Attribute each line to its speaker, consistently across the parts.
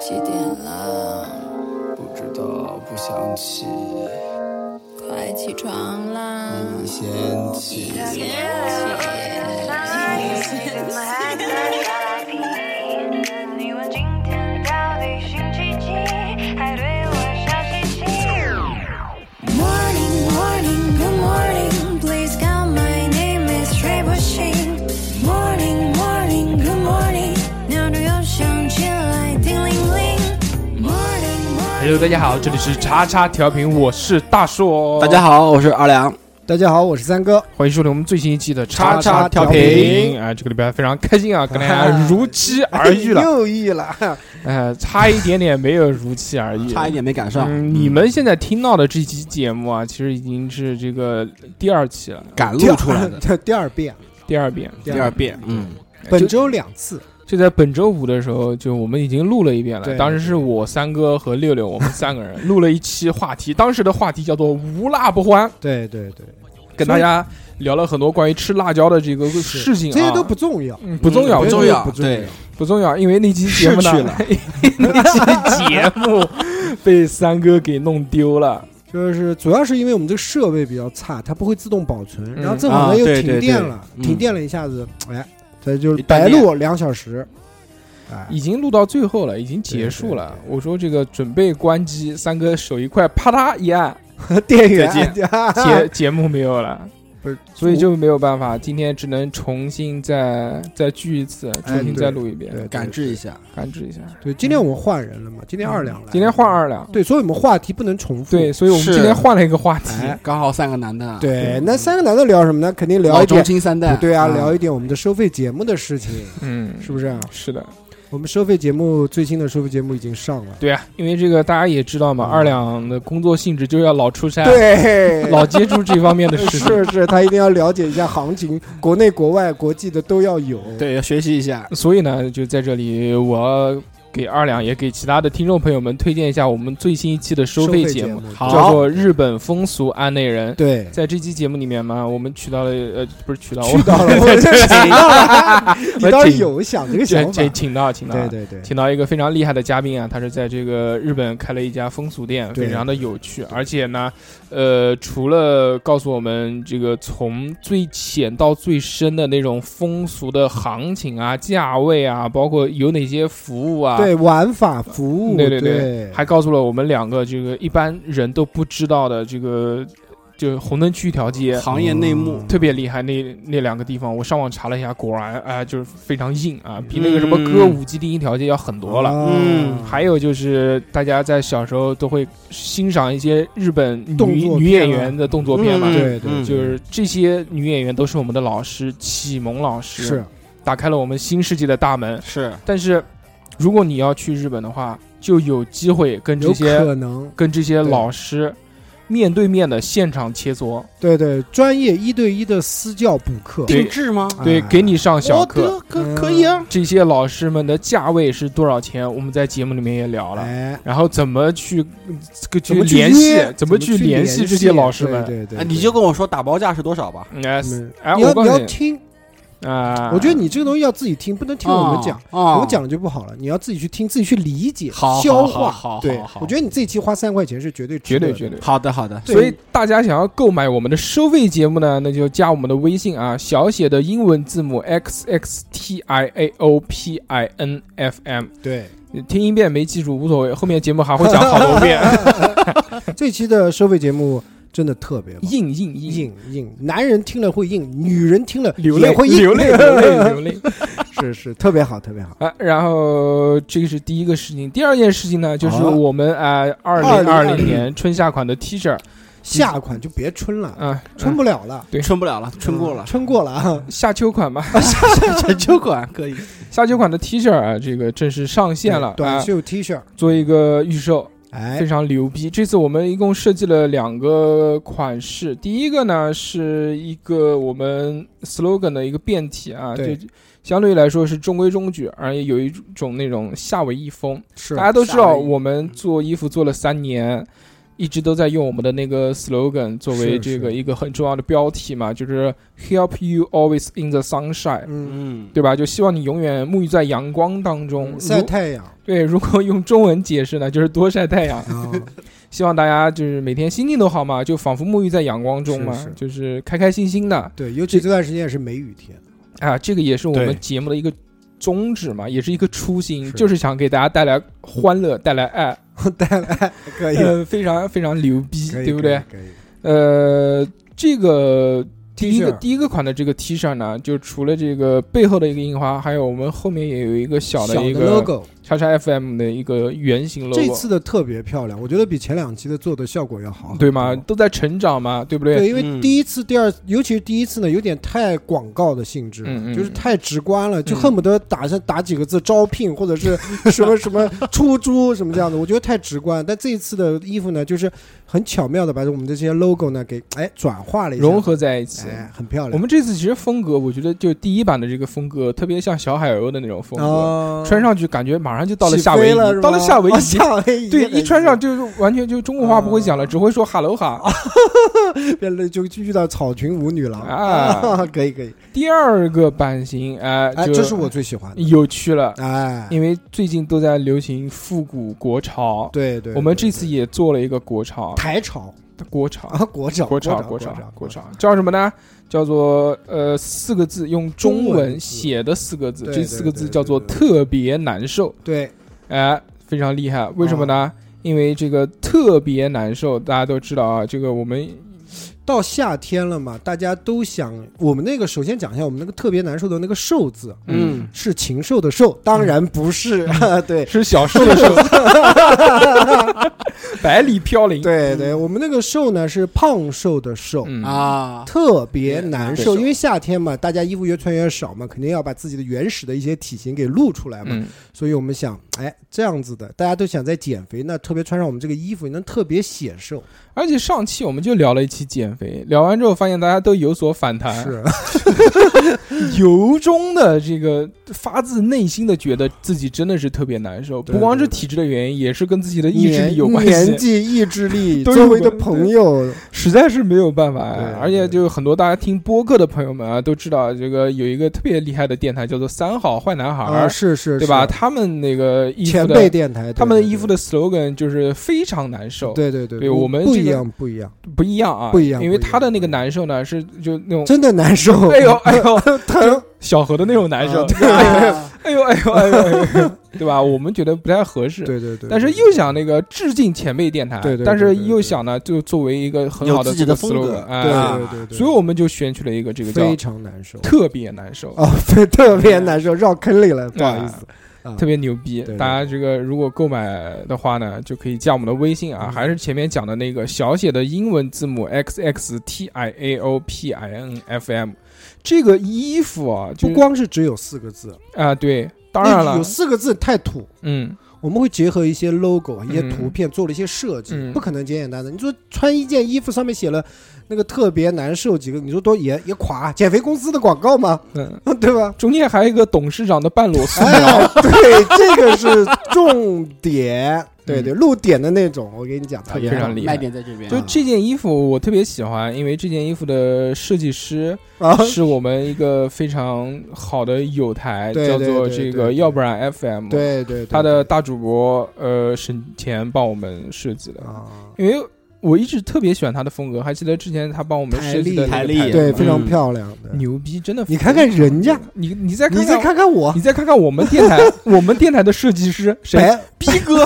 Speaker 1: 几点了？
Speaker 2: 不知道，不想起。
Speaker 1: 快起床啦！
Speaker 2: 你先起。
Speaker 3: 你问今天到底星期几？还对我笑嘻嘻。
Speaker 1: Morning, morning, good morning. Please call my name is Triple Shin. Morning, morning, good morning. 鸟儿又响起来，叮铃铃。Morning, morning.
Speaker 4: Hello，大家好，这里是叉叉调频，我是大硕。
Speaker 2: 大家好，我是阿良。
Speaker 5: 大家好，我是三哥。
Speaker 4: 欢迎收听我们最新一期的
Speaker 5: 叉
Speaker 4: 叉
Speaker 5: 叉调
Speaker 4: 频
Speaker 5: 频
Speaker 4: 啊！这个礼拜非常开心啊，跟大 家如期而遇了，
Speaker 5: 又 遇了。
Speaker 4: 呃，差一点点没有如期而遇，
Speaker 2: 差一点没赶上，
Speaker 4: 嗯，你们现在听到的这期节目啊，其实已经是这个第二期了，
Speaker 2: 赶录出来的
Speaker 5: 第二 第二遍，
Speaker 4: 第二遍。
Speaker 5: 第二
Speaker 2: 遍，嗯，
Speaker 5: 本周两次，
Speaker 4: 就在本周五的时候，就我们已经录了一遍了。
Speaker 5: 对
Speaker 4: 当时是我三哥和六六，我们三个人 录了一期话题，当时的话题叫做“无辣不欢
Speaker 5: 对对对，”，
Speaker 4: 跟大家聊了很多关于吃辣椒的这个事情、啊，
Speaker 5: 这些都不重要。
Speaker 4: 嗯不重 要，
Speaker 2: 不重要，
Speaker 4: 不重
Speaker 2: 对，
Speaker 4: 不重要，因为那期节目呢
Speaker 2: 逝去了，
Speaker 4: 那期节目 被三哥给弄丢了。
Speaker 5: 就是主要是因为我们这个设备比较差，它不会自动保存，然后正好
Speaker 2: 啊
Speaker 5: 呢又
Speaker 2: 对对
Speaker 5: 停电了，
Speaker 2: 对嗯
Speaker 5: 停电了一下子，哎，这就是
Speaker 2: 一断
Speaker 5: 白
Speaker 2: 电
Speaker 5: 录两小时。哎，
Speaker 4: 已经录到最后了，已经结束了。我说这个准备关机，三哥手一快，啪嗒一按，
Speaker 5: 电源
Speaker 2: 再 见
Speaker 4: 节节目没有了，
Speaker 5: 不是，
Speaker 4: 所以就没有办法，今天只能重新再再聚一次，
Speaker 5: 哎
Speaker 4: 重新再录一遍，
Speaker 5: 对
Speaker 2: 赶制一下，嗯
Speaker 4: 感知一下。
Speaker 5: 对。今天我们换人了嘛，今天二两来，
Speaker 4: 今天换二两，
Speaker 5: 对，所以我们话题不能重复。
Speaker 4: 对，所以我们
Speaker 2: 是
Speaker 4: 今天换了一个话题，
Speaker 5: 嗯哎
Speaker 2: 刚好三个男的，，
Speaker 5: 对，那三个男的聊什么呢？肯定聊
Speaker 2: 老
Speaker 5: 一
Speaker 2: 中
Speaker 5: 点，
Speaker 2: 青三代
Speaker 5: 不，对啊，
Speaker 2: 嗯
Speaker 5: 聊一点我们的收费节目的事情，
Speaker 4: 嗯，
Speaker 5: 是不是啊？
Speaker 4: 是的，
Speaker 5: 我们收费节目最新的收费节目已经 上了，
Speaker 4: 对啊，因为这个大家也知道嘛，
Speaker 5: 嗯
Speaker 4: 二两的工作性质就要老出差，
Speaker 5: 对
Speaker 4: 老接触这方面的事 情，
Speaker 5: 是是，他一定要了解一下行情，国内、国外、国际的都要有。
Speaker 2: 对，要学习一下，
Speaker 4: 所以呢，就在这里我。给二两也给其他的听众朋友们推荐一下我们最新一期的收
Speaker 5: 费
Speaker 4: 节
Speaker 5: 目，
Speaker 4: 叫做《日本风俗案内人》。
Speaker 5: 对，
Speaker 4: 在这期节目里面嘛，我们取到了呃，不是取到，我
Speaker 5: 去到了，我就想到了，你倒是
Speaker 4: 请
Speaker 5: 有想这个
Speaker 4: 请
Speaker 5: 想法
Speaker 4: 请。请到请到
Speaker 5: 对对对，
Speaker 4: 请到一个非常厉害的嘉宾啊，他是在这个日本开了一家风俗店，
Speaker 5: 对
Speaker 4: 非常的有趣，而且呢，呃，除了告诉我们这个从最浅到最深的那种风俗的行情啊、价位啊，包括有哪些服务啊，
Speaker 5: 对玩法服务，
Speaker 4: 对对
Speaker 5: 对
Speaker 4: 对还告诉了我们两个这个一般人都不知道的这个，就红灯区一条街。
Speaker 2: 行业内幕，
Speaker 4: 特别厉害，那那两个地方，我上网查了一下，果然啊、就是非常硬啊，比那个什
Speaker 5: 嗯
Speaker 4: 么歌舞伎町一条街要狠多
Speaker 5: 哦
Speaker 4: 了。
Speaker 2: 嗯
Speaker 4: 还有就是，大家在小时候都会欣赏一些日本
Speaker 5: 动
Speaker 4: 女
Speaker 5: 作片啊
Speaker 4: 女演员的动作片嘛，
Speaker 2: 嗯
Speaker 5: 对对
Speaker 2: 嗯
Speaker 4: 就是这些女演员都是我们的老师，启蒙老师，
Speaker 5: 是
Speaker 4: 打开了我们新世界的大门。
Speaker 2: 是
Speaker 4: 但是，如果你要去日本的话，就有机会跟这
Speaker 5: 有
Speaker 4: 些
Speaker 5: 可能，
Speaker 4: 跟这些
Speaker 5: 对啊
Speaker 4: 老师面对面的现场切磋，
Speaker 5: 对对，专业一对一的私教补课，
Speaker 4: 对
Speaker 2: 定制吗？
Speaker 4: 对，
Speaker 5: 哎
Speaker 4: 给你上小
Speaker 2: 哦
Speaker 4: 课。
Speaker 2: 得可可以啊，
Speaker 4: 这些老师们的价位是多少钱？我们在节目里面也聊了。
Speaker 5: 哎，
Speaker 4: 然后怎么去这个去
Speaker 5: 怎么去
Speaker 4: 联系
Speaker 5: 约，
Speaker 4: 怎
Speaker 5: 怎
Speaker 4: 么
Speaker 5: 去
Speaker 4: 联系
Speaker 5: 系
Speaker 4: 这些老师
Speaker 5: 对
Speaker 4: 们？
Speaker 5: 对对
Speaker 2: 哎，
Speaker 5: 对，
Speaker 2: 你就跟我说打包价是多少吧，
Speaker 4: 嗯哎
Speaker 5: 嗯
Speaker 4: 哎，
Speaker 5: 你
Speaker 4: 我
Speaker 5: 要
Speaker 4: 告
Speaker 5: 你
Speaker 4: 诉
Speaker 5: 要
Speaker 4: 你
Speaker 5: 听，
Speaker 4: 啊，
Speaker 5: 我觉得你这个东西要自己听，不能听我们讲。
Speaker 2: 啊，
Speaker 5: 我们讲了就不好了，你要自己去听，自己去理解、
Speaker 2: 好好
Speaker 5: 消
Speaker 2: 好
Speaker 5: 化。
Speaker 2: 好
Speaker 5: 对
Speaker 2: 好好，
Speaker 5: 我觉得你这一期花三块钱是绝对值
Speaker 4: 绝
Speaker 5: 得
Speaker 4: 对
Speaker 5: 的
Speaker 4: 绝对。
Speaker 2: 好的好的，
Speaker 5: 对
Speaker 4: 所以大家想要购买我们的收费节目呢，那就加我们的微信啊，小写的英文字母 x x t i a o p i n f m。
Speaker 5: 对。
Speaker 4: 听一遍没记住无所谓，后面节目还会讲好多 遍。
Speaker 5: 这期的收费节目真的特别棒
Speaker 4: 硬硬硬
Speaker 5: 硬硬，男人听了会硬，女人听了
Speaker 4: 流
Speaker 5: 也
Speaker 4: 泪
Speaker 5: 会硬，
Speaker 4: 流泪流泪流泪。
Speaker 5: 是是特别好，特别好。
Speaker 4: 啊，然后这个是第一个事情，第二件事情呢，就是
Speaker 5: 啊
Speaker 4: 我们啊，二零哦二零
Speaker 5: 2020
Speaker 4: 年春夏款的 T 恤，
Speaker 5: 下款就别春了，
Speaker 4: 啊，
Speaker 5: 春不了了，
Speaker 2: 春不了
Speaker 5: 嗯
Speaker 2: 了，春过 了，
Speaker 5: 春过了啊
Speaker 4: 嗯。夏秋款吧，
Speaker 2: 春秋馆可以，
Speaker 4: 夏秋款的 T 恤啊，这个正式上线了，
Speaker 5: 短
Speaker 4: 啊，
Speaker 5: 袖 T 恤，
Speaker 4: 做一个预售，非
Speaker 5: 哎，
Speaker 4: 常牛逼。这次我们一共设计了两个款式，第一个呢是一个我们 slogan 的一个变体啊，就
Speaker 5: 对
Speaker 4: 相对来说是中规中矩，而且有一种那种夏威夷风。
Speaker 5: 是嗯
Speaker 4: 大家都知
Speaker 2: 夏
Speaker 4: 道，
Speaker 2: 威夷
Speaker 4: 我们做衣服做了三年，一直都在用我们的那个 slogan 作为
Speaker 5: 是
Speaker 4: 这个
Speaker 5: 是
Speaker 4: 一个很重要的标题嘛，就是 Help you always in the sunshine，
Speaker 5: 嗯，
Speaker 2: 嗯，
Speaker 4: 对吧？就希望你永远沐浴在阳光当中。
Speaker 5: 晒
Speaker 4: 如
Speaker 5: 太阳
Speaker 4: 对，如果用中文解释呢，就是多晒太 阳。
Speaker 5: 啊，
Speaker 4: 希望大家就是每天心情都好嘛，就仿佛沐浴在阳光中嘛，
Speaker 5: 是是
Speaker 4: 就是开开心心的
Speaker 5: 对，尤其这段时间也是梅雨天，
Speaker 4: 啊。这个也是我
Speaker 6: 对
Speaker 4: 们节目的一个宗旨嘛，也是一个初心，
Speaker 5: 是
Speaker 4: 就是想给大家带来欢乐，带来爱，
Speaker 5: 带来可以，
Speaker 4: 呃，非常非常牛逼，
Speaker 5: 可以
Speaker 4: 对不对？？
Speaker 5: 可以可以
Speaker 4: 呃，这个第
Speaker 5: T
Speaker 4: 一个
Speaker 5: 恤
Speaker 4: 第一个款的这个 T 恤呢，就除了这个背后的一个印花，还有我们后面也有一个小的
Speaker 5: 小
Speaker 4: 一
Speaker 5: 的
Speaker 4: 个
Speaker 5: logo，
Speaker 4: 叉叉 FM 的一个圆形 logo，
Speaker 5: 这次的特别漂亮，我觉得比前两期的做的效果要好很多，
Speaker 4: 对吗？都在成长嘛，对不对？
Speaker 5: 对，因为
Speaker 2: 嗯
Speaker 5: 第一次、第二，尤其是第一次呢，有点太广告的性质了，
Speaker 4: 嗯嗯嗯
Speaker 5: 就是太直观了，就恨不得打上打几个字招聘或 者是什么什么出租什么这样的，我觉得太直观。但这一次的衣服呢，就是很巧妙的把我们这些 logo 呢给哎转化了一下，
Speaker 4: 嗯融，合在一起。
Speaker 5: 哎，很漂
Speaker 4: 我
Speaker 5: 亮。
Speaker 4: 们这次其实风格，我觉得就第一版的这个风格，特别像小海鸥的那种风格，
Speaker 5: 啊
Speaker 4: 穿上去感觉马上就到了夏威夷，
Speaker 5: 起飞了是吗
Speaker 4: 到了夏威夷，
Speaker 5: 哦夏威 夷
Speaker 4: 对，
Speaker 5: 的哦
Speaker 4: 一穿上就是完全就中国话不会讲了，只会说哈喽哈
Speaker 5: 变了就就遇到草裙舞女郎，
Speaker 4: 啊。
Speaker 5: 可以可以，
Speaker 4: 第二个版型，哎，
Speaker 5: 哎，
Speaker 4: 就
Speaker 5: 这是我最喜欢的，
Speaker 4: 有趣了，
Speaker 5: 哎，
Speaker 4: 因为最近都在流行复古国潮，
Speaker 5: 对对，
Speaker 4: 我们
Speaker 5: 对
Speaker 4: 这次也做了一个国潮，
Speaker 5: 台潮
Speaker 4: 国潮。
Speaker 5: 啊，国潮
Speaker 4: 国
Speaker 5: 潮
Speaker 4: 潮，国
Speaker 5: 潮
Speaker 4: 潮，国潮，叫什么呢？叫做呃四个字，用中
Speaker 5: 中文
Speaker 4: 文
Speaker 5: 字
Speaker 4: 写的四个字，
Speaker 5: 对
Speaker 4: 这
Speaker 5: 对
Speaker 4: 四个字
Speaker 5: 对
Speaker 4: 叫做
Speaker 5: 对对
Speaker 4: 特别难受，
Speaker 5: 对，
Speaker 4: 哎，非常厉害。为什么
Speaker 5: 啊
Speaker 4: 呢？因为这个特别难受，大家都知道啊，这个我们
Speaker 5: 到夏天了嘛，大家都想我们那个，首先讲一下我们那个特别难受的那个“受”字，
Speaker 2: 嗯，
Speaker 5: 是禽兽的“兽”，当然不
Speaker 4: 嗯
Speaker 5: 是，啊对。
Speaker 4: 是小受的 受，百里飘零，
Speaker 5: 对对，我们那个“瘦”呢是胖瘦的“瘦”，
Speaker 4: 嗯
Speaker 2: 啊，
Speaker 5: 特别难
Speaker 2: 对
Speaker 5: 受，因为夏天嘛，大家衣服越穿越少嘛，肯定要把自己的原始的一些体型给露出来嘛。
Speaker 4: 嗯，
Speaker 5: 所以我们想，哎，这样子的，大家都想在减肥，那特别穿上我们这个衣服，能特别显瘦。
Speaker 4: 而且上期我们就聊了一期减肥，聊完之后发现大家都有所反弹，
Speaker 5: 是，
Speaker 4: 由衷的这个发自内心的觉得自己真的是特别难受，
Speaker 5: 对
Speaker 4: 不光是
Speaker 5: 对对
Speaker 4: 体质的原因，也是跟自己的意志力有关
Speaker 5: 年年
Speaker 4: 系，
Speaker 5: 纪、意 志力、
Speaker 4: 都有
Speaker 5: 周围的
Speaker 4: 关
Speaker 5: 朋友，
Speaker 4: 实在是没有办法
Speaker 5: 对
Speaker 4: 呀
Speaker 5: 对。
Speaker 4: 而且就很多大家听播客的朋友们啊，都知道这个有一个特别厉害的电台叫做“三好坏男孩”，
Speaker 5: 啊，是是，
Speaker 4: 对
Speaker 5: 是
Speaker 4: 吧？他们那个衣服
Speaker 5: 前辈
Speaker 4: 的，
Speaker 5: 电台，对
Speaker 4: 他们的
Speaker 5: 对
Speaker 4: 衣服的 slogan 就是非常难受，
Speaker 5: 对对对
Speaker 4: 对
Speaker 5: 不
Speaker 4: 我们
Speaker 5: 不
Speaker 4: 这
Speaker 5: 一
Speaker 4: 个
Speaker 5: 样，不一样，
Speaker 4: 不一样啊，
Speaker 5: 不一样
Speaker 4: 因为
Speaker 5: 不一样
Speaker 4: 他的那个难受呢是就那种。
Speaker 5: 真的 难受。
Speaker 4: 哎 呦哎呦，
Speaker 5: 疼，
Speaker 4: 小何的那种难受
Speaker 5: 啊，
Speaker 4: 哎呦哎呦哎呦，哎呦，对吧？我们觉得不太合适，
Speaker 5: 对对对，
Speaker 4: 但是
Speaker 5: 对
Speaker 4: 又想那个致敬前辈电台，
Speaker 5: 对对对
Speaker 4: 但是
Speaker 5: 对对
Speaker 4: 又想呢，就作为一个很好
Speaker 2: 有自己
Speaker 4: 这个
Speaker 2: 的风格
Speaker 4: slogan，
Speaker 5: 对
Speaker 4: 哎，
Speaker 2: 啊
Speaker 5: 对对对，
Speaker 4: 所以我们就选取了一个这个叫
Speaker 5: 非常难受
Speaker 4: 特别难受，
Speaker 5: 啊，非特别难受，绕坑里了，不好意思。啊
Speaker 4: 特别牛逼
Speaker 5: 对对。对
Speaker 4: 大家这个如果购买的话呢，就可以加我们的微信啊，
Speaker 5: 嗯
Speaker 4: 还是前面讲的那个小写的英文字母 x x t i a o p i n f m，这个衣服啊，就
Speaker 5: 不光是只有四个字，
Speaker 4: 啊，对，当然
Speaker 5: 那
Speaker 4: 了
Speaker 5: 有，四个字太土。
Speaker 4: 嗯，
Speaker 5: 我们会结合一些 logo、一些
Speaker 4: 嗯
Speaker 5: 图片做了一些设计，
Speaker 4: 嗯
Speaker 5: 不可能简简单单。你说穿一件衣服上面写了那个特别难受几个，你说多也也垮，减肥公司的广告吗？
Speaker 4: 嗯，
Speaker 5: 对吧？
Speaker 4: 中间还有一个董事长的半裸素描。
Speaker 5: 哎，对，这个是重点，对对，露点的那种，我跟你讲，啊特
Speaker 4: 非
Speaker 5: 别
Speaker 4: 常
Speaker 5: 好
Speaker 4: 厉害
Speaker 2: 卖点在这边，
Speaker 4: 就
Speaker 5: 啊
Speaker 4: 这件衣服，我特别喜欢，因为这件衣服的设计 师
Speaker 5: 啊，
Speaker 4: 是我们一个非常好的友台，
Speaker 5: 对
Speaker 4: 叫
Speaker 5: 对
Speaker 4: 做
Speaker 5: 对
Speaker 4: 这
Speaker 5: 对
Speaker 4: 个
Speaker 5: 对
Speaker 4: 要不然 FM，，
Speaker 5: 对对对，
Speaker 4: 他的
Speaker 5: 对
Speaker 4: 大主播呃省钱帮我们设计的，
Speaker 5: 啊，
Speaker 4: 因为我一直特别喜欢他的风格，还记得之前他帮我们设计的那个
Speaker 2: 台历
Speaker 4: 台
Speaker 2: 对
Speaker 4: 历
Speaker 5: 对，
Speaker 4: 嘛
Speaker 5: 非常
Speaker 2: 嗯
Speaker 5: 漂亮的。
Speaker 4: 牛逼，真的，
Speaker 5: 你看看人家，
Speaker 4: 你你再看
Speaker 5: 你再
Speaker 4: 看。
Speaker 5: 看看我
Speaker 4: 你，再看看我们 电台，我们电台的设计师谁？
Speaker 5: 白逼哥，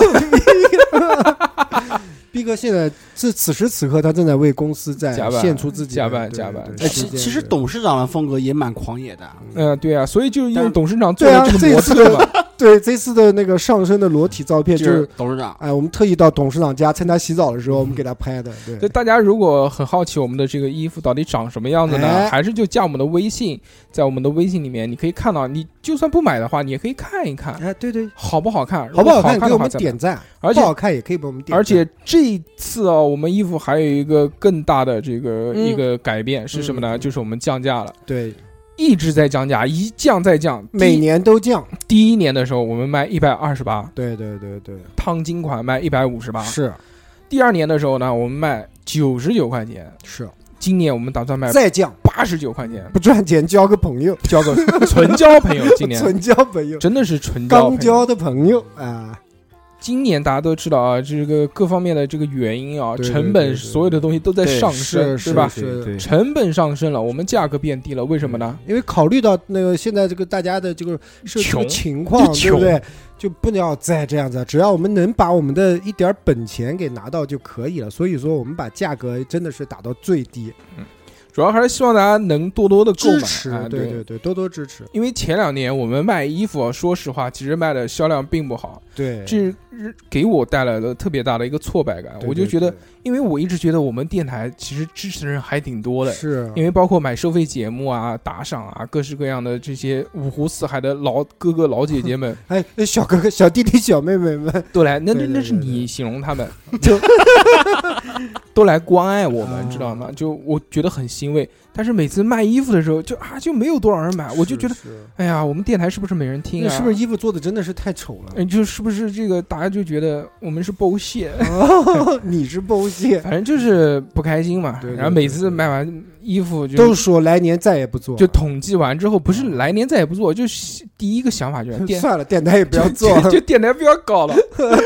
Speaker 5: 逼哥现在是此时此刻，他正在为公司在
Speaker 4: 加班
Speaker 5: 献出自己的
Speaker 4: 加班
Speaker 5: 对
Speaker 4: 加班
Speaker 5: 对
Speaker 2: 哎，
Speaker 5: 对
Speaker 2: 其
Speaker 5: 时间
Speaker 2: 其实
Speaker 5: 对
Speaker 2: 董事长的风格也蛮狂野的，
Speaker 4: 嗯、对啊，所以就是
Speaker 2: 但
Speaker 4: 用
Speaker 2: 是
Speaker 4: 董事长做
Speaker 5: 对啊
Speaker 4: 的，这个模
Speaker 5: 这次
Speaker 4: 特 嘛。
Speaker 5: 的对这次的那个上身的裸体照片，
Speaker 2: 就
Speaker 5: 就是
Speaker 2: 是董事长，
Speaker 5: 哎，我们特意到董事长家趁他洗澡的时候，我们给他拍的，对
Speaker 4: 所以大家如果很好奇我们的这个衣服到底长什么样子呢，
Speaker 5: 哎
Speaker 4: 还是就加我们的微信，在我们的微信里面，你可以看到，你就算不买的话，你也可以看一看
Speaker 5: 哎，对对，
Speaker 4: 好不好看，如
Speaker 5: 好不好
Speaker 4: 果好
Speaker 5: 看？
Speaker 4: 看
Speaker 5: 给
Speaker 4: 的
Speaker 5: 我
Speaker 4: 话
Speaker 5: 们
Speaker 4: 再买
Speaker 5: 点赞，
Speaker 4: 而且
Speaker 5: 不好看也可以给我们点赞。
Speaker 4: 而且这一次哦，我们衣服还有一个更大的这个、
Speaker 5: 嗯
Speaker 4: 一个改变是什么呢？
Speaker 5: 嗯
Speaker 4: 就是我们降价了。
Speaker 5: 对，
Speaker 4: 一直在降价，一降再降。
Speaker 5: 每
Speaker 4: 第
Speaker 5: 年都降。
Speaker 4: 第一年的时候，我们卖一百二十八，
Speaker 5: 对对对对，
Speaker 4: 啊烫金款卖一百五十八，
Speaker 5: 是
Speaker 4: 第二年的时候呢，我们卖九十九块钱，
Speaker 5: 是
Speaker 4: 今年我们打算卖
Speaker 5: 再降
Speaker 4: 八十九块钱，
Speaker 5: 不赚钱，交个朋友，
Speaker 4: 交 个纯交朋友。今年
Speaker 5: 纯交朋友，
Speaker 4: 真的是纯交朋
Speaker 5: 刚
Speaker 4: 友。
Speaker 5: 交的朋友啊，
Speaker 4: 今年大家都知道啊，这个各方面的这个原因啊，
Speaker 5: 对对
Speaker 4: 成
Speaker 5: 对
Speaker 4: 本
Speaker 5: 对
Speaker 4: 所有的东西都在
Speaker 2: 对
Speaker 4: 上升，
Speaker 5: 是
Speaker 4: 对吧？
Speaker 5: 是
Speaker 2: 对
Speaker 4: 成本上升了，我们价格变低了，为什么呢？
Speaker 5: 嗯因为考虑到那个现在这个大家的这个社区的
Speaker 4: 穷
Speaker 5: 情况，
Speaker 4: 就
Speaker 5: 对不
Speaker 4: 穷
Speaker 5: 对？就不要再这样子，只要我们能把我们的一点本钱给拿到就可以了。所以说，我们把价格真的是打到最低，
Speaker 4: 主要还是希望大家能多多的购买，
Speaker 5: 支持
Speaker 4: 啊、，
Speaker 5: 对对对，多多支持，
Speaker 4: 因为前两年我们卖衣服啊，说实话，其实卖的销量并不好，
Speaker 5: 对，
Speaker 4: 这日给我带来了特别大的一个挫败感。
Speaker 5: 对
Speaker 4: 我就觉得
Speaker 5: 对，
Speaker 4: 因为我一直觉得我们电台其实支持的人还挺多的，
Speaker 5: 是
Speaker 4: 因为包括买收费节目啊、打赏啊，各式各样的这些五湖四海的老哥哥老姐姐们
Speaker 5: 哎，那小哥哥、小弟弟、小妹妹们，
Speaker 4: 都来，那那
Speaker 5: 对对
Speaker 4: 那是
Speaker 5: 对对
Speaker 4: 你形容他们，就 都来关爱我
Speaker 5: 啊
Speaker 4: 们，知道吗？就我觉得很欣慰。但是每次卖衣服的时候，就啊就没有多少人买，我就觉得，
Speaker 5: 是
Speaker 4: 哎呀，我们电台是不是没人听
Speaker 5: 那
Speaker 4: 啊？
Speaker 5: 是不是衣服做的真的是太丑了？
Speaker 4: 嗯，就是不是这个，大家就觉得我们是剥蟹，
Speaker 5: 啊哦 你是包蟹，
Speaker 4: 反正就是不开心嘛。
Speaker 5: 对对
Speaker 4: 然后每次买完衣服 就
Speaker 5: 都说来年再也不做了，嗯
Speaker 4: 就统计完之后，不是来年再也不做，就是第一个想法就是电
Speaker 5: 算了，电台也不要做了
Speaker 4: 就，就电台不要搞 了，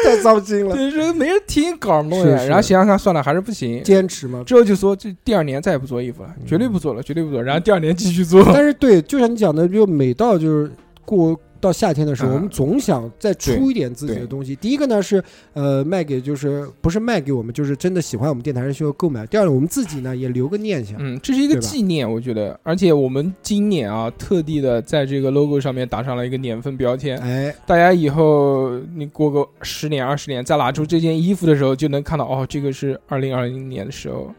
Speaker 5: 太糟心了，
Speaker 4: 就是没人听搞什么东西。
Speaker 5: 是是
Speaker 4: 然后想想看，算了，还是不行。
Speaker 5: 坚持嘛，
Speaker 4: 之后就说这第二年再也不做衣服了，绝对不做了，绝对不做。然后第二年继续做，
Speaker 5: 但是嗯对，就像你讲的，就每到就是过到夏天的时候，
Speaker 4: 啊
Speaker 5: 我们总想再出
Speaker 4: 对
Speaker 5: 一点自己的
Speaker 4: 对
Speaker 5: 东西。第一个呢是呃卖给就是不是卖给我们，就是真的喜欢我们电台人需要购买。第二个我们自己呢也留个念想。
Speaker 4: 嗯，这是一个
Speaker 5: 对吧
Speaker 4: 纪念，我觉得。而且我们今年啊，特地的在这个 logo 上面打上了一个年份标签，
Speaker 5: 哎，
Speaker 4: 大家以后你过个十年二十年，再拿出这件衣服的时候，就能看到哦，这个是二零二零年的时候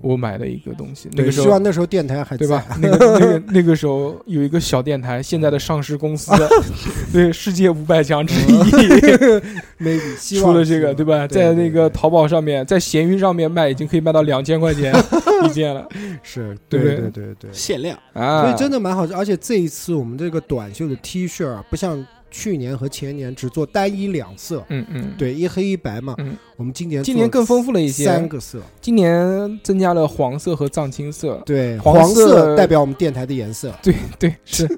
Speaker 4: 我买的一个东西。嗯那
Speaker 5: 对，
Speaker 4: 个时
Speaker 5: 希
Speaker 4: 候
Speaker 5: 望那时候电台还
Speaker 4: 对吧
Speaker 5: 在？
Speaker 4: 那个那个那个时候有一个小电台，现在的上市公 司，对世界五百强之一
Speaker 5: ？maybe 嗯希
Speaker 4: 出
Speaker 5: 望
Speaker 4: 了这个
Speaker 5: 希
Speaker 4: 对
Speaker 5: 望
Speaker 4: 吧？
Speaker 5: 对
Speaker 4: 在
Speaker 5: 对
Speaker 4: 那个
Speaker 5: 对
Speaker 4: 淘宝上面，在闲鱼上面卖，已经可以卖到两千块 钱一件了
Speaker 5: 是
Speaker 4: 对
Speaker 5: 对
Speaker 4: 不对
Speaker 5: 对对对对。
Speaker 2: 限量，
Speaker 4: 啊！
Speaker 5: 所以真的蛮好，而且这一次我们这个短袖的 T 恤啊，不像去年和前年只做单一两色，
Speaker 4: 嗯嗯，
Speaker 5: 对，一黑一白嘛。
Speaker 4: 嗯
Speaker 5: 我们今年
Speaker 4: 今年
Speaker 5: 做
Speaker 4: 更丰富了一
Speaker 5: 三
Speaker 4: 些，
Speaker 5: 个色，
Speaker 4: 今年增加了黄色和藏青色。
Speaker 5: 对，
Speaker 4: 黄
Speaker 5: 黄
Speaker 4: 色
Speaker 5: 代表我们电台的颜色，
Speaker 4: 对对是，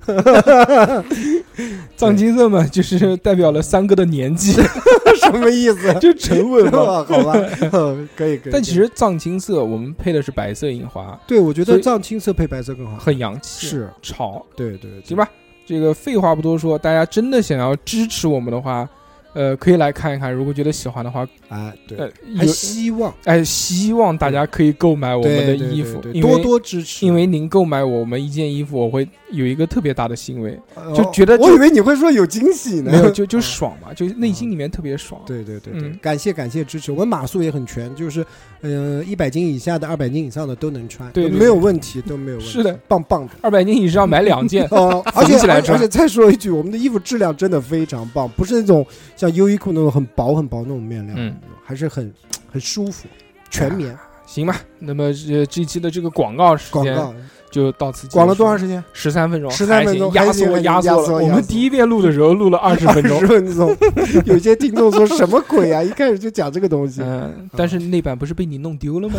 Speaker 4: 藏青色嘛，就是代表了三哥的年纪，
Speaker 5: 什么意 思？
Speaker 4: 就沉稳嘛。
Speaker 5: 好吧，嗯可以可以。
Speaker 4: 但其实藏青色我们配的是白色印花，
Speaker 5: 对我觉
Speaker 4: 所
Speaker 5: 得
Speaker 4: 以
Speaker 5: 藏青色配白色更好，
Speaker 4: 很洋气，
Speaker 5: 是
Speaker 4: 潮，
Speaker 5: 对对，对
Speaker 4: 行？吧？这个废话不多说，大家真的想要支持我们的话，呃，可以来看一看。如果觉得喜欢的话，
Speaker 5: 哎，对，
Speaker 4: 呃，
Speaker 5: 还
Speaker 4: 有
Speaker 5: 希望
Speaker 4: 哎，希望大家可以购买我
Speaker 5: 我
Speaker 4: 们的衣服，因为
Speaker 5: 多多支持，
Speaker 4: 因为您购买我们一件衣服，我会有一个特别大的欣慰，
Speaker 5: 呃
Speaker 4: 就觉得
Speaker 5: 我
Speaker 4: 就
Speaker 5: 以为你会说有惊喜呢，
Speaker 4: 没 有就就爽嘛，就内心里面特别爽。
Speaker 5: 嗯对对对对，
Speaker 4: 嗯
Speaker 5: 感谢感谢支持，我们码数也很全，就是嗯，一百斤以下的、二百斤以上的都能穿，
Speaker 4: 对对
Speaker 5: 都
Speaker 4: 对
Speaker 5: 没有问题，都没有问题，
Speaker 4: 是的，
Speaker 5: 棒棒的。，
Speaker 4: 二百斤以上买两件
Speaker 5: 哦，而且
Speaker 4: 缝起来
Speaker 5: 而且
Speaker 4: 穿
Speaker 5: 而且再说一句，我们的衣服质量真的非常棒，不是那种像优衣库那种很薄很薄那种面料，
Speaker 4: 嗯哎
Speaker 5: 还是很很舒服，全棉
Speaker 4: 行吧？那么这这一期的这个广告时
Speaker 5: 广
Speaker 4: 间
Speaker 5: 告，
Speaker 4: 就到此结束。
Speaker 5: 广了多长时间？
Speaker 4: 十三分钟，
Speaker 5: 13分钟
Speaker 4: 还
Speaker 5: 还
Speaker 4: 行
Speaker 5: 行
Speaker 4: 压缩
Speaker 5: 还行
Speaker 4: 压
Speaker 5: 压
Speaker 4: 缩
Speaker 5: 缩
Speaker 4: 了。我
Speaker 5: 压
Speaker 4: 们
Speaker 5: 缩
Speaker 4: 第一遍录的时候录了二十分钟
Speaker 5: 十，分钟。有些听众说什么鬼啊？一开始就讲这个东西，
Speaker 4: 嗯，但是那版不是被你弄丢了吗？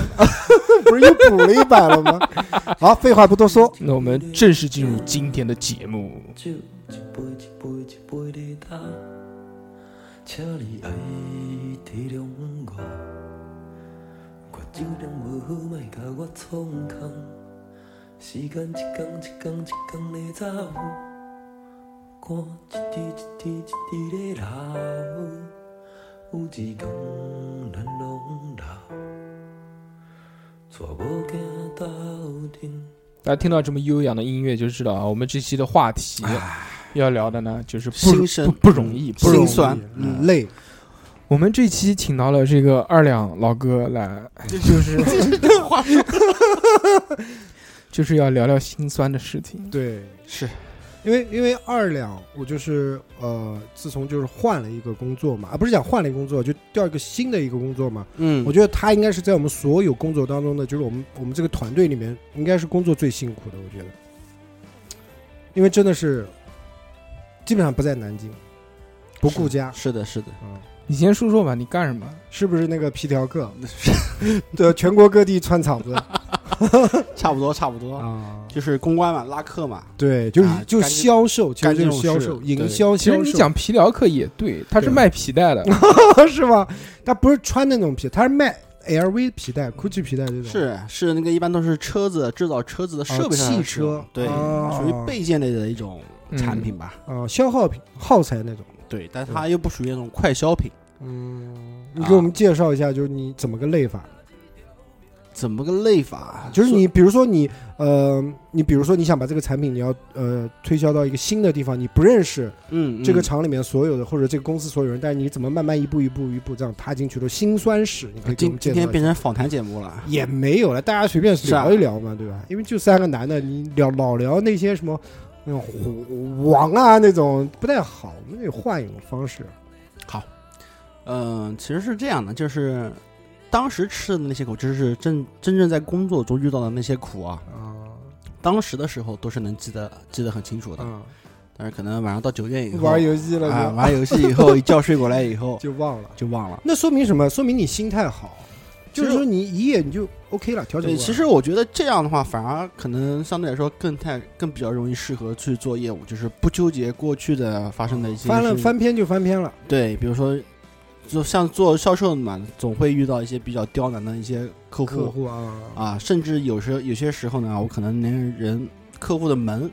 Speaker 5: 不是又补了一版了吗？好，废话不多说，
Speaker 4: 那我们正式进入今天的节目。
Speaker 7: 酒一杯一杯一杯地干，请你爱体谅我，我酒量无好，莫甲我创空。时间一天一天一天地走，汗一滴一滴一滴地流，有一天咱拢老，娶某囝斗阵。
Speaker 4: 大家听到这么悠扬的音乐，就知道啊，我们这期的话题要聊的呢，就是不
Speaker 2: 心声
Speaker 4: 不不容易，不
Speaker 2: 心
Speaker 4: 容易。
Speaker 2: 酸
Speaker 5: 嗯累，
Speaker 4: 我们这期请到了这个二两老哥来，
Speaker 5: 哎
Speaker 4: 这 就是 就是要聊聊心酸的事情。
Speaker 5: 对，
Speaker 4: 是，，
Speaker 5: 因为因为二两，我就是呃，自从就是换了一个工作嘛，啊，不是讲换了一个工作，就调一个新的一个工作嘛。
Speaker 2: 嗯
Speaker 5: 我，觉得他应该是在我们所有工作当中的，就是我们我们这个团队里面，应该是工作最辛苦的，我觉得，因为真的是基本上不在南京，不顾家，嗯
Speaker 2: 是的，是的，
Speaker 8: 你先说说吧，你干什么？
Speaker 5: 是不是那个皮条 客？对，全国各地穿场子
Speaker 2: 差不多，差不多，
Speaker 5: 啊，
Speaker 2: 就是公关嘛，拉客嘛，
Speaker 5: 对，就是
Speaker 2: 啊
Speaker 5: 就
Speaker 2: 干这
Speaker 5: 销售，其实
Speaker 2: 干这
Speaker 5: 就
Speaker 2: 种
Speaker 5: 是销
Speaker 2: 事
Speaker 5: 售、
Speaker 2: 对
Speaker 5: 营销。
Speaker 8: 其实
Speaker 5: 销
Speaker 8: 你
Speaker 5: 售
Speaker 8: 讲皮条客也对，他是
Speaker 5: 对
Speaker 8: 卖皮带的，
Speaker 5: 是吧？他不是穿那种皮，他是卖 LV 皮带、GUCCI 皮带这种。
Speaker 2: 是是那个一般都是车子制造车子的设备上
Speaker 5: 哦
Speaker 2: 的
Speaker 5: 汽
Speaker 2: 使用
Speaker 5: 车
Speaker 2: 对，
Speaker 5: 哦
Speaker 2: 属于备件类的一种
Speaker 8: 嗯
Speaker 2: 产品吧，
Speaker 5: 啊，消耗品、耗材那种。
Speaker 2: 对，但它又不属于那种快消品，
Speaker 5: 嗯，你给我们
Speaker 2: 啊
Speaker 5: 介绍一下，就是你怎么个类法？
Speaker 2: 怎么个类法？啊
Speaker 5: 就是你，比如说你，呃，你比如说你想把这个产品，你要呃推销到一个新的地方，你不认识
Speaker 2: 嗯，嗯
Speaker 5: 这个厂里面所有的或者这个公司所有人，但是你怎么慢慢一步一步一步这样踏进去的辛酸史？你可以给
Speaker 2: 今
Speaker 5: 我们介
Speaker 2: 今
Speaker 5: 绍
Speaker 2: 天
Speaker 5: 一下
Speaker 2: 变成访谈节目了，
Speaker 5: 也没有了，大家随便
Speaker 2: 是啊
Speaker 5: 聊一聊嘛，对吧？因为就三个男的，你聊老聊那些什么那种虎王啊那种不太好，我们得换一种方式。
Speaker 2: 嗯、其实是这样的，就是当时吃的那些苦，就是真真正在工作中遇到的那些苦啊，
Speaker 5: 啊
Speaker 2: 当时的时候都是能记得记得很清楚的，但是可能晚上到九点以后
Speaker 5: 嗯玩游戏了
Speaker 2: 啊，
Speaker 5: 就、
Speaker 2: 玩游戏以后一觉睡过来以后
Speaker 5: 就忘了。
Speaker 2: 就忘了。
Speaker 5: 那说明什么？说明你心态好，就是
Speaker 2: 其实
Speaker 5: 说你一夜你就 OK 了，调整
Speaker 2: 对，
Speaker 5: 过来
Speaker 2: 其实我觉得这样的话，反而可能相对来说更太更比较容易适合去做业务，就是不纠结过去的发生的一些
Speaker 5: 翻了
Speaker 2: 事情
Speaker 5: 翻篇就翻篇了。
Speaker 2: 对，比如说，就像做销售的嘛，总会遇到一些比较刁难的一些客户
Speaker 5: 客户啊，
Speaker 2: 啊，甚至有时候有些时候呢，我可能连人客户的门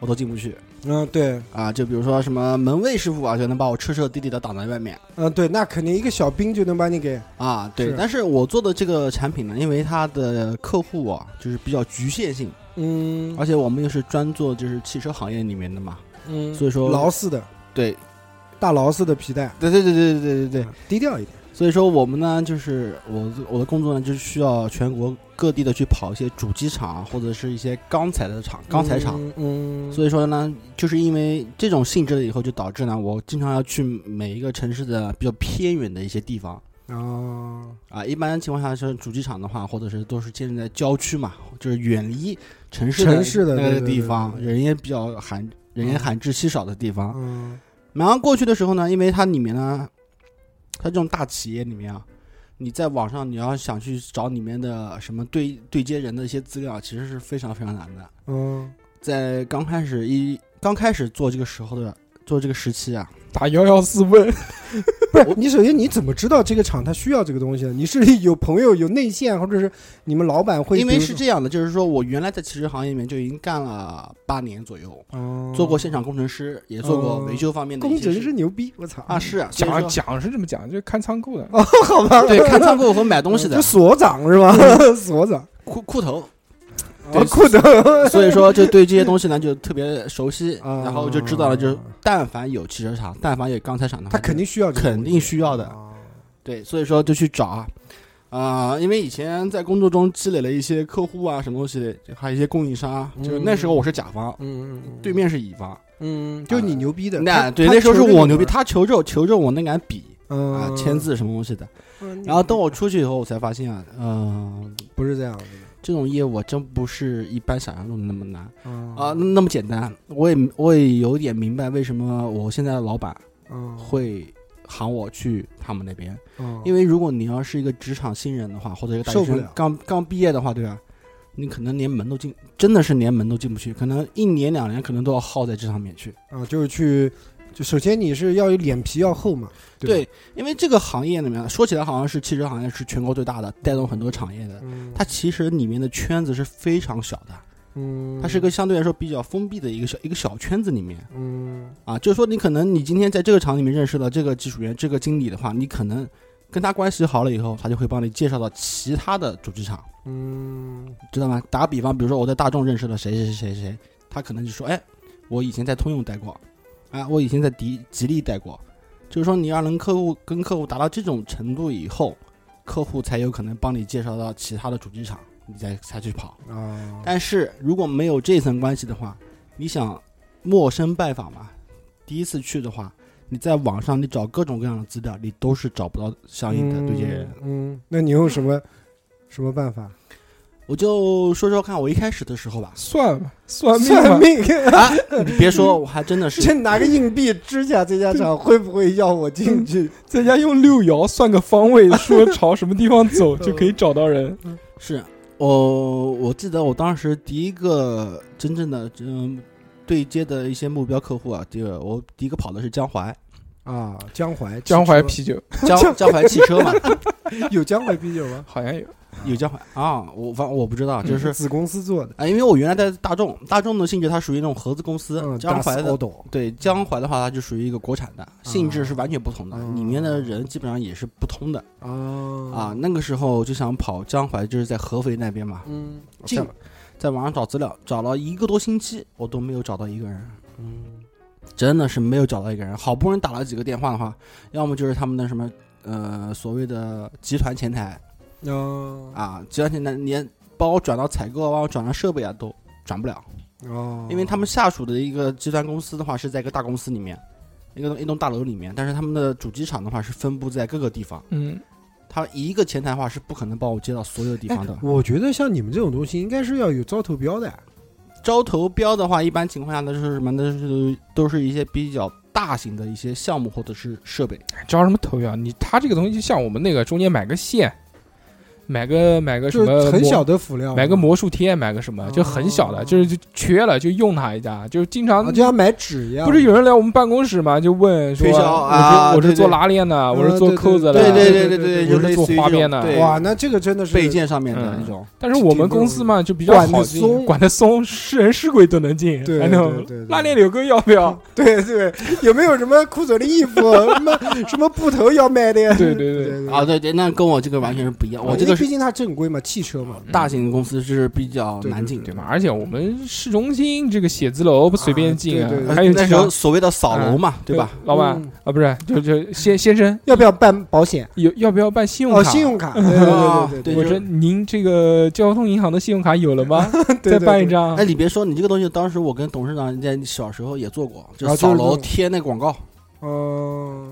Speaker 2: 我都进不去
Speaker 5: 嗯，对，
Speaker 2: 啊，就比如说什么门卫师傅啊，就能把我彻彻底底的挡在外面
Speaker 5: 嗯，对，那肯定一个小兵就能把你给
Speaker 2: 啊。对，
Speaker 5: 是
Speaker 2: 但是我做的这个产品呢，因为它的客户啊，就是比较局限性，
Speaker 5: 嗯
Speaker 2: 而且我们又是专做就是汽车行业里面的嘛，
Speaker 5: 嗯
Speaker 2: 所以说
Speaker 5: 劳斯的
Speaker 2: 对
Speaker 5: 大劳斯的皮带，
Speaker 2: 对对对对对对对，
Speaker 5: 嗯低调一点。
Speaker 2: 所以说我们呢，就是我我的工作呢，就是需要全国各地的去跑一些主机厂啊或者是一些钢材的厂、钢材厂。
Speaker 5: 嗯，嗯，
Speaker 2: 所以说呢，就是因为这种性质了以后，就导致呢，我经常要去每一个城市的比较偏远的一些地方
Speaker 5: 啊，
Speaker 2: 啊。一般情况下，像主机厂的话，或者是都是建立在郊区嘛，就是远离城市
Speaker 5: 城市的
Speaker 2: 那
Speaker 5: 对
Speaker 2: 个
Speaker 5: 对
Speaker 2: 地
Speaker 5: 对
Speaker 2: 方，
Speaker 5: 对
Speaker 2: 人烟比较罕，人烟罕至稀少的地方。
Speaker 5: 嗯，
Speaker 2: 然后过去的时候呢，因为它里面呢，它这种大企业里面啊，你在网上你要想去找里面的什么对对接人的一些资料，其实是非常非常难的。
Speaker 5: 嗯，
Speaker 2: 在刚开始一刚开始做这个时候的做这个时期啊，
Speaker 8: 打幺幺四问，
Speaker 5: 不是，你首先你怎么知道这个厂它需要这个东西的？你是有朋友有内线，或者是你们老板会
Speaker 2: 因为
Speaker 5: 比如
Speaker 2: 是这样的，就是说我原来在汽车行业里面就已经干了八年左右，
Speaker 5: 哦
Speaker 2: 做过现场工程师，也做过
Speaker 5: 嗯
Speaker 2: 维修方面的
Speaker 5: 工
Speaker 2: 一些
Speaker 5: 程
Speaker 2: 事
Speaker 5: 师牛逼，我操
Speaker 2: 啊，是啊，所以
Speaker 8: 讲
Speaker 2: 说
Speaker 8: 讲是这么讲，就是看仓库的。
Speaker 5: 哦，好吧，
Speaker 2: 对看仓库和买东西的
Speaker 5: 就所长是吧？ 所长，
Speaker 2: 裤裤 头，
Speaker 5: 啊，裤子，
Speaker 2: 所以说就对这些东西呢就特别熟悉，
Speaker 5: 啊
Speaker 2: 然后就知道了，就是但凡有汽车厂，但凡有钢材厂的话，
Speaker 5: 他肯定需要这个东西，
Speaker 2: 肯定需要的
Speaker 5: 啊
Speaker 2: 对，所以说就去找啊。啊、因为以前在工作中积累了一些客户啊，什么东西，还有一些供应商，啊就是那时候我是甲方，
Speaker 5: 嗯嗯
Speaker 2: 对面是乙方。
Speaker 5: 嗯，就你牛逼的，
Speaker 2: 啊那
Speaker 5: 他
Speaker 2: 对，那时候是我牛逼，，他求着求着我那杆笔
Speaker 5: 他
Speaker 2: 啊、
Speaker 5: 嗯，
Speaker 2: 签，字什么东西的。
Speaker 5: 嗯
Speaker 2: 然后等我出去以后，我才发现啊，嗯、
Speaker 5: 不是这样的
Speaker 2: 这种业务啊真不是一般想象中的那么难啊、
Speaker 5: 啊，
Speaker 2: 那么简单。我也我也有点明白为什么我现在的老板
Speaker 5: 嗯，
Speaker 2: 会喊我去他们那边，
Speaker 5: 嗯
Speaker 2: 因为如果你要是一个职场新人的话，或者一个大学
Speaker 5: 受不
Speaker 2: 生
Speaker 5: 了
Speaker 2: 刚刚毕业的话，对吧？你可能连门都进，真的是连门都进不去，可能一年两年可能都要耗在这上面去。
Speaker 5: 啊，就是去，就首先你是要有脸皮要厚嘛，吧，
Speaker 2: 因为这个行业里面说起来好像是汽车行业是全国最大的，带动很多产业的，
Speaker 5: 嗯
Speaker 2: 它其实里面的圈子是非常小的，
Speaker 5: 嗯，
Speaker 2: 它是个相对来说比较封闭的一个小一个小圈子里面
Speaker 5: 嗯
Speaker 2: 啊，就是说你可能你今天在这个厂里面认识了这个技术员、这个经理的话，你可能跟他关系好了以后，他就会帮你介绍到其他的主机厂。
Speaker 5: 嗯
Speaker 2: 知道吗？打个比方，比如说我在大众认识了谁谁谁谁谁，他可能就说，哎，我以前在通用待过，啊，我以前在迪吉利待过，就是说你要能客户跟客户达到这种程度以后，客户才有可能帮你介绍到其他的主机厂，你再才去跑。
Speaker 5: 啊，
Speaker 2: 但是如果没有这层关系的话，你想陌生拜访嘛，第一次去的话，你在网上你找各种各样的资料，你
Speaker 5: 嗯
Speaker 2: 都是找不到相应的对接人。
Speaker 5: 嗯，嗯，那你用什么什么办法？
Speaker 2: 我就说说看，我一开始的时候吧
Speaker 4: 算吧，算命吧
Speaker 5: 算。命，
Speaker 2: 啊，你别说，我还真的是
Speaker 5: 这拿个硬币指甲这家厂会不会要我进去？
Speaker 4: 在家用六爻算个方位， 说朝什么地方
Speaker 5: 嗯
Speaker 4: 走就可以找到人。
Speaker 2: 是我我记得我当时第一个真正的嗯、对接的一些目标客户啊，这个我第一个跑的是江淮，
Speaker 5: 啊，江淮，
Speaker 4: 江淮
Speaker 5: 汽
Speaker 4: 啤酒
Speaker 2: 江江淮汽车嘛，
Speaker 5: 车有江淮啤酒吗？
Speaker 4: 好像有，
Speaker 2: 有江淮啊，我反正我不知道， 就是。
Speaker 5: 子公司做的，
Speaker 2: 啊，因为我原来在大众，大众的性质它属于那种合资公司，
Speaker 5: 嗯，
Speaker 2: 江淮的
Speaker 5: 我懂，
Speaker 2: 对江淮的话，它就属于一个国产的，性质是完全不同的，
Speaker 5: 嗯
Speaker 2: 里面的人基本上也是不通的、
Speaker 5: 啊
Speaker 2: 啊。，那个时候就想跑江淮，就是在合肥那边嘛，
Speaker 5: 嗯，
Speaker 2: 近，在网上找资料，找了一个多星期，我都没有找到一个人，
Speaker 5: 嗯，
Speaker 2: 真的是没有找到一个人。好不容易打了几个电话的话，要么就是他们的什么呃所谓的集团前台
Speaker 5: 哦
Speaker 2: 啊，集团前台连帮我转到采购啊，帮我转到设备啊都转不了，
Speaker 5: 哦，
Speaker 2: 因为他们下属的一个集团公司的话是在一个大公司里面。一个一栋大楼里面，但是他们的主机厂的话是分布在各个地方，
Speaker 4: 嗯，
Speaker 2: 他一个前台的话是不可能帮我接到所有地方的。
Speaker 5: 我觉得像你们这种东西，应该是要有招投标的。
Speaker 2: 招投标的话，一般情况下都是什么？都是都是一些比较大型的一些项目或者是设备。
Speaker 4: 招什么头呀？你他这个东西就像我们那个中间买个线，买个买个什
Speaker 5: 就
Speaker 4: 么
Speaker 5: 是很
Speaker 4: 魔
Speaker 5: 小的辅料嘛，
Speaker 4: 买个魔术贴，买个什么，就很小的，
Speaker 5: 哦
Speaker 4: 就是就缺了就用它一下，就经常
Speaker 5: 啊，就像买纸一样。
Speaker 4: 不是有人来我们办公室嘛，就问说
Speaker 2: 推销
Speaker 4: 我是
Speaker 2: 啊
Speaker 4: 我是
Speaker 2: 对
Speaker 4: 做
Speaker 2: 对
Speaker 4: 拉链的，我是
Speaker 5: 嗯
Speaker 4: 做
Speaker 5: 对对
Speaker 4: 扣子的，
Speaker 5: 对对对
Speaker 4: 我是做花边的
Speaker 2: 对
Speaker 5: 哇，那这个真的是
Speaker 2: 备件上面的
Speaker 4: 嗯
Speaker 2: 那种。
Speaker 4: 但是我们公司嘛就比较
Speaker 5: 管得
Speaker 4: 好进
Speaker 5: 松
Speaker 4: 管得松，是人是鬼都能进。
Speaker 5: 对
Speaker 4: 哎
Speaker 5: 对
Speaker 4: 呦
Speaker 5: 对对对
Speaker 4: 拉链柳哥要不要？
Speaker 5: 对对，有没有什么库存的衣服， 什么什么布头要卖的呀？
Speaker 4: 对对对
Speaker 5: 对
Speaker 2: 啊，，对对，那跟我这个完全是不一样。我这
Speaker 5: 哦因为
Speaker 2: 个
Speaker 5: 毕
Speaker 2: 是嗯
Speaker 5: 竟它正规嘛，汽车嘛，
Speaker 2: 大型公司是比较难进，
Speaker 4: 对嘛？？而且我们市中心这个写字楼不随便进
Speaker 5: 啊对对对
Speaker 4: 还有
Speaker 2: 那
Speaker 4: 经
Speaker 2: 时候
Speaker 4: 常
Speaker 2: 所谓的扫楼嘛，对吧？？
Speaker 4: 老板
Speaker 5: 嗯
Speaker 4: 啊，不是，就就先先生，
Speaker 5: 要不要办保险？
Speaker 4: 有要不要办信用
Speaker 5: 哦，
Speaker 4: 卡？啊
Speaker 5: 信用卡，对对对对
Speaker 4: 我
Speaker 2: 就
Speaker 4: 说您这个交通银行的信用卡有了吗？
Speaker 5: 对对，
Speaker 4: 再办一
Speaker 5: 对。
Speaker 4: 张
Speaker 2: 哎，。你别说，你这个东西，当时我跟董事长在小时候也做过，就
Speaker 5: 啊
Speaker 2: 扫
Speaker 5: 就是
Speaker 2: 楼
Speaker 5: 那种
Speaker 2: 贴那广告，
Speaker 5: 哦，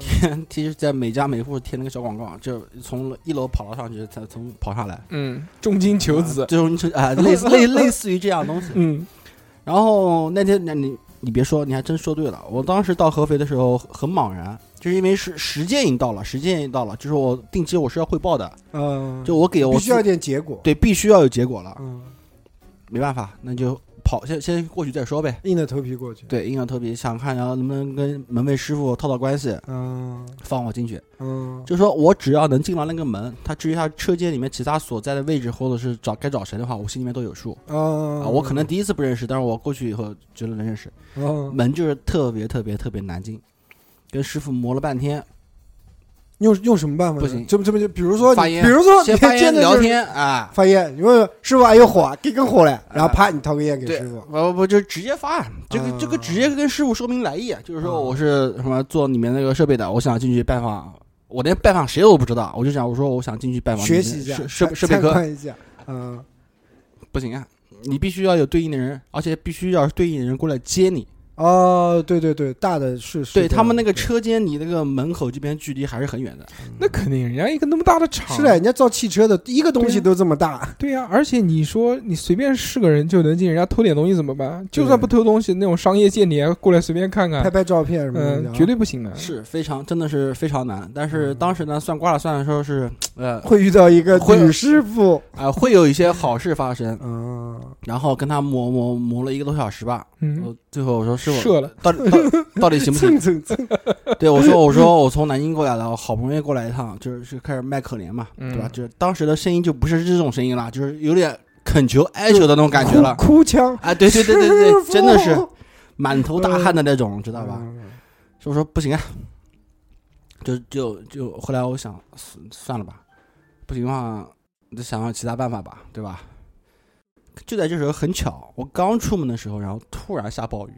Speaker 2: 其实在每家每户贴那个小广告，就从一楼跑到上去，才从跑下来。
Speaker 4: 嗯，重金求子。
Speaker 2: 最后你啊、类 似类类似于这样的东西。
Speaker 4: 嗯，
Speaker 2: 然后那天，那你你别说，你还真说对了。我当时到合肥的时候很茫然，就是因为时时间已经到了，时间已经到了，就是我定期我是要汇报的，
Speaker 5: 嗯，
Speaker 2: 就我给我
Speaker 5: 必须要
Speaker 2: 自
Speaker 5: 点结果，
Speaker 2: 对必须要有结果了，
Speaker 5: 嗯，
Speaker 2: 没办法，那就跑先先过去再说呗。
Speaker 5: 硬着头皮过去，
Speaker 2: 对，印象特别想看，然后能不能跟门卫师傅套套关系，
Speaker 5: 嗯
Speaker 2: 放我进去。
Speaker 5: 嗯，
Speaker 2: 就说我只要能进到那个门，他至于他车间里面其他所在的位置，或者是找该找谁的话，我心里面都有数
Speaker 5: 啊
Speaker 2: 啊。我可能第一次不认识，但是我过去以后觉得能认识。
Speaker 5: 嗯
Speaker 2: 门就是特别特别特别难进，跟师傅磨了半天，
Speaker 5: 用用什么办法呢？
Speaker 2: 不行
Speaker 5: 这不这不就比如说你，
Speaker 2: 发啊言
Speaker 5: 比如说
Speaker 2: 先
Speaker 5: 你
Speaker 2: 发言
Speaker 5: 见的
Speaker 2: 聊
Speaker 5: 就是
Speaker 2: 天啊，
Speaker 5: 发烟，你问师傅还有火，给根火来，然后啪，你掏根烟给
Speaker 2: 对，
Speaker 5: 师傅嗯
Speaker 2: 不。不不，就直接发，啊这个这个直接跟师傅说明来意，啊就是说我是什么做里面那个设备的，我想进去拜访，我连拜访谁都不知道，我就想我说我想进去拜访
Speaker 5: 学习一下
Speaker 2: 你，们设设
Speaker 5: 参
Speaker 2: 设备
Speaker 5: 参
Speaker 2: 科
Speaker 5: 观一下，嗯，
Speaker 2: 不行啊，你必须要有对应的人，而且必须要对应的人过来接你。
Speaker 5: 哦，对对对，大的是是
Speaker 2: 对
Speaker 5: 的
Speaker 2: 他们那个车间离那个门口这边距离还是很远的，
Speaker 5: 嗯
Speaker 4: 那肯定，人家一个那么大的厂，
Speaker 5: 是的，人家造汽车的一个东西都这么大，
Speaker 4: 对呀、而且你说你随便是个人就能进，人家偷点东西怎么办？就算不偷东西，那种商业间谍过来随便看
Speaker 5: 拍
Speaker 4: 看，
Speaker 5: 拍照片什么
Speaker 4: 嗯、
Speaker 5: 的，
Speaker 4: 绝对不行的。
Speaker 2: 是非常真的是非常难。但
Speaker 5: 嗯
Speaker 2: 是当时呢，算卦了算的时候是呃
Speaker 5: 会遇到一个
Speaker 2: 会
Speaker 5: 女师傅，
Speaker 2: 啊，会有一些好事发生。
Speaker 5: 嗯，
Speaker 2: 然后跟他磨磨磨了一个多小时吧，
Speaker 4: 嗯，
Speaker 2: 我最后我说师傅，
Speaker 4: 射了，
Speaker 2: 到底到到底行不
Speaker 5: 蹭
Speaker 2: 行？
Speaker 5: 蹭蹭，
Speaker 2: 对我说我说我从南京过来了，我好不容易过来一趟，就是是开始卖可怜嘛，
Speaker 4: 嗯
Speaker 2: 对吧？就是当时的声音就不是这种声音了，就是有点恳求哀求的那种感觉了。
Speaker 5: 哭哭腔，
Speaker 2: 啊，对对对对
Speaker 5: 师
Speaker 2: 对，
Speaker 5: 傅
Speaker 2: 真的是满头大汗的那种，知道吧？
Speaker 5: 嗯
Speaker 2: 所以我说不行啊，就就就后来我想算算了吧，不行的话就想想其他办法吧，对吧？就在这时候很巧，我刚出门的时候，然后突然下暴雨，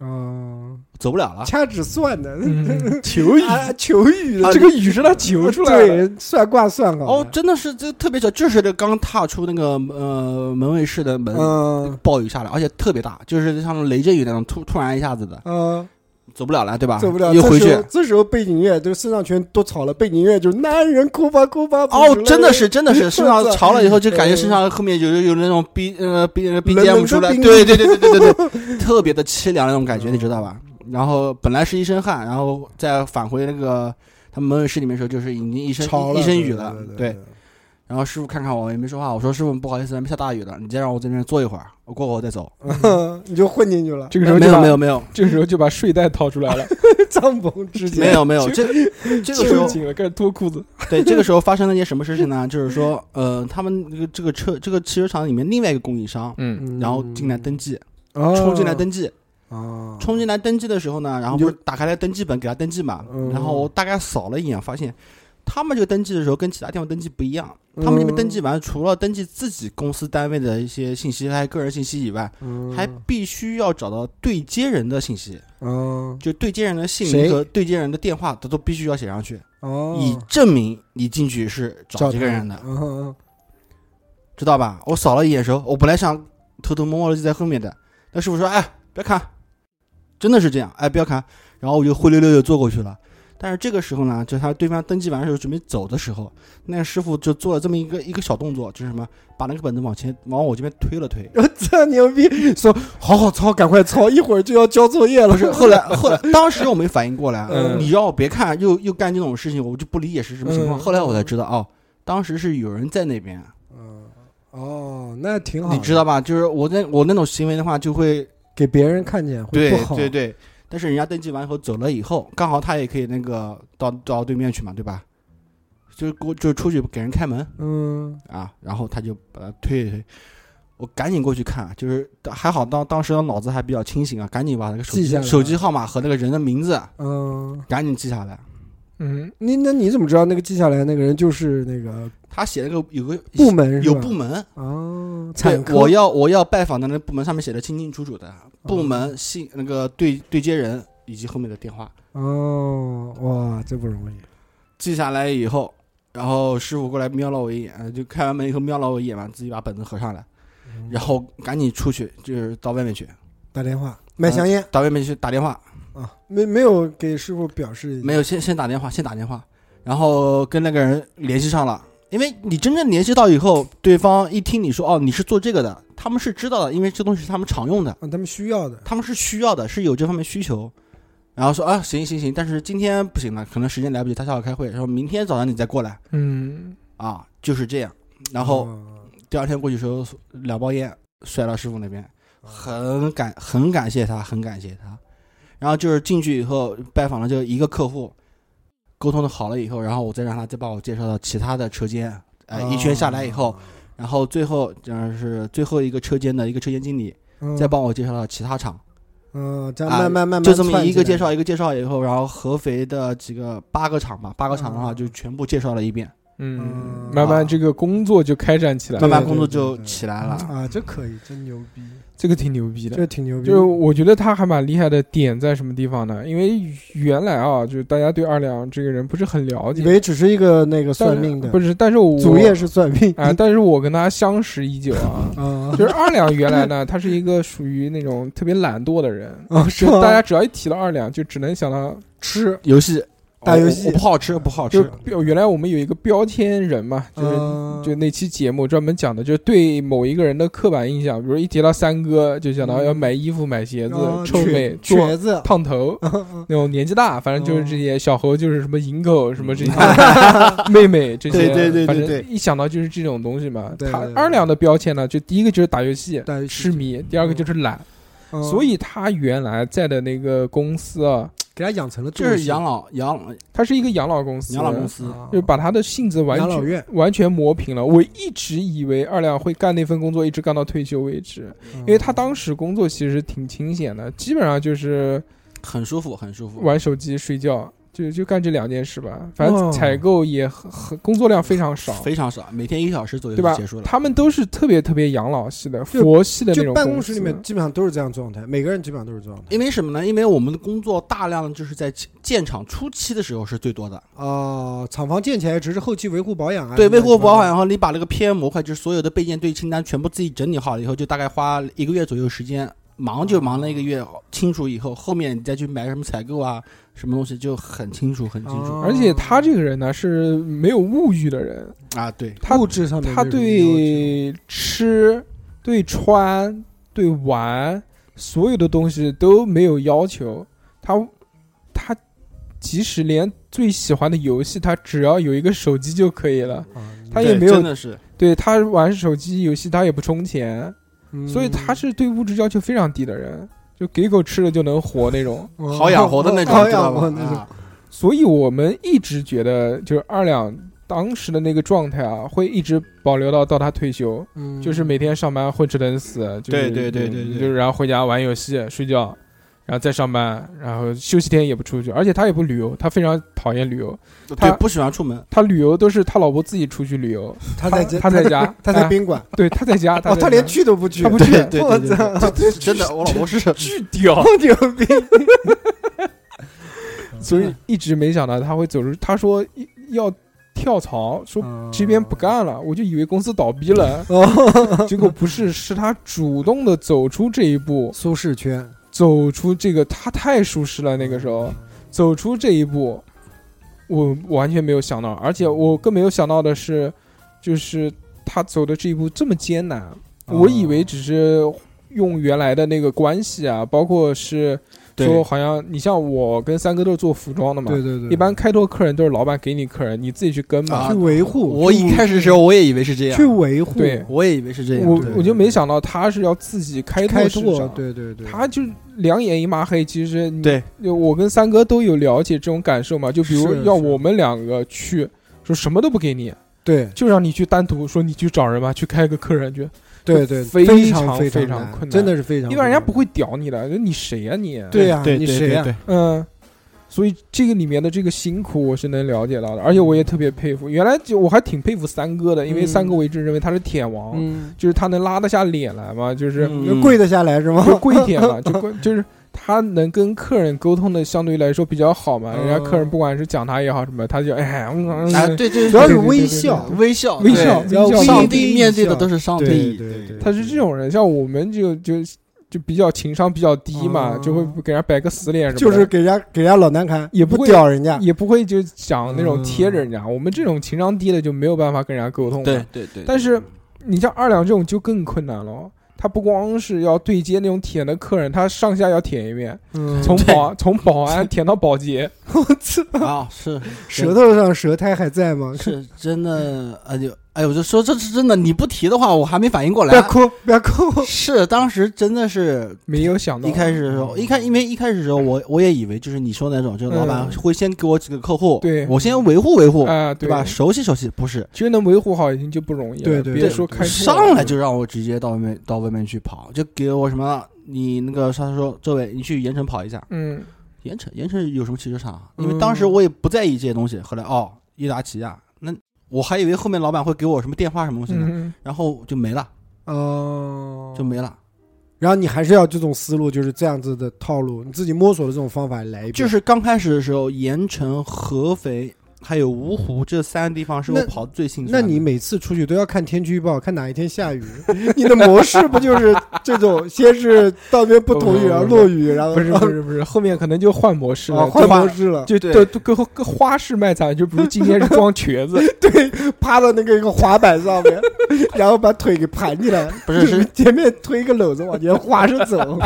Speaker 5: 嗯，
Speaker 2: 走不了了。
Speaker 5: 掐指算的，
Speaker 4: 嗯
Speaker 5: 求雨，求雨的
Speaker 4: 这个雨是他求出来的。
Speaker 5: 对，算卦算好
Speaker 2: 哦
Speaker 5: 了，，
Speaker 2: 真的是这特别巧，就是这刚踏出那个呃门卫室的门，
Speaker 5: 嗯
Speaker 2: 暴雨下来，而且特别大，就是像雷阵雨那种突突然一下子的，
Speaker 5: 嗯，
Speaker 2: 走不了了，对吧？
Speaker 5: 走不了。
Speaker 2: 啊又回
Speaker 5: 这时
Speaker 2: 去
Speaker 5: 候。这时候背景音乐就是身上全都草了，背景音乐就是男人哭吧哭吧。不
Speaker 2: 哦
Speaker 5: 行，了
Speaker 2: 真的是，真的是，身上
Speaker 5: 我操
Speaker 2: 潮了以后，就感觉身上后面有有有那种 B 呃 B 呃
Speaker 5: 冷冷
Speaker 2: BGM
Speaker 5: 的
Speaker 2: 出来，
Speaker 5: 冰
Speaker 2: 对对对对对对 对，特别的凄凉那种感觉，你知道吧？
Speaker 5: 嗯
Speaker 2: 然后本来是一身汗，然后再返回那个他们门卫室里面的时候，就是已经一身
Speaker 5: 超了
Speaker 2: 一身
Speaker 5: 对
Speaker 2: 雨
Speaker 5: 对
Speaker 2: 了
Speaker 5: 对，
Speaker 2: 对。然后师傅看看我也没说话，我说师傅不好意思，不下大雨了，你再让我在这边坐一会儿，我过会儿我再走。
Speaker 5: 对， 你就混进去了，
Speaker 4: 这个时候
Speaker 2: 没
Speaker 4: 就
Speaker 2: 有
Speaker 4: 把
Speaker 2: 没有，没有
Speaker 4: 这个时候就把睡袋掏出来了，
Speaker 5: 帐篷之间
Speaker 2: 没有没有，这 这个时
Speaker 4: 收
Speaker 2: 候
Speaker 4: 紧了，开始脱裤子。
Speaker 2: 对，这个时候发生了一件什么事情呢？就是说，呃，他们这个这个车这个汽车厂里面另外一个供应商，
Speaker 4: 嗯，
Speaker 2: 然后进来登记，
Speaker 5: 哦
Speaker 2: 冲进来登记，
Speaker 5: 啊，
Speaker 2: 冲进来登记的时候呢，然后
Speaker 5: 你
Speaker 2: 不
Speaker 5: 就是
Speaker 2: 打开了登记本给他登记嘛
Speaker 5: 嗯，
Speaker 2: 然后我大概扫了一眼，发现他们这个登记的时候跟其他地方登记不一样，
Speaker 5: 嗯
Speaker 2: 他们这边登记完除了登记自己公司单位的一些信息还有个人信息以外，还必须要找到对接人的信息，
Speaker 5: 嗯
Speaker 2: 就对接人的姓
Speaker 5: 谁
Speaker 2: 名和对接人的电话，他都必须要写上去，
Speaker 5: 哦，
Speaker 2: 以证明你进去是找
Speaker 5: 找
Speaker 2: 这个人的
Speaker 5: 他。嗯 嗯
Speaker 2: 知道吧？我扫了一眼的时候，我本来想偷偷摸摸的就在后面的，但师傅说：“哎，不要看，真的是这样，哎，不要看。”然后我就灰溜溜的坐过去了。但是这个时候呢，就他对方登记完的时候准备走的时候，那个师傅就做了这么一个一个小动作，就是什么，把那个本子往前往我这边推了 推。
Speaker 5: 我操牛逼！说好好抄，赶快抄，一会儿就要交作业了。
Speaker 2: 不是，后来后来，当时我没反应过来，
Speaker 5: 嗯
Speaker 2: 你让我别看，又又干这种事情，我就不理解是什么情况。
Speaker 5: 嗯
Speaker 2: 后来我才知道，哦，当时是有人在那边，
Speaker 5: 嗯哦，那挺好的，
Speaker 2: 你知道吧？就是我那我那种行为的话，就会
Speaker 5: 给别人看见会
Speaker 2: 对
Speaker 5: 不好。
Speaker 2: 对对，但是人家登记完以后走了以后，刚好他也可以那个到到对面去嘛，对吧？就是过就出去给人开门
Speaker 5: 嗯，
Speaker 2: 啊，然后他就把他推一推，我赶紧过去看，啊就是还好当当时我脑子还比较清醒啊，赶紧把那个手
Speaker 5: 记下
Speaker 2: 机
Speaker 5: 来
Speaker 2: 手机号码和那个人的名字啊
Speaker 5: 嗯，
Speaker 2: 赶紧记下来。
Speaker 4: 嗯，
Speaker 5: 你那你怎么知道那个记下来那个人就是那个
Speaker 2: 他写了个有个
Speaker 5: 部门是
Speaker 2: 有
Speaker 5: 吧
Speaker 2: 部门，
Speaker 5: 哦，
Speaker 2: 对
Speaker 5: 产，科哦
Speaker 2: 我要我要拜访的那部门上面写的清清楚楚的，啊部门姓那个对对接人以及后面的电话。
Speaker 5: 哦，哇，这不容易。
Speaker 2: 记下来以后，然后师傅过来瞄了我一眼，呃就开完门以后瞄了我一眼嘛，自己把本子合上来，然后赶紧出去，就是到外面去，
Speaker 5: 打电话买香烟
Speaker 2: 到外面去打电话，
Speaker 5: 啊，没没有给师傅表示一下
Speaker 2: 没有先先打电话，先打电话，然后跟那个人联系上了。因为你真正联系到以后，对方一听你说哦你是做这个的，他们是知道的，因为这东西是他们常用的，
Speaker 5: 啊，他们需要的。
Speaker 2: 他们是需要的，是有这方面需求。然后说啊行行行，但是今天不行了，可能时间来不及，他下午开会，说明天早上你再过来
Speaker 4: 嗯，
Speaker 2: 啊，就是这样。然后
Speaker 5: 啊
Speaker 2: 第二天过去的时候，两包烟摔到师傅那边，
Speaker 5: 嗯
Speaker 2: 很感很感谢他，很感谢他。然后就是进去以后拜访了就一个客户，沟通的好了以后，然后我再让他再把我介绍到其他的车间，哎，
Speaker 5: 啊
Speaker 2: 一圈下来以后，然后最后就是最后一个车间的一个车间经理，
Speaker 5: 嗯
Speaker 2: 再帮我介绍到其他厂，
Speaker 5: 嗯，这样
Speaker 2: 啊
Speaker 5: 慢慢慢慢
Speaker 2: 就这么
Speaker 5: 串
Speaker 2: 一个
Speaker 5: 起来啊
Speaker 2: 介绍一个介绍以后，然后合肥的几个八个厂吧，八个厂的话
Speaker 5: 嗯
Speaker 2: 就全部介绍了一遍，
Speaker 4: 嗯
Speaker 5: 嗯，
Speaker 4: 慢慢这个工作就开展起来
Speaker 2: 慢
Speaker 4: 了，
Speaker 2: 慢
Speaker 5: 对
Speaker 2: 工作
Speaker 5: 对
Speaker 2: 就
Speaker 5: 对对
Speaker 2: 起来了。
Speaker 5: 啊，这可以，真牛逼，
Speaker 4: 这个挺牛逼的。
Speaker 5: 这挺牛逼。
Speaker 4: 就是我觉得他还蛮厉害的点在什么地方呢？因为原来啊，就是大家对二两这个人不是很了
Speaker 5: 以
Speaker 4: 解，
Speaker 5: 为只是一个那个
Speaker 4: 但
Speaker 5: 算命的，
Speaker 4: 不
Speaker 5: 是
Speaker 4: 是，但是我
Speaker 5: 主业是算命。
Speaker 4: 啊、但是我跟他相识已久啊
Speaker 5: 啊
Speaker 4: 就是二两原来呢，他是一个属于那种特别懒惰的 人，
Speaker 5: 啊，是
Speaker 4: 就
Speaker 5: 吗
Speaker 4: 大家只要一提到二两，就只能想到
Speaker 5: 吃
Speaker 2: 游戏
Speaker 5: 打
Speaker 2: 哦
Speaker 5: 游
Speaker 2: 我
Speaker 5: 戏
Speaker 2: 我不好吃，不好
Speaker 4: 就
Speaker 2: 吃。
Speaker 4: 标原来我们有一个标签人嘛，就是、
Speaker 5: 嗯
Speaker 4: 就那期节目专门讲的，就是对某一个人的刻板印象，比如一提到三哥，就想到
Speaker 5: 嗯
Speaker 4: 要买衣服、买鞋子、
Speaker 5: 啊
Speaker 4: 臭
Speaker 5: 瘸
Speaker 4: 美、壮
Speaker 5: 瘸子，
Speaker 4: 烫 头。那种年纪大，反正
Speaker 5: 嗯
Speaker 4: 就是这些小猴，就是什么银狗，什么 这些妹妹这
Speaker 2: 对
Speaker 4: 些，
Speaker 2: 对对对
Speaker 4: 反正
Speaker 2: 对
Speaker 4: 一想到就是这种东西嘛。
Speaker 5: 对对
Speaker 4: 他
Speaker 5: 对
Speaker 4: 二两的标签呢，就第一个就是打游戏
Speaker 5: 打游戏
Speaker 4: 痴迷，第二个就是懒，
Speaker 5: 嗯
Speaker 4: 所以他原来在的那个公司啊，
Speaker 5: 给他养成了
Speaker 2: 这是养老养老
Speaker 4: 它是一个啊养老公司，
Speaker 2: 养老公司，
Speaker 4: 就把他的性子完
Speaker 5: 啊养老
Speaker 4: 全
Speaker 5: 院
Speaker 4: 完全磨平了。我一直以为二两会干那份工作，一直干到退休为止，
Speaker 5: 嗯
Speaker 4: 因为他当时工作其实挺清闲的，基本上就是
Speaker 2: 很舒服，很舒服。
Speaker 4: 玩手机、睡觉，就就干这两件事吧。反正
Speaker 5: 哦
Speaker 4: 采购也很很工作量非常少，
Speaker 2: 非常少，每天一小时左右
Speaker 4: 对
Speaker 2: 就
Speaker 4: 吧
Speaker 2: 结束？了。
Speaker 4: 他们都是特别特别养老系的、
Speaker 5: 就
Speaker 4: 佛系的那
Speaker 5: 就
Speaker 4: 种
Speaker 5: 办公
Speaker 4: 公
Speaker 5: 室
Speaker 4: 司啊
Speaker 5: 里面基本上都是这样状态，每个人基本上都是这样态
Speaker 2: 因为什么呢？因为我们的工作大量就是在建建厂初期的时候是最多的。
Speaker 5: 哦，厂房建起来只是后期维护保养啊，
Speaker 2: 对，
Speaker 5: 什么
Speaker 2: 维
Speaker 5: 乱
Speaker 2: 护
Speaker 5: 七八
Speaker 2: 保
Speaker 5: 糟
Speaker 2: 养，然后你把那个 PM 模块，就是所有的备件对清单全部自己整理好了以后，就大概花一个月左右时间忙就忙了一个月，清楚以后，后面你再去买什么采购啊，什么东西就很清楚，很清楚、
Speaker 5: 哦
Speaker 4: 而且他这个人呢是没有物欲的人，
Speaker 2: 啊。对，
Speaker 4: 他
Speaker 5: 物质上面
Speaker 4: 他
Speaker 5: 的这种要求
Speaker 4: 对吃、对穿、对玩所有的东西都没有要求。他他即使连最喜欢的游戏，他只要有一个手机就可以了。
Speaker 5: 啊
Speaker 4: 他
Speaker 2: 对
Speaker 4: 也没有
Speaker 2: 真的是
Speaker 4: 对他玩手机游戏，他也不充钱，
Speaker 5: 嗯
Speaker 4: 所以他是对物质要求非常低的人，就给狗吃了就能活那种。
Speaker 5: 哦
Speaker 2: 好养活的那种，
Speaker 5: 好
Speaker 2: 知道
Speaker 5: 养
Speaker 2: 吧
Speaker 5: 活？那种
Speaker 2: 啊，
Speaker 4: 所以我们一直觉得，就是二两当时的那个状态啊，会一直保留到到他退休。
Speaker 5: 嗯
Speaker 4: 就是每天上班混吃等死，就是嗯
Speaker 2: 对对对对对
Speaker 4: 就是然后回家玩游戏、睡觉，然后再上班，然后休息天也不出去，而且他也不旅游，他非常讨厌旅游，他
Speaker 2: 对，不喜欢出门，
Speaker 4: 他旅游都是他老婆自己出去旅游，
Speaker 5: 他在
Speaker 4: 他在家，
Speaker 5: 他在
Speaker 4: 哎
Speaker 5: 宾馆
Speaker 4: 对，他在家，
Speaker 5: 哦，
Speaker 4: 在
Speaker 5: 他连
Speaker 4: 家
Speaker 5: 去都不去，
Speaker 4: 他不
Speaker 5: 去，
Speaker 4: 去，
Speaker 2: 对
Speaker 5: 我
Speaker 2: 对对
Speaker 5: 操
Speaker 2: 对对，真的，我老婆是
Speaker 4: 巨屌，
Speaker 5: 牛逼！
Speaker 4: 所以一直没想到他会走出，他说一要跳槽，说
Speaker 5: 嗯
Speaker 4: 这边不干了，我就以为公司倒闭了，
Speaker 5: 哦，
Speaker 4: 结果不是，是他主动的走出这一步，
Speaker 5: 舒适圈，
Speaker 4: 走出这个，他太舒适了。那个时候，走出这一步，我完全没有想到，而且我更没有想到的是，就是他走的这一步这么艰难。
Speaker 5: 嗯
Speaker 4: 我以为只是用原来的那个关系啊，包括是说，
Speaker 2: 对
Speaker 4: 好像你像我跟三哥都是做服装的嘛，
Speaker 5: 对对对，
Speaker 4: 一般开拓客人都是老板给你客人，你自己去跟嘛。
Speaker 2: 啊
Speaker 5: 去维护，
Speaker 2: 我一开始的时候我也以为是这
Speaker 5: 去
Speaker 2: 样，
Speaker 5: 维护，
Speaker 4: 对，
Speaker 2: 我也以为是这样，
Speaker 4: 我
Speaker 5: 对
Speaker 4: 我就没想到他是要自己开拓
Speaker 5: 开
Speaker 4: 市
Speaker 5: 拓，
Speaker 4: 场
Speaker 5: 对对对，
Speaker 4: 他就两眼一抹黑，其实你
Speaker 2: 对，
Speaker 4: 我跟三哥都有了解这种感受嘛。就比如
Speaker 5: 是
Speaker 4: 要
Speaker 5: 是
Speaker 4: 我们两个去，说什么都不给你，
Speaker 5: 对
Speaker 4: 就让你去单独说你去找人吧，去开个客人去，
Speaker 5: 对对，
Speaker 4: 非常
Speaker 5: 常非
Speaker 4: 非常
Speaker 5: 难
Speaker 4: 困难
Speaker 5: 真的是非常，
Speaker 4: 要不然人家不。会屌你的，你谁呀、你？
Speaker 5: 对呀，
Speaker 2: 对
Speaker 5: 你
Speaker 2: 对
Speaker 5: 谁
Speaker 2: 对
Speaker 5: 呀？
Speaker 2: 对，
Speaker 4: 嗯，所以这个里面的这个辛苦我是能了解到的，而且我也特别佩服。原来就我还挺佩服三哥的，因为
Speaker 5: 嗯
Speaker 4: 三哥我一直认为他是舔王，
Speaker 5: 嗯，
Speaker 4: 就是他能拉得下脸来嘛，就是、
Speaker 5: 能
Speaker 2: 嗯
Speaker 5: 跪得下来 是吗？
Speaker 4: 就 贵一点嘛，就贵就是他能跟客人沟通的相对来说比较好嘛，人家客人不管是讲他也好什么，他就哎，嗯嗯
Speaker 2: 嗯啊，
Speaker 4: 嗯
Speaker 2: 对对
Speaker 5: 主要
Speaker 2: 对
Speaker 5: 是
Speaker 4: 对对
Speaker 5: 微
Speaker 4: 对
Speaker 5: 笑，
Speaker 2: 微笑
Speaker 4: 微笑
Speaker 2: 对
Speaker 5: 只要
Speaker 4: 微笑
Speaker 2: 上
Speaker 5: 微
Speaker 2: 帝
Speaker 5: 微
Speaker 2: 面
Speaker 5: 对
Speaker 2: 对的都是上
Speaker 5: 对
Speaker 2: 帝，
Speaker 5: 对对，
Speaker 4: 他是这种人，像我们就就就比较情商比较低嘛，
Speaker 5: 嗯
Speaker 4: 就会给人家摆个死脸什
Speaker 5: 就
Speaker 4: 么的，
Speaker 5: 是给人家给人家老难堪，
Speaker 4: 也不
Speaker 5: 不
Speaker 4: 会
Speaker 5: 屌人家，
Speaker 4: 也不会就讲那种贴着人家。我们这种情商低的就没有办法跟人家沟
Speaker 2: 嗯
Speaker 4: 通。
Speaker 2: 对，对对，
Speaker 4: 但是你像二两这种就更困难了。他不光是要对接那种舔的客人，他上下要舔一遍，
Speaker 5: 嗯
Speaker 4: 从保从保安舔到保洁，
Speaker 5: 我操，
Speaker 2: 啊是
Speaker 5: 舌头上舌苔还在吗？
Speaker 2: 是真的，哎呦哎呦，我就说这是真的，你不提的话，我还没反应过
Speaker 5: 不要
Speaker 2: 来。
Speaker 5: 哭，不要 哭，
Speaker 2: 是当时真的是
Speaker 4: 没有想到
Speaker 2: 一开始的时候，一开因为一开始的时候，我我也以为就是你说的那种，就是老板
Speaker 4: 嗯
Speaker 2: 会先给我几个客户，
Speaker 4: 对
Speaker 2: 我先维护维护，
Speaker 4: 啊，
Speaker 2: 对吧？熟悉熟悉，不是
Speaker 4: 其实能维护好已经就不容易了，
Speaker 5: 对对
Speaker 4: 别
Speaker 5: 对
Speaker 4: 说开拓
Speaker 2: 上来就让我直接到外面到外面去跑，就给我什么你那个他说周伟，你去盐城跑一下，
Speaker 4: 嗯，
Speaker 2: 盐城盐城有什么汽车厂啊？
Speaker 4: 嗯
Speaker 2: 因为当时我也不在意这些东西，后来哦，伊达起亚，那我还以为后面老板会给我什么电话什么东西呢，
Speaker 4: 嗯
Speaker 2: 然后就没了，
Speaker 5: 哦
Speaker 2: 就没了。
Speaker 5: 然后你还是要这种思路，就是这样子的套路，你自己摸索的这种方法来一遍。
Speaker 2: 就是刚开始的时候，盐城、合肥还有芜湖这三个地方是我
Speaker 5: 那
Speaker 2: 跑得最兴奋
Speaker 5: 那
Speaker 2: 的。
Speaker 5: 你每次出去都要看天气预报，看哪一天下雨。 你的模式不就是这种？先是到那边不
Speaker 4: 不
Speaker 5: 同
Speaker 4: 不
Speaker 2: 哦
Speaker 5: 意，然后
Speaker 4: 不
Speaker 5: 落雨，然后
Speaker 4: 不是不 是不是，后面可能就换模式
Speaker 5: 呃啊
Speaker 4: 了，
Speaker 5: 换
Speaker 4: 就把
Speaker 5: 模式了，
Speaker 4: 就
Speaker 2: 对
Speaker 4: 都都跟跟花式卖惨，就比如今天是装瘸 子，
Speaker 5: 趴到那个一个滑板上面， 然后把腿给盘起来，
Speaker 2: 不是是
Speaker 5: 前面推一个篓子往前滑 着走。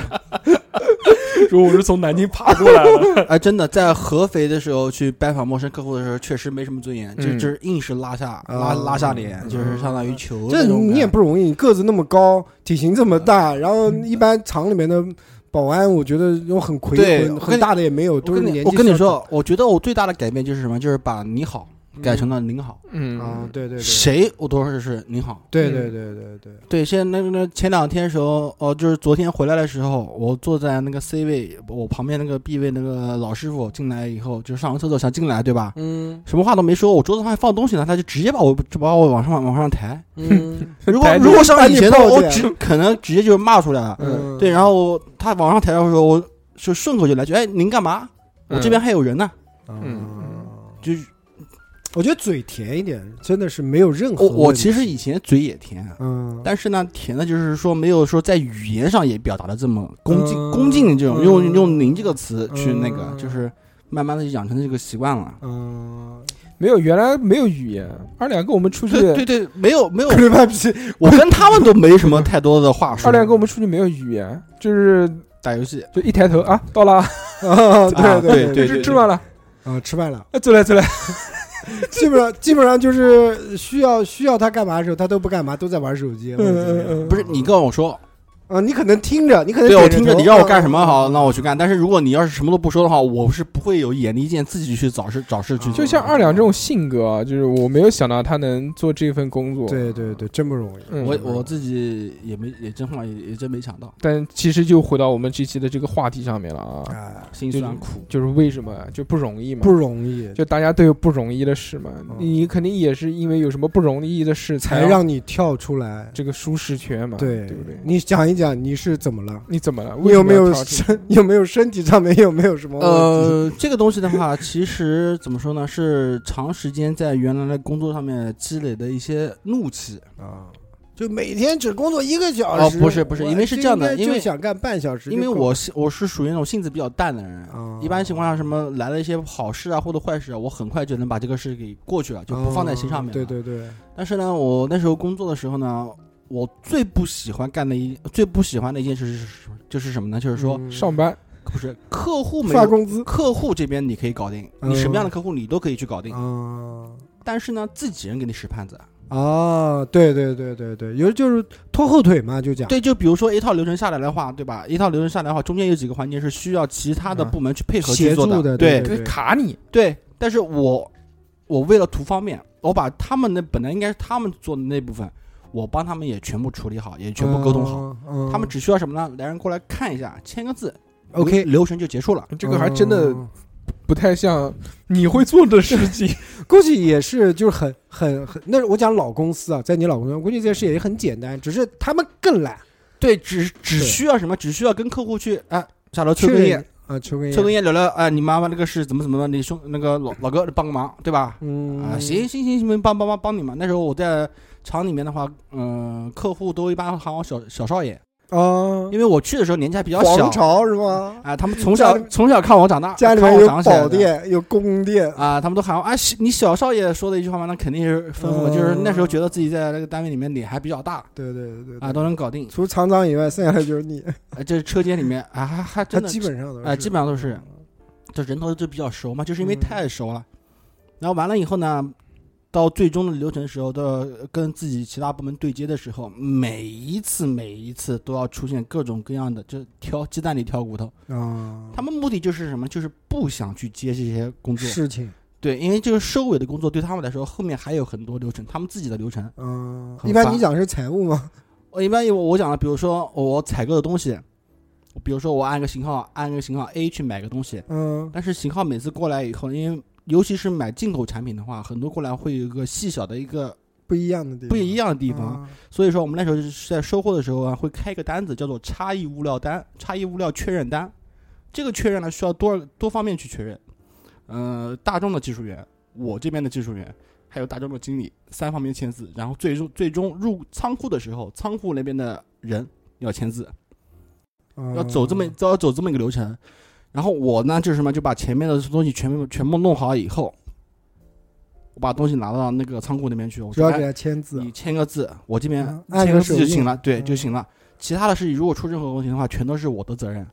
Speaker 4: 说我是从南京爬过 来的，
Speaker 2: 哎、真的在合肥的时候去拜访陌生客户的时候，确实没什么尊严，就
Speaker 4: 嗯
Speaker 2: 就是硬是拉下
Speaker 5: 啊
Speaker 2: 拉拉下脸，就是相当于求
Speaker 5: 这
Speaker 2: 那种感。嗯
Speaker 5: 你也不容易，你个子那么高，体型这么大，然后一般厂里面的保安，我觉得那种很魁
Speaker 2: 对
Speaker 5: 梧、
Speaker 2: 我跟
Speaker 5: 很
Speaker 2: 你
Speaker 5: 大的也没有，
Speaker 2: 我
Speaker 5: 都是
Speaker 2: 跟你
Speaker 5: 年纪
Speaker 2: 我跟你
Speaker 5: 小
Speaker 2: 说，我觉得我最大的改变就是什么，就是把你好改成了您好，
Speaker 5: 的
Speaker 4: 嗯
Speaker 5: 啊，，嗯对对对，
Speaker 2: 谁嗯我都是是您好。
Speaker 5: 对对对对对，
Speaker 2: 对，现在那个那前两天的时候，哦，就是昨天回来的时候，我坐在那个 C 位，我旁边那个 B 位那个老师傅进来以后，就上个厕所想进来，对吧？
Speaker 5: 嗯
Speaker 2: 什么话都没说，我桌子上还放东西呢，他就直接把我就把我往上往上 抬。
Speaker 5: 嗯
Speaker 2: 如果
Speaker 4: 抬
Speaker 2: 如果
Speaker 5: 把
Speaker 2: 像
Speaker 5: 你
Speaker 2: 以前的话，
Speaker 5: 抱
Speaker 2: 我
Speaker 5: 起来
Speaker 2: 只可能直接就骂出来了。
Speaker 4: 嗯
Speaker 2: 对，然后他往上抬的时候，我就顺口就来句：“哎，您干嘛？我这边还有人呢。
Speaker 5: 嗯
Speaker 4: 嗯
Speaker 2: 就是
Speaker 5: 我觉得嘴甜一点真的是没有任何
Speaker 2: 我
Speaker 5: 问题。
Speaker 2: 我其实以前嘴也甜啊，
Speaker 5: 嗯，
Speaker 2: 但是呢，甜的就是说没有说在语言上也表达的这么恭敬、
Speaker 5: 嗯
Speaker 2: 恭敬这种，用
Speaker 5: 嗯
Speaker 2: 用“您”这个词去那个，
Speaker 5: 嗯
Speaker 2: 就是慢慢的养成这个习惯了。
Speaker 5: 嗯，
Speaker 8: 没有，原来没有语言。二两跟我们出去，
Speaker 2: 对对对，没有没有，
Speaker 5: 克里 派皮
Speaker 2: 我跟他们都没什么太多的话说。
Speaker 8: 二两跟我们出去没有语言，就是
Speaker 2: 打游
Speaker 4: 嗯
Speaker 2: 戏，
Speaker 8: 就一抬头啊，到了啊，
Speaker 5: 啊，对
Speaker 2: 对
Speaker 5: 对
Speaker 2: 对
Speaker 8: 吃吃完了，
Speaker 5: 啊，吃饭了，
Speaker 8: 哎，走来走来，
Speaker 5: 基本上基本上就是需要需要他干嘛的时候，他都不干嘛，都在玩手机。或者怎么样
Speaker 2: 嗯不是你跟我说，
Speaker 5: 啊，你可能听着，你可能
Speaker 2: 对
Speaker 5: 点
Speaker 2: 我听着
Speaker 5: 头
Speaker 2: 你让我
Speaker 5: 嗯
Speaker 2: 干什么好，那我去干。但是如果你要是什么都不说的话，我是不会有眼力见自己去找事找事去
Speaker 5: 啊
Speaker 8: 就
Speaker 2: 做。
Speaker 8: 像二两这种性格啊，就是我没有想到他能做这份工作。，
Speaker 5: 对对对，真不容易。
Speaker 8: 嗯、
Speaker 2: 我我自己也没也真话也也真没想到，
Speaker 8: 但其实就回到我们这期的这个话题上面了啊，
Speaker 5: 啊，
Speaker 2: 心
Speaker 8: 就
Speaker 2: 酸苦。
Speaker 8: 就是为什么就不容易嘛
Speaker 5: 不。容易，嗯
Speaker 8: 就大家都有不容易的事嘛，你肯定也是因为有什么不容易的事
Speaker 5: 才
Speaker 8: 让
Speaker 5: 让你跳出来。
Speaker 8: 这个舒适圈嘛，
Speaker 2: 啊
Speaker 5: 对
Speaker 8: 对不对？
Speaker 5: 你讲一讲你是怎么了？
Speaker 8: 你怎么了？为
Speaker 5: 你
Speaker 8: 什
Speaker 5: 有
Speaker 8: 么
Speaker 5: 没有
Speaker 8: 要跳出
Speaker 5: 身 有没有身体上面有没有什么问题？
Speaker 2: 呃，这个东西的话，其实怎么说呢，是长时间在原来的工作上面积累的一些怒气。
Speaker 5: 啊，就每天只工作一个小
Speaker 2: 哦
Speaker 5: 时？
Speaker 2: 不是不是
Speaker 5: 我
Speaker 2: 因为是这样的
Speaker 5: 应该
Speaker 2: 因为
Speaker 5: 就想干半小时就
Speaker 2: 因
Speaker 5: 够
Speaker 2: 为
Speaker 5: 了，
Speaker 2: 我是我是属于那种性子比较淡的人，
Speaker 5: 啊
Speaker 2: 一般情况下什么来了一些好事啊或者坏事啊，我很快就能把这个事给过去了，就不放在心上面、
Speaker 5: 嗯对。对对，
Speaker 2: 但是呢，我那时候工作的时候呢，我最不喜欢干的一最不喜欢的一件事是什么？就是什么呢？就是说、
Speaker 5: 嗯
Speaker 8: 上班
Speaker 2: 不是客户没
Speaker 5: 发
Speaker 2: 有。
Speaker 5: 工资
Speaker 2: 客户这边你可以搞定，你什么样的客户你都可以去搞定，
Speaker 5: 啊
Speaker 2: 但是呢，自己人给你使绊子，
Speaker 5: 啊，对对对对对，有就是拖后腿嘛，就讲
Speaker 2: 对，就比如说一套流程下来的话，对吧？一套流程下来的话，中间有几个环节是需要其他的
Speaker 5: 啊
Speaker 2: 部门去配合
Speaker 5: 协
Speaker 2: 去做
Speaker 5: 助
Speaker 2: 的，
Speaker 5: 对
Speaker 2: 对
Speaker 5: 对
Speaker 8: 卡你，
Speaker 2: 对。但是我我为了图方便，我把他们那本来应该是他们做的那部分，我帮他们也全部处理好，也全部沟通好。，
Speaker 5: 嗯
Speaker 2: 他们只需要什么呢？来人过来看一下，签个字
Speaker 5: OK
Speaker 2: 流流程就结束了。
Speaker 8: 这个还真的
Speaker 5: 嗯
Speaker 8: 不太像你会做的事 情。
Speaker 5: 估计也是，就是很很很，那我讲老公司啊，在你老公那，估计这件事也很简单，只是他们更懒，
Speaker 2: 对，只只
Speaker 5: 对
Speaker 2: 需要什么？只需要跟客户去哎下楼抽
Speaker 5: 确
Speaker 2: 根
Speaker 5: 认
Speaker 2: 烟，
Speaker 5: 啊，抽根烟，
Speaker 2: 抽根烟聊聊哎，你妈妈那个事怎么怎么的？你兄那个老老哥帮个忙，对吧？
Speaker 5: 嗯
Speaker 2: 啊，行行行行，帮帮帮帮你嘛。那时候我在厂里面的话，嗯、客户都一般喊我小小少爷，
Speaker 5: 啊，
Speaker 2: 因为我去的时候年纪还比较小
Speaker 5: 皇朝是吗？
Speaker 2: 啊，他们从小
Speaker 5: 家里
Speaker 2: 从小看我长大，
Speaker 5: 家里
Speaker 2: 看
Speaker 5: 面
Speaker 2: 我
Speaker 5: 有
Speaker 2: 啊长起来
Speaker 5: 宝
Speaker 2: 的
Speaker 5: 殿，有宫殿，
Speaker 2: 啊，他们都喊我啊，小你小少爷说的一句话嘛，那肯定是吩咐我，就是那时候觉得自己在那个单位里面脸还比较大
Speaker 5: 对对嗯对对
Speaker 2: 啊，都能搞定，
Speaker 5: 除厂长以外，剩下的就是你，
Speaker 2: 啊、这车间里面啊，还还
Speaker 5: 他
Speaker 2: 真的
Speaker 5: 基本上都呃是
Speaker 2: 啊，基本上都是，这人头就比较熟嘛，就是因为
Speaker 5: 嗯
Speaker 2: 太熟了。然后完了以后呢，到最终的流程时候，都要跟自己其他部门对接的时候，每一次每一次都要出现各种各样的，就挑鸡蛋里挑骨头。
Speaker 5: 啊，
Speaker 2: 他们目的就是什么？就是不想去接这些工作，
Speaker 5: 事情，
Speaker 2: 对，因为这个收尾的工作对他们来说，后面还有很多流程，他们自己的流程。
Speaker 5: 嗯，
Speaker 2: 很
Speaker 5: 一般
Speaker 2: 烦
Speaker 5: 你讲的是财务吗？
Speaker 2: 我一般我我讲的，比如说我采购的东西，比如说我按个型号，按个型号 A 去买个东西，
Speaker 5: 嗯
Speaker 2: 但是型号每次过来以后，因为尤其是买进口产品的话，很多过来会有一个细小的一个
Speaker 5: 不一样的地方，啊
Speaker 2: 不一样的地
Speaker 5: 地
Speaker 2: 方，，所以说我们那时候就是在收货的时候啊，会开一个单子叫做差异物料单、差异物料确认单。这个确认呢，需要多多方面去确认，呃，大众的技术员，我这边的技术员，还有大众的经理三方面签字，然后最终最终入仓库的时候，仓库那边的人要签字。要走这么
Speaker 5: 嗯
Speaker 2: 要走这么一个流程。然后我呢，就是什么，就把前面的东西全部全部弄好以后，我把东西拿到那个仓库那边去，我
Speaker 5: 只
Speaker 2: 说
Speaker 5: 要给
Speaker 2: 哎
Speaker 5: 他签字
Speaker 2: 你签个字，我这边
Speaker 5: 嗯按
Speaker 2: 签
Speaker 5: 个
Speaker 2: 字
Speaker 5: 手
Speaker 2: 就
Speaker 5: 印
Speaker 2: 行了，对
Speaker 5: 嗯
Speaker 2: 就行了。其他的事情如果出任何问题的话，全都是我的责任，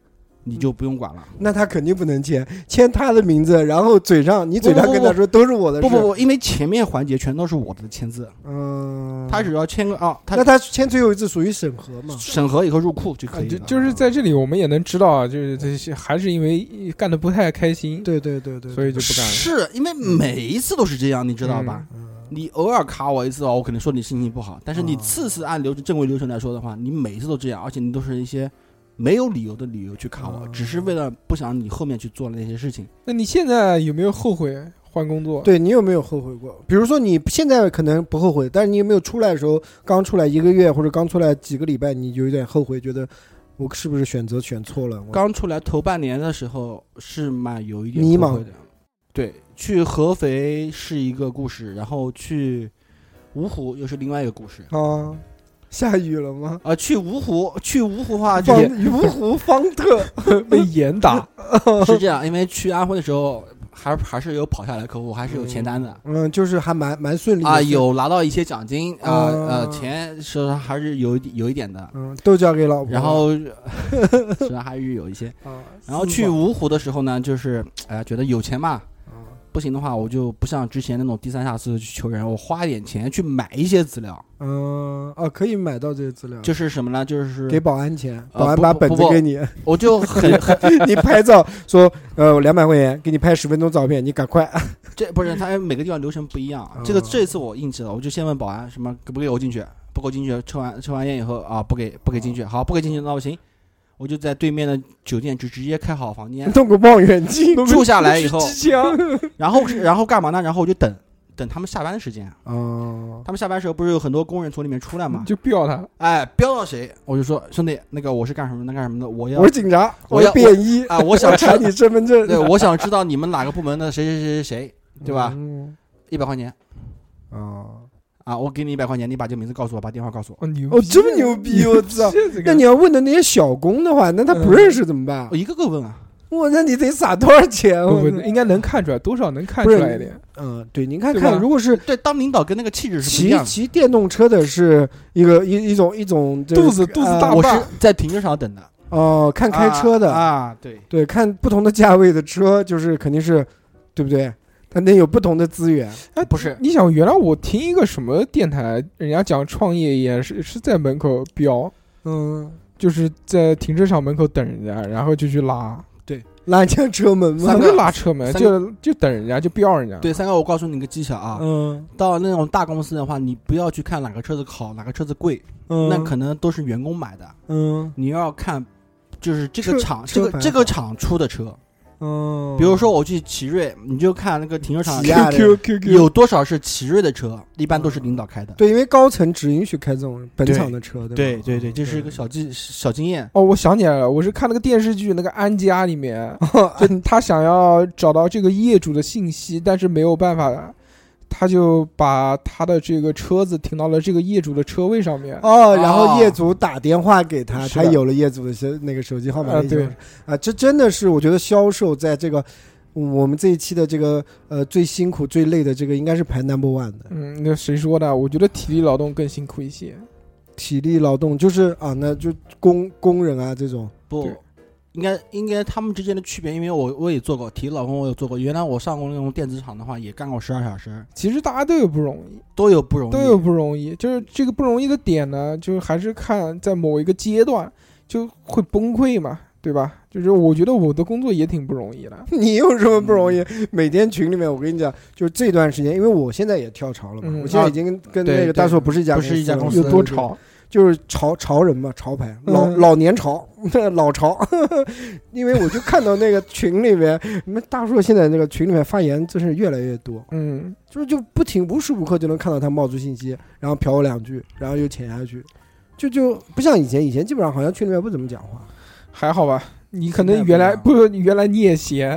Speaker 2: 你就不用管了。
Speaker 5: 那他肯定不能签，签他的名字，然后嘴上你嘴上
Speaker 2: 不不
Speaker 5: 跟他说都是我的事。
Speaker 2: 不不不，因为前面环节全都是我的签字，
Speaker 5: 嗯，
Speaker 2: 他只要签个啊，
Speaker 5: 那
Speaker 2: 他
Speaker 5: 他签最后一次属于审核嘛？
Speaker 2: 审核以后入库
Speaker 4: 啊
Speaker 2: 就可以
Speaker 8: 就
Speaker 2: 了。
Speaker 5: 嗯
Speaker 8: 就是在这里，我们也能知道啊，就是这些还是因为干的不太开心，
Speaker 5: 对对对对，
Speaker 8: 所以就不干了。
Speaker 2: 是因为每一次都是这样，你知道吧？
Speaker 5: 嗯
Speaker 2: 你偶尔卡我一次的话，我可能说你心情不好。但是你
Speaker 5: 嗯
Speaker 2: 次次按流程正规流程来说的话，你每次都这样，而且你都是一些没有理由的理由去卡我，
Speaker 5: 嗯
Speaker 2: 只是为了不想你后面去做那些事情。
Speaker 8: 那你现在有没有后悔换工 作？，
Speaker 5: 对你有没有后悔过？比如说你现在可能不后悔，但是你有没有出来的时候，刚出来一个月或者刚出来几个礼拜，你有点后悔，觉得我是不是选择选错了？我
Speaker 2: 刚出来头半年的时候是蛮有一点
Speaker 5: 迷
Speaker 2: 后
Speaker 5: 茫
Speaker 2: 悔的，对，去合肥是一个故事，然后去芜湖又是另外一个故事。
Speaker 5: 啊，下雨了吗？
Speaker 2: 啊、去芜湖，去芜湖的话就
Speaker 5: 方
Speaker 2: 是
Speaker 5: 芜湖方特，
Speaker 4: 被严 打，
Speaker 2: 是这样，因为去安徽的时候还还是有跑下来客户，还是有签单的。
Speaker 5: 嗯，就是还蛮蛮顺利的
Speaker 2: 啊，，有拿到一些奖金啊，
Speaker 5: 啊
Speaker 2: 呃，钱实际上还是有一点有一点的，
Speaker 5: 嗯，都交给老婆了。
Speaker 2: 然 后实际上还是有一些。
Speaker 5: 啊，
Speaker 2: 然后去
Speaker 5: 四宝
Speaker 2: 芜湖的时候呢，就是哎、呀，觉得有钱嘛，
Speaker 5: 啊
Speaker 2: 不行的话，我就不像之前那种低三下四去求人，我花一点钱去买一些资料，
Speaker 5: 嗯啊，可以买到这些资料，
Speaker 2: 就是什么呢？就是
Speaker 5: 给保安钱，
Speaker 2: 呃
Speaker 5: 保安
Speaker 2: 不
Speaker 5: 把
Speaker 2: 不
Speaker 5: 本子
Speaker 2: 不
Speaker 5: 给你，
Speaker 2: 我就很很
Speaker 5: 你拍照说呃两百块钱，给你拍十分钟照片，你赶
Speaker 2: 哎
Speaker 5: 快。
Speaker 2: 这不是他每个地方流程不一样，啊这个这次我硬气了，我就先问保安什么给不给我进去，不给我进去，抽完抽完烟以后啊，不给不给进去，好不给进去那不行，我就在对面的酒店就直接开好房 间
Speaker 5: 弄个望远镜，
Speaker 2: 住下来以后，
Speaker 5: 机枪。
Speaker 2: 然后是然后干嘛呢？然后我就等等他们下班的时间，啊
Speaker 5: 哦，
Speaker 2: 他们下班时候不是有很多工人从里面出来嘛，
Speaker 4: 就吊他。
Speaker 2: 哎，飙到谁我就说兄弟，那个我是干什么的干什么的，我要
Speaker 5: 我是警察，
Speaker 2: 我
Speaker 5: 是
Speaker 2: 要
Speaker 5: 便衣，
Speaker 2: 啊我想
Speaker 5: 查你身份证，
Speaker 2: 对我想知道你们哪个部门的谁谁谁谁谁，对吧？
Speaker 5: 嗯？
Speaker 2: 一百块钱
Speaker 5: 哦，
Speaker 2: 啊，我给你一百块钱，你把这个名字告诉我，把电话告诉我。
Speaker 4: 哦，牛
Speaker 5: 哦，这
Speaker 8: 啊
Speaker 5: 么牛逼，我 操！那你要问的那些小工的话，那他不认识怎么办
Speaker 2: 嗯我？一个个问啊，
Speaker 5: 我那你得撒多少钱？
Speaker 2: 哦
Speaker 4: 不
Speaker 5: 我
Speaker 4: 不，应该能看出来，多少能看
Speaker 5: 不
Speaker 4: 出
Speaker 5: 是
Speaker 4: 来一点。
Speaker 5: 嗯，对，您看
Speaker 4: 对吧
Speaker 5: 看，如果是
Speaker 2: 对，当领导跟那个气质是不一
Speaker 5: 骑
Speaker 2: 样的。
Speaker 5: 骑电动车的是一个一一种一种这
Speaker 4: 肚子肚子
Speaker 5: 呃
Speaker 4: 大
Speaker 2: 我
Speaker 4: 爸
Speaker 2: 是在停车场等的，
Speaker 5: 哦，看开车的，
Speaker 2: 啊，啊对，
Speaker 5: 对，看不同的价位的车，就是肯定是，对不对？它那有不同的资源，
Speaker 4: 哎，
Speaker 2: 不是
Speaker 4: 你想，原来我听一个什么电台，人家讲创业也是是在门口飙，
Speaker 5: 嗯，
Speaker 4: 就是在停车场门口等人家，然后就去拉，
Speaker 5: 拉下车门
Speaker 4: 不
Speaker 5: 嘛
Speaker 2: 三，个
Speaker 4: 是拉车门，
Speaker 2: 三个
Speaker 4: 就就等人家，就飙人家。
Speaker 2: 对，三哥，我告诉你个技巧啊，
Speaker 5: 嗯
Speaker 2: 到那种大公司的话，你不要去看哪个车子好，哪个车子贵，
Speaker 5: 嗯，
Speaker 2: 那可能都是员工买的，
Speaker 5: 嗯
Speaker 2: 你要看。就是这个
Speaker 5: 车
Speaker 2: 厂，这
Speaker 5: 车
Speaker 2: 个
Speaker 5: 牌
Speaker 2: 这个厂出的车，
Speaker 5: 嗯，
Speaker 2: 比如说我去奇瑞，你就看那个停车场
Speaker 5: 起亚的
Speaker 4: QQ QQ
Speaker 2: 有多少是奇瑞的车，一般都是领导开的。
Speaker 5: 对，因为高层只允许开这种本厂的车，对
Speaker 2: 对
Speaker 5: 吧
Speaker 2: 嗯对对，这是一个小技小经验。
Speaker 4: 哦，我想起来了，我是看那个电视剧那个安家 里面，
Speaker 5: 哦
Speaker 4: 就他想要找到这个业主的信息，但是没有办法，他就把他的这个车子停到了这个业主的车位上面。
Speaker 5: 哦，然后业主打电话给他，
Speaker 4: 是
Speaker 5: 他
Speaker 4: 的
Speaker 5: 有了业主的手那个手机号码
Speaker 2: 呃
Speaker 4: 啊
Speaker 5: 那种
Speaker 4: 对
Speaker 5: 啊，这真的是我觉得销售在这个我们这一期的这个呃最辛苦最累的这个应该是排 number one 的
Speaker 4: 嗯，那谁说的？我觉得体力劳动更辛苦一些。
Speaker 5: 体力劳动，就是啊，那就工工人啊这种，
Speaker 2: 不
Speaker 4: 对，
Speaker 2: 应该应该他们之间的区别，因为我我也做过体育老公，我有做过。原来我上过那种电子厂的话，也干过十二小时，
Speaker 4: 其实大家都有不容易，
Speaker 2: 都有不容易。
Speaker 4: 都有不容易。就是这个不容易的点呢，就是还是看在某一个阶段就会崩溃嘛，对吧？就是我觉得我的工作也挺不容易的。
Speaker 5: 你有什么不容易？
Speaker 2: 嗯
Speaker 5: 每天群里面，我跟你讲，就是这段时间，因为我现在也跳槽了嘛，
Speaker 4: 嗯
Speaker 5: 我现在已经
Speaker 2: 啊
Speaker 5: 跟
Speaker 2: 对
Speaker 5: 那个大硕不是一家
Speaker 2: 不是一家
Speaker 5: 公
Speaker 2: 公
Speaker 5: 司
Speaker 2: 司
Speaker 4: 有
Speaker 5: 了，对
Speaker 4: 多
Speaker 5: 对对
Speaker 4: 吵？
Speaker 5: 就是潮潮人嘛，潮牌老、
Speaker 4: 嗯
Speaker 5: 老年潮， 老潮。因为我就看到那个群里面，你们大硕现在那个群里面发言真是越来越多，
Speaker 4: 嗯，
Speaker 5: 就是就不停无时无刻就能看到他冒出信息，然后瞟我两句，然后又潜下去，就就不像以前，以前基本上好像群里面不怎么讲话
Speaker 4: 还好吧。你可
Speaker 2: 现在
Speaker 4: 能
Speaker 2: 不
Speaker 4: 原
Speaker 2: 一
Speaker 4: 来
Speaker 2: 样
Speaker 4: 不，你原来你也闲，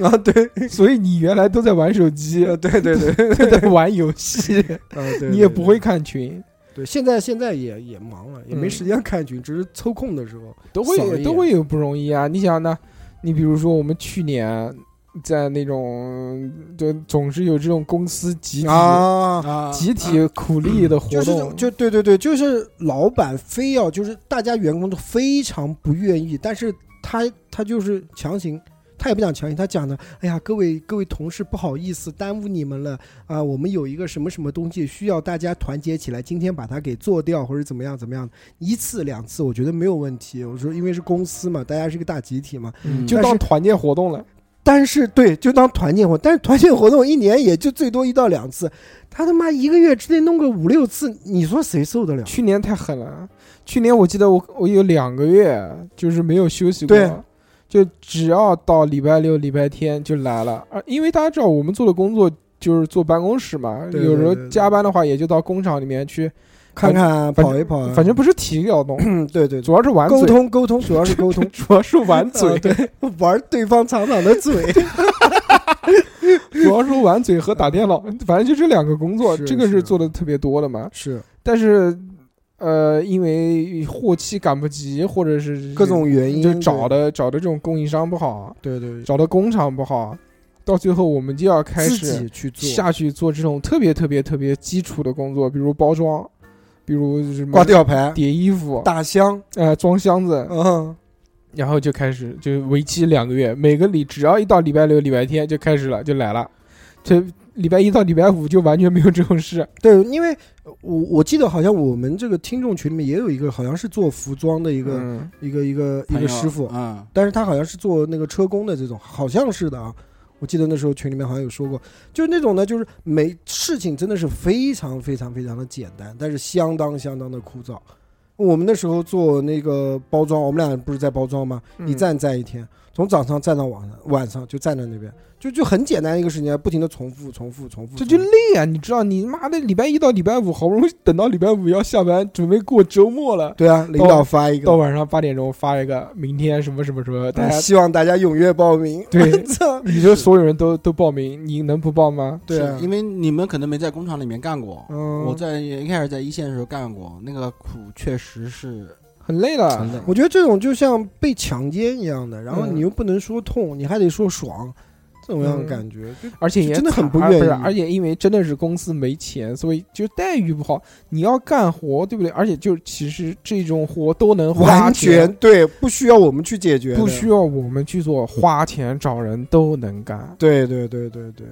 Speaker 5: 啊。对，
Speaker 4: 所以你原来都在玩手机，
Speaker 5: 呃对对 对，
Speaker 4: 都在玩游戏，
Speaker 5: 呃对，
Speaker 4: 你也
Speaker 5: 对
Speaker 4: 不会看群，
Speaker 5: 对，现在现在也也忙了，也没
Speaker 4: 嗯
Speaker 5: 时间看群，只是抽空的时候。
Speaker 4: 都
Speaker 5: 扫一
Speaker 4: 会
Speaker 5: 眼
Speaker 4: 都会有不容易啊。你想呢？你比如说我们去年在那种，就总是有这种公司集体、
Speaker 5: 啊，嗯
Speaker 2: 啊，
Speaker 4: 集体苦力的活
Speaker 5: 就是这
Speaker 4: 动，
Speaker 5: 种就对对对，就是老板非要就是大家员工都非常不愿意，但是他他就是强行。他也不讲强行，他讲的，哎呀，各位各位同事，不好意思，耽误你们了啊！我们有一个什么什么东西需要大家团结起来，今天把它给做掉，或者怎么样怎么样，一次两次我觉得没有问题。我说，因为是公司嘛，大家是个大集体嘛，
Speaker 2: 嗯
Speaker 4: 就
Speaker 5: 但
Speaker 4: 当
Speaker 5: 是嗯
Speaker 4: 团建活动了。
Speaker 5: 但是对，就当团建活动，但是团建活动一年也就最多一到两次，他他妈一个月之内弄个五六次，你说谁受得了？
Speaker 4: 去年太狠了，啊去年我记得我我有两个月就是没有休息过
Speaker 5: 对，
Speaker 4: 就只要到礼拜六、礼拜天就来了。啊，因为大家知道我们做的工作就是坐办公室嘛，
Speaker 5: 对
Speaker 4: 有时候
Speaker 5: 对对对
Speaker 4: 加班的话也就到工厂里面去，
Speaker 5: 看看
Speaker 4: 反
Speaker 5: 跑一跑啊，
Speaker 4: 反正不是体力劳动，
Speaker 5: 嗯，对对，对
Speaker 4: 主要是玩嘴，
Speaker 5: 沟通沟通，主要
Speaker 4: ，
Speaker 5: 是沟通啊
Speaker 4: 主要是玩嘴。
Speaker 5: 啊对，玩对方厂长的嘴，
Speaker 4: 跟玩嘴和打电脑，反正就这两个工作，
Speaker 5: 是
Speaker 4: 这个是
Speaker 5: 是
Speaker 4: 做的特别多的嘛。
Speaker 5: 是
Speaker 4: 但是，呃，因为货期赶不及，或者是
Speaker 5: 各种原因
Speaker 4: 就找的找的这种供应商不好，
Speaker 5: 对对
Speaker 4: 找的工厂不好，到最后我们就要开
Speaker 5: 自
Speaker 4: 始
Speaker 5: 己去做
Speaker 4: 下去做这种特别特别特别基础的工作，比如包装，比如什么
Speaker 5: 挂吊牌、
Speaker 4: 叠衣服，
Speaker 5: 打箱，
Speaker 4: 呃，装箱子，
Speaker 5: 嗯，
Speaker 4: 然后就开始就为期两个月，每个礼只要一到礼拜六、礼拜天就开始了，就来了，这礼拜一到礼拜五就完全没有这种事。
Speaker 5: 对，因为我我记得好像我们这个听众群里面也有一个好像是做服装的一
Speaker 4: 一
Speaker 5: 个、一个一个一
Speaker 2: 朋友
Speaker 5: 个师傅，
Speaker 2: 啊，
Speaker 5: 但是他好像是做那个车工的这种，好像是的啊。我记得那时候群里面好像有说过，就是那种呢，就是每事情真的是非常非常非常的简单，但是相当相当的枯燥。我们那时候做那个包装，我们俩不是在包装吗？
Speaker 4: 嗯
Speaker 5: 一站站一天，从早上站到晚上，晚上就站在那边，就就很简单一个事情，不停的重复、重复、重复。
Speaker 4: 这就
Speaker 5: 重复
Speaker 4: 累啊！你知道，你妈的礼拜一到礼拜五，好不容易等到礼拜五要下班，准备过周末了，
Speaker 5: 对啊，领导发一
Speaker 4: 到
Speaker 5: 个，
Speaker 4: 晚上八点钟发一个明天什么什么什么，大家
Speaker 5: 希望大家踊跃报名。
Speaker 4: 对
Speaker 5: 操
Speaker 4: 你说所有人都都报名，你能不报吗？
Speaker 5: 对啊
Speaker 2: 是，因为你们可能没在工厂里面干过，
Speaker 4: 嗯，
Speaker 2: 我在一开始在一线的时候干过，那个苦确实是啊
Speaker 4: 很累了
Speaker 2: 很，累。
Speaker 5: 啊我觉得这种就像被强奸一样的，然后
Speaker 4: 嗯
Speaker 5: 你又不能说痛，你还得说爽，这种样的感觉。就
Speaker 4: 而且也
Speaker 5: 真的很
Speaker 4: 惨
Speaker 5: 不
Speaker 4: 啊
Speaker 5: 愿
Speaker 4: 是
Speaker 5: 意
Speaker 4: 而且因为真的是公司没钱，所以就待遇不好。你要干活，对不对？而且就其实这种活都能花
Speaker 5: 完
Speaker 4: 钱
Speaker 5: 全，对，不需要我们去解决的，
Speaker 4: 不需要我们去做，花钱找人都能干，
Speaker 5: 对对对对对，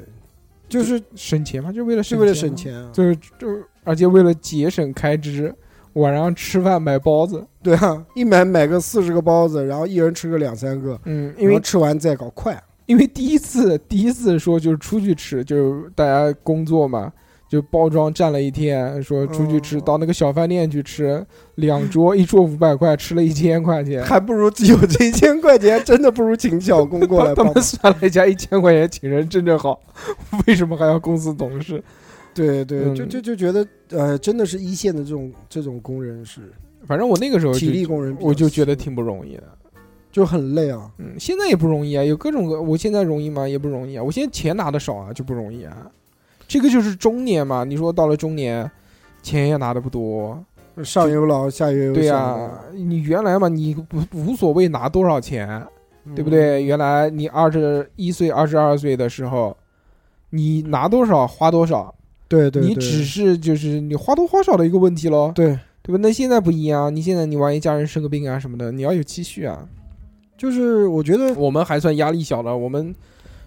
Speaker 5: 就是
Speaker 4: 省钱嘛，就为了
Speaker 5: 是
Speaker 4: 省
Speaker 5: 为了
Speaker 4: 嘛
Speaker 5: 省，钱啊，
Speaker 4: 就是就而且为了节省开支，晚上吃饭买包子，
Speaker 5: 对啊，一买买个四十个包子，然后一人吃个两三个，
Speaker 4: 嗯，因
Speaker 5: 然后
Speaker 4: 为
Speaker 5: 吃完再搞快。
Speaker 4: 因为第一次第一次说就是出去吃，就是大家工作嘛，就包装站了一天，说出去吃，
Speaker 5: 嗯
Speaker 4: 到那个小饭店去吃，两桌一桌五百块，吃了一千块 钱，
Speaker 5: 还不如有这一千块钱，真的不如请小工过来
Speaker 4: 他
Speaker 5: 帮
Speaker 4: 们
Speaker 5: 忙。
Speaker 4: 算了一下，一千块钱请人真正好， 为什么还要公司董事？
Speaker 5: 对对，
Speaker 4: 嗯
Speaker 5: 就就就觉得，呃，真的是一线的这种这种工人是
Speaker 4: 反正我那个时候就
Speaker 5: 体力工人比较辛苦，
Speaker 4: 我就觉得挺不容易的。
Speaker 5: 就很累啊。
Speaker 4: 嗯，现在也不容易啊，有各种各，我现在容易吗？也不容易啊，我现在钱拿的少啊，就不容易啊。这个就是中年嘛，你说到了中年，钱也拿的不多，
Speaker 5: 上有老，下有
Speaker 4: 对呀、啊
Speaker 5: 小嘛
Speaker 4: 你原来嘛，你不无所谓拿多少钱，
Speaker 5: 嗯
Speaker 4: 对不？对？原来你二十一岁、二十二岁的时候，你拿多少花多少，
Speaker 5: 对对，
Speaker 4: 你
Speaker 5: 对
Speaker 4: 只是就是你花多花少的一个问题咯，
Speaker 5: 对，
Speaker 4: 对吧？那现在不一样，你现在你万一家人生个病啊什么的，你要有积蓄啊。
Speaker 5: 就是我觉得
Speaker 4: 我们还算压力小了，我们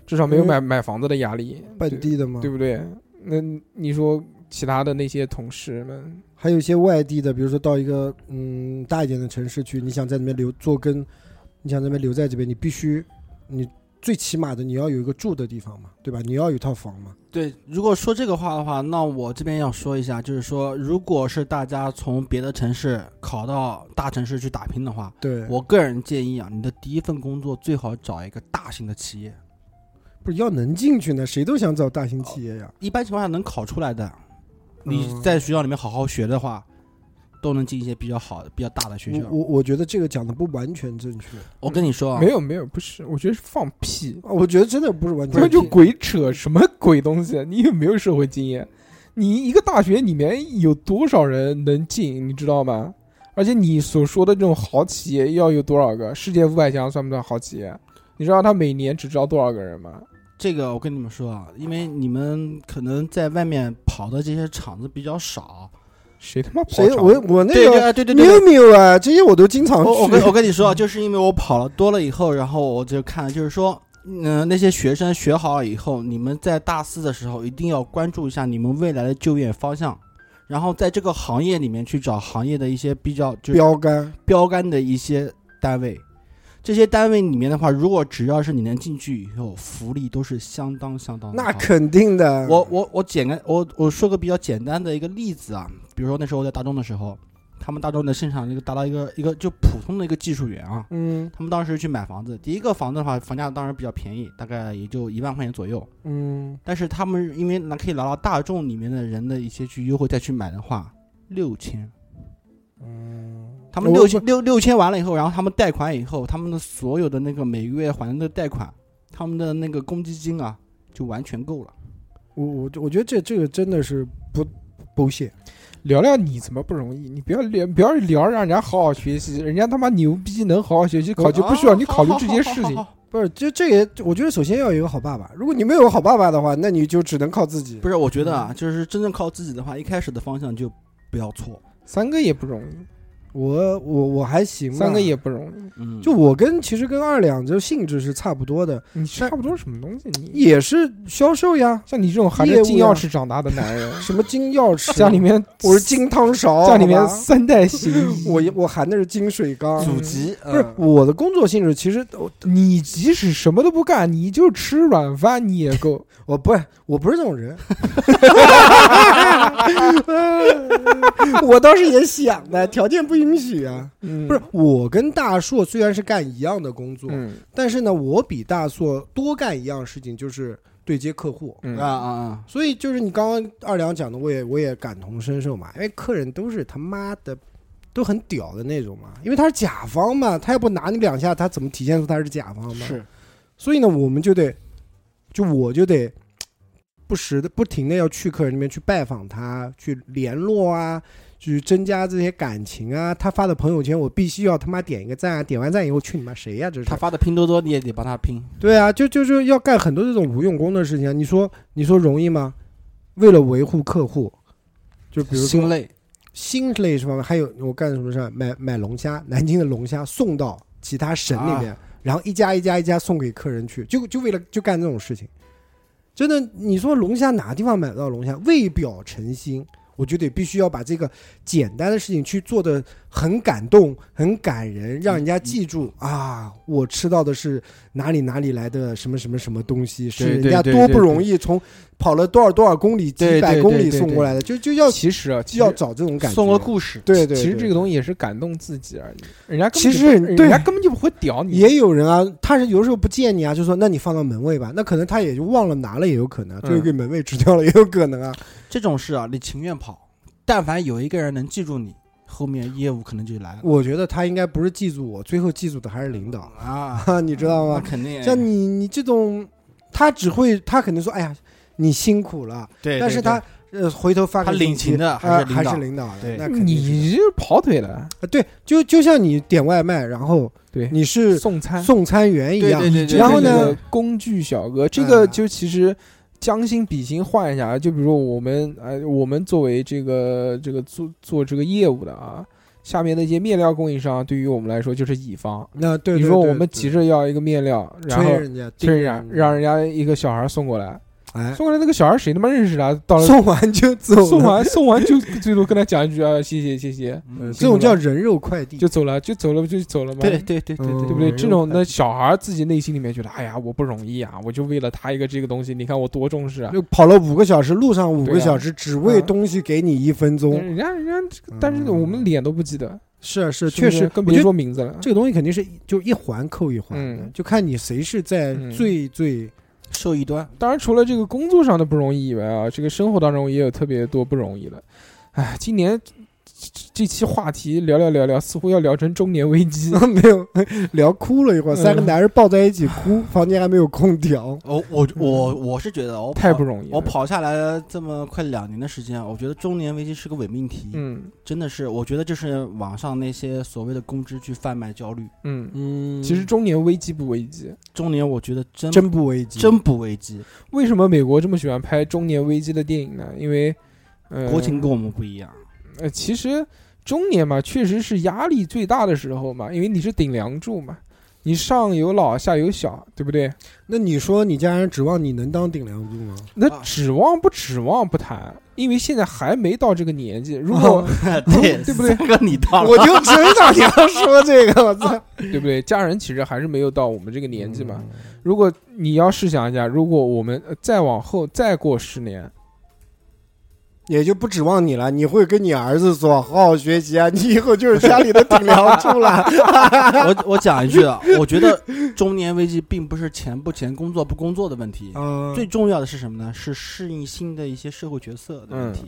Speaker 4: 至少没有买买房子的压力，
Speaker 5: 本地的嘛
Speaker 4: 对，对，不对？那你说其他的那些同事们，
Speaker 5: 还有一些外地的，比如说到一个嗯大一点的城市去，你想在那边留做根，你想在那边留在这边，你必须你最起码的你要有一个住的地方嘛，对吧？你要有一套房嘛，
Speaker 2: 对，如果说这个话的话，那我这边要说一下，就是说，如果是大家从别的城市考到大城市去打拼的话，
Speaker 5: 对，
Speaker 2: 我个人建议啊，你的第一份工作最好找一个大型的企业，
Speaker 5: 不是要能进去呢，谁都想找大型企业呀。
Speaker 2: 一般情况下能考出来的，你
Speaker 5: 嗯
Speaker 2: 在学校里面好好学的话，都能进一些比较好的、比较大的学
Speaker 5: 我
Speaker 2: 校。
Speaker 5: 我我觉得这个讲的不完全正确，
Speaker 2: 我跟你说啊，
Speaker 4: 没有没有，不是，我觉得是放屁，
Speaker 5: 啊我觉得真的不是完
Speaker 4: 不
Speaker 5: 全
Speaker 4: 是
Speaker 5: 正确。
Speaker 4: 就鬼扯什么鬼东西？啊你有没有社会经验？你一个大学里面有多少人能进？你知道吗？而且你所说的这种好企业要有多少个？世界五百强算不算好企业？你知道他每年只招多少个人吗？
Speaker 2: 这个我跟你们说啊，因为你们可能在外面跑的这些厂子比较少。
Speaker 4: 谁他妈跑
Speaker 5: 谁
Speaker 4: 场
Speaker 5: 我我那
Speaker 2: 对对
Speaker 5: 个
Speaker 2: 哎对对对
Speaker 5: 缪
Speaker 2: 对。
Speaker 5: 缪啊，这些我都经常去。
Speaker 2: 我我跟我跟你说啊，就是因为我跑了多了以后，然后我就看，就是说，嗯、那些学生学好了以后，你们在大四的时候一定要关注一下你们未来的就业方向，然后在这个行业里面去找行业的一些比较就是
Speaker 5: 标杆，
Speaker 2: 标杆的一些单位。这些单位里面的话，如果只要是你能进去以后，福利都是相当相当的
Speaker 5: 那
Speaker 2: 好
Speaker 5: 肯定的。
Speaker 2: 我我我简单我我说个比较简单的一个例子啊，比如说那时候我在大众的时候，他们大众的生产一个达到一个一个就普通的一个技术员啊，
Speaker 4: 嗯
Speaker 2: 他们当时去买房子，第一个房子的话，房价当然比较便宜，大概也就一万块钱左右。
Speaker 4: 嗯，
Speaker 2: 但是他们因为拿可以拿到大众里面的人的一些去优惠再去买的话，六千。嗯，他们
Speaker 5: 我
Speaker 2: 六千六六千完了以后，然后他们贷款以后，他们的所有的那个每个月还的贷款，他们的那个公积金啊，就完全够了。
Speaker 5: 我我我觉得这这个真的是不不屑，
Speaker 4: 聊聊你怎么不容易，你不要聊，不要聊，让人家好好学习，人家他妈牛逼，能好好学习，考就不需要你考虑这些事情。
Speaker 5: 不是这这也我觉得首先要有一个好爸爸，如果你没有个好爸爸的话，那你就只能靠自己。
Speaker 2: 不是，我觉得
Speaker 5: 嗯
Speaker 2: 啊，就是真正靠自己的话，一开始的方向就不要错。
Speaker 4: 三哥也不容易，
Speaker 5: 我我我还行吧，啊
Speaker 4: 三哥也不容易，
Speaker 2: 嗯，
Speaker 5: 就我跟其实跟二两这性质是差不多的，
Speaker 4: 你差不多什么东西？你
Speaker 5: 也是销售呀，
Speaker 4: 像你这种含
Speaker 5: 业务
Speaker 4: 着
Speaker 5: 啊呀，
Speaker 4: 金钥匙长大的男人
Speaker 5: 什么金钥 匙，
Speaker 4: 家里面
Speaker 5: 我是金汤勺，
Speaker 4: 家里面
Speaker 5: 好吧
Speaker 4: 三代行 医，
Speaker 5: 我我含的是金水缸，
Speaker 2: 祖籍
Speaker 5: 不
Speaker 4: 嗯
Speaker 5: 是我的工作性质，其实哦我
Speaker 4: 你即使什么都不干，你就吃软饭你也够。
Speaker 5: 我不是我不是这种人，我倒是也想的，条件不允许啊。
Speaker 4: 嗯，
Speaker 5: 不是，我跟大硕虽然是干一样的工作，
Speaker 4: 嗯
Speaker 5: 但是呢，我比大硕多干一样事情，就是对接客户。
Speaker 2: 啊
Speaker 4: 嗯，
Speaker 2: 啊啊！
Speaker 5: 所以就是你刚刚二两讲的，我也我也感同身受嘛，因为哎客人都是他妈的都很屌的那种嘛，因为他是甲方嘛，他要不拿你两下，他怎么体现出他是甲方嘛？
Speaker 2: 是，
Speaker 5: 所以呢，我们就得，就我就得不时的、不停的要去客人那边去拜访他，去联络啊，去增加这些感情啊。他发的朋友圈，我必须要他妈点一个赞啊！点完赞以后，去你妈谁呀、这是
Speaker 2: 他发的拼多多，你也得帮他拼。
Speaker 5: 对啊，就就是要干很多这种无用功的事情啊。你说你说容易吗？为了维护客户，就比如
Speaker 2: 心
Speaker 5: 说
Speaker 2: 累，
Speaker 5: 新类是吧？还有我干什么事儿？买买龙虾，南京的龙虾送到其他省里
Speaker 4: 啊
Speaker 5: 面，然后一家一家一家送给客人去，就就为了就干这种事情。真的，你说龙虾哪个地方买得到龙虾？为表诚心，我觉得必须要把这个简单的事情去做的很感动、很感
Speaker 4: 嗯
Speaker 5: 人，让人家记住、啊，我吃到的是哪里哪里来的什么什么什么东西，是
Speaker 4: 对
Speaker 5: 人家
Speaker 4: 对
Speaker 5: 多
Speaker 4: 对
Speaker 5: 不
Speaker 4: 对
Speaker 5: 容易从跑了多少多少公里、几
Speaker 4: 对
Speaker 5: 百
Speaker 4: 对
Speaker 5: 公
Speaker 4: 对
Speaker 5: 里
Speaker 4: 对
Speaker 5: 送
Speaker 4: 对
Speaker 5: 过来的，就就要
Speaker 4: 其实啊，其实
Speaker 5: 要找这种感觉，
Speaker 2: 送个故事，
Speaker 5: 对对，
Speaker 4: 其实这
Speaker 5: 个
Speaker 4: 个东西也是感动自己而已，人家根本
Speaker 5: 其
Speaker 4: 就
Speaker 5: 实
Speaker 4: 不
Speaker 5: 对
Speaker 4: 人家根本就不会屌你。
Speaker 5: 也有人啊，他是有时候不见你啊，就说那你放到门卫吧，那可能他也就忘了拿了，也有可能啊，
Speaker 4: 嗯
Speaker 5: 最后给门卫吃掉了，也有可能啊。
Speaker 2: 这种事啊，你情愿跑，但凡有一个人能记住你，后面业务可能就来了
Speaker 5: 我觉得他应该不是记住我，最后记住的还是 领导，
Speaker 2: 啊。
Speaker 5: 你 知道
Speaker 2: 那
Speaker 5: 吗？
Speaker 2: 肯定，
Speaker 5: 像你你这种，他只会他肯定说，哎呀，你辛苦了，
Speaker 2: 对
Speaker 5: 但是他呃回头发给
Speaker 2: 他领情的还是领
Speaker 5: 还啊还
Speaker 2: 导
Speaker 5: 是领导的，
Speaker 2: 对
Speaker 5: 那肯定是
Speaker 4: 你就是跑腿了，
Speaker 5: 啊对，就就像你点外卖，然后
Speaker 4: 对
Speaker 5: 你是
Speaker 4: 送餐。
Speaker 5: 送餐员一
Speaker 2: 对
Speaker 5: 样，
Speaker 2: 对对对，
Speaker 4: 然后
Speaker 5: 对
Speaker 4: 呢
Speaker 5: 对，
Speaker 4: 工具小哥，这个
Speaker 5: 嗯
Speaker 4: 就其实将心比心换一下，就比如说我们呃，我们作为这个这个做做这个业务的啊，下面那些面料供应商对于我们来说就是乙方。
Speaker 5: 那对，
Speaker 4: 你
Speaker 5: 对
Speaker 4: 说
Speaker 5: 对
Speaker 4: 我们
Speaker 5: 对
Speaker 4: 急着要一个面料，然
Speaker 5: 催
Speaker 4: 后
Speaker 5: 人家，
Speaker 4: 催
Speaker 5: 盯
Speaker 4: 让
Speaker 5: 着
Speaker 4: 让人家一个小孩送过来，
Speaker 5: 哎，
Speaker 4: 送过来那个小孩谁他妈认识他？到了
Speaker 5: 送完就走了，
Speaker 4: 送完送完就最多跟他讲一句啊，谢谢谢谢，
Speaker 2: 嗯
Speaker 5: 这种叫人肉快递，
Speaker 4: 就走了就走了就走了嘛。
Speaker 2: 对对对对
Speaker 5: 嗯
Speaker 2: 对
Speaker 4: 对不对？
Speaker 5: 嗯
Speaker 4: 这种那小孩自己内心里面觉得，哎呀，我不容易啊，我就为了他一个这个东西，你看我多重视啊。
Speaker 5: 就跑了五个小时，路上五
Speaker 4: 对
Speaker 5: 个
Speaker 4: 啊
Speaker 5: 小时，只为
Speaker 4: 嗯
Speaker 5: 东西给你一分钟。
Speaker 4: 人家人家这个，但是我们脸都不记得，
Speaker 5: 是嗯啊，是
Speaker 4: 是
Speaker 5: 啊，
Speaker 4: 不
Speaker 5: 确
Speaker 4: 是
Speaker 5: 实，
Speaker 4: 更
Speaker 5: 我
Speaker 4: 别
Speaker 5: 觉得
Speaker 4: 说名字了。
Speaker 5: 这个东西肯定是就一环扣一环的
Speaker 4: 嗯，
Speaker 5: 就看你谁是在
Speaker 4: 嗯
Speaker 5: 最最
Speaker 2: 受益端，
Speaker 4: 当然，除了这个工作上的不容易以外啊，这个生活当中也有特别多不容易的。哎，今年这这这期话题聊聊聊聊，似乎要聊成中年危 机。
Speaker 5: 没有聊哭了一会儿，三个
Speaker 4: 嗯
Speaker 5: 男人抱在一起 哭，房间还没有空调，
Speaker 2: 我我我
Speaker 5: 嗯
Speaker 2: 我是觉得我
Speaker 4: 太
Speaker 2: 跑
Speaker 4: 不容易了
Speaker 2: 我跑下来这么快两年的时间啊，我觉得中年危机是个伪命题，
Speaker 4: 嗯
Speaker 2: 真的是，我觉得就是网上那些所谓的公知去贩卖焦虑。
Speaker 4: 嗯，
Speaker 5: 嗯
Speaker 4: 其实中年危机不危机？
Speaker 2: 中年我觉得
Speaker 4: 嗯
Speaker 2: 真
Speaker 5: 真不危机，
Speaker 2: 真不危机，
Speaker 4: 为什么美国这么喜欢拍中年危机的电影呢？因为，呃，
Speaker 2: 国情跟我们不一样。
Speaker 4: 呃，其实中年嘛，确实是压力最大的时候嘛，因为你是顶梁柱嘛，你上有老下有小，对不对？
Speaker 5: 那你说你家人指望你能当顶梁柱吗？
Speaker 4: 那
Speaker 2: 啊
Speaker 4: 指望不指望不谈，因为现在还没到这个年纪。如 果、
Speaker 2: 对
Speaker 4: 嗯对不对
Speaker 2: 三哥你到了，
Speaker 5: 我就知道你要说这个，我操！
Speaker 4: 对不对？家人其实还是没有到我们这个年纪嘛。如果你要试想一下，如果我们呃再往后再过十年，
Speaker 5: 也就不指望你了，你会跟你儿子说好好学习啊，你以后就是家里的顶梁柱 了。
Speaker 2: 我我讲一句啊，我觉得中年危机并不是钱不钱、工作不工作的问题，
Speaker 5: 嗯
Speaker 2: 最重要的是什么呢？是适应新的一些社会角色的问
Speaker 4: 嗯
Speaker 2: 题。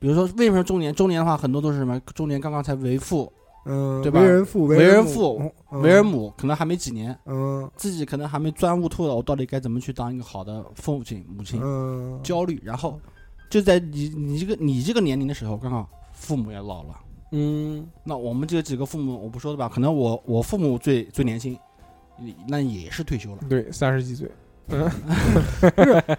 Speaker 2: 比如说，为什么中年？中年的话，很多都是什么？中年刚刚才为父
Speaker 5: 嗯，
Speaker 2: 对吧
Speaker 5: 为人父，
Speaker 2: 为
Speaker 5: 人
Speaker 2: 人父，
Speaker 5: 嗯
Speaker 2: 为人，母可能还没几年，
Speaker 5: 嗯
Speaker 2: 自己可能还没钻悟透了，我到底该怎么去当一个好的父亲、母亲，
Speaker 5: 嗯，
Speaker 2: 焦虑。然后就在你你这个你这个年龄的时候，刚好父母也老了。
Speaker 4: 嗯，
Speaker 2: 那我们这几个父母，我不说了吧，可能我我父母最最年轻，那也是退休了。
Speaker 4: 对，三十几岁，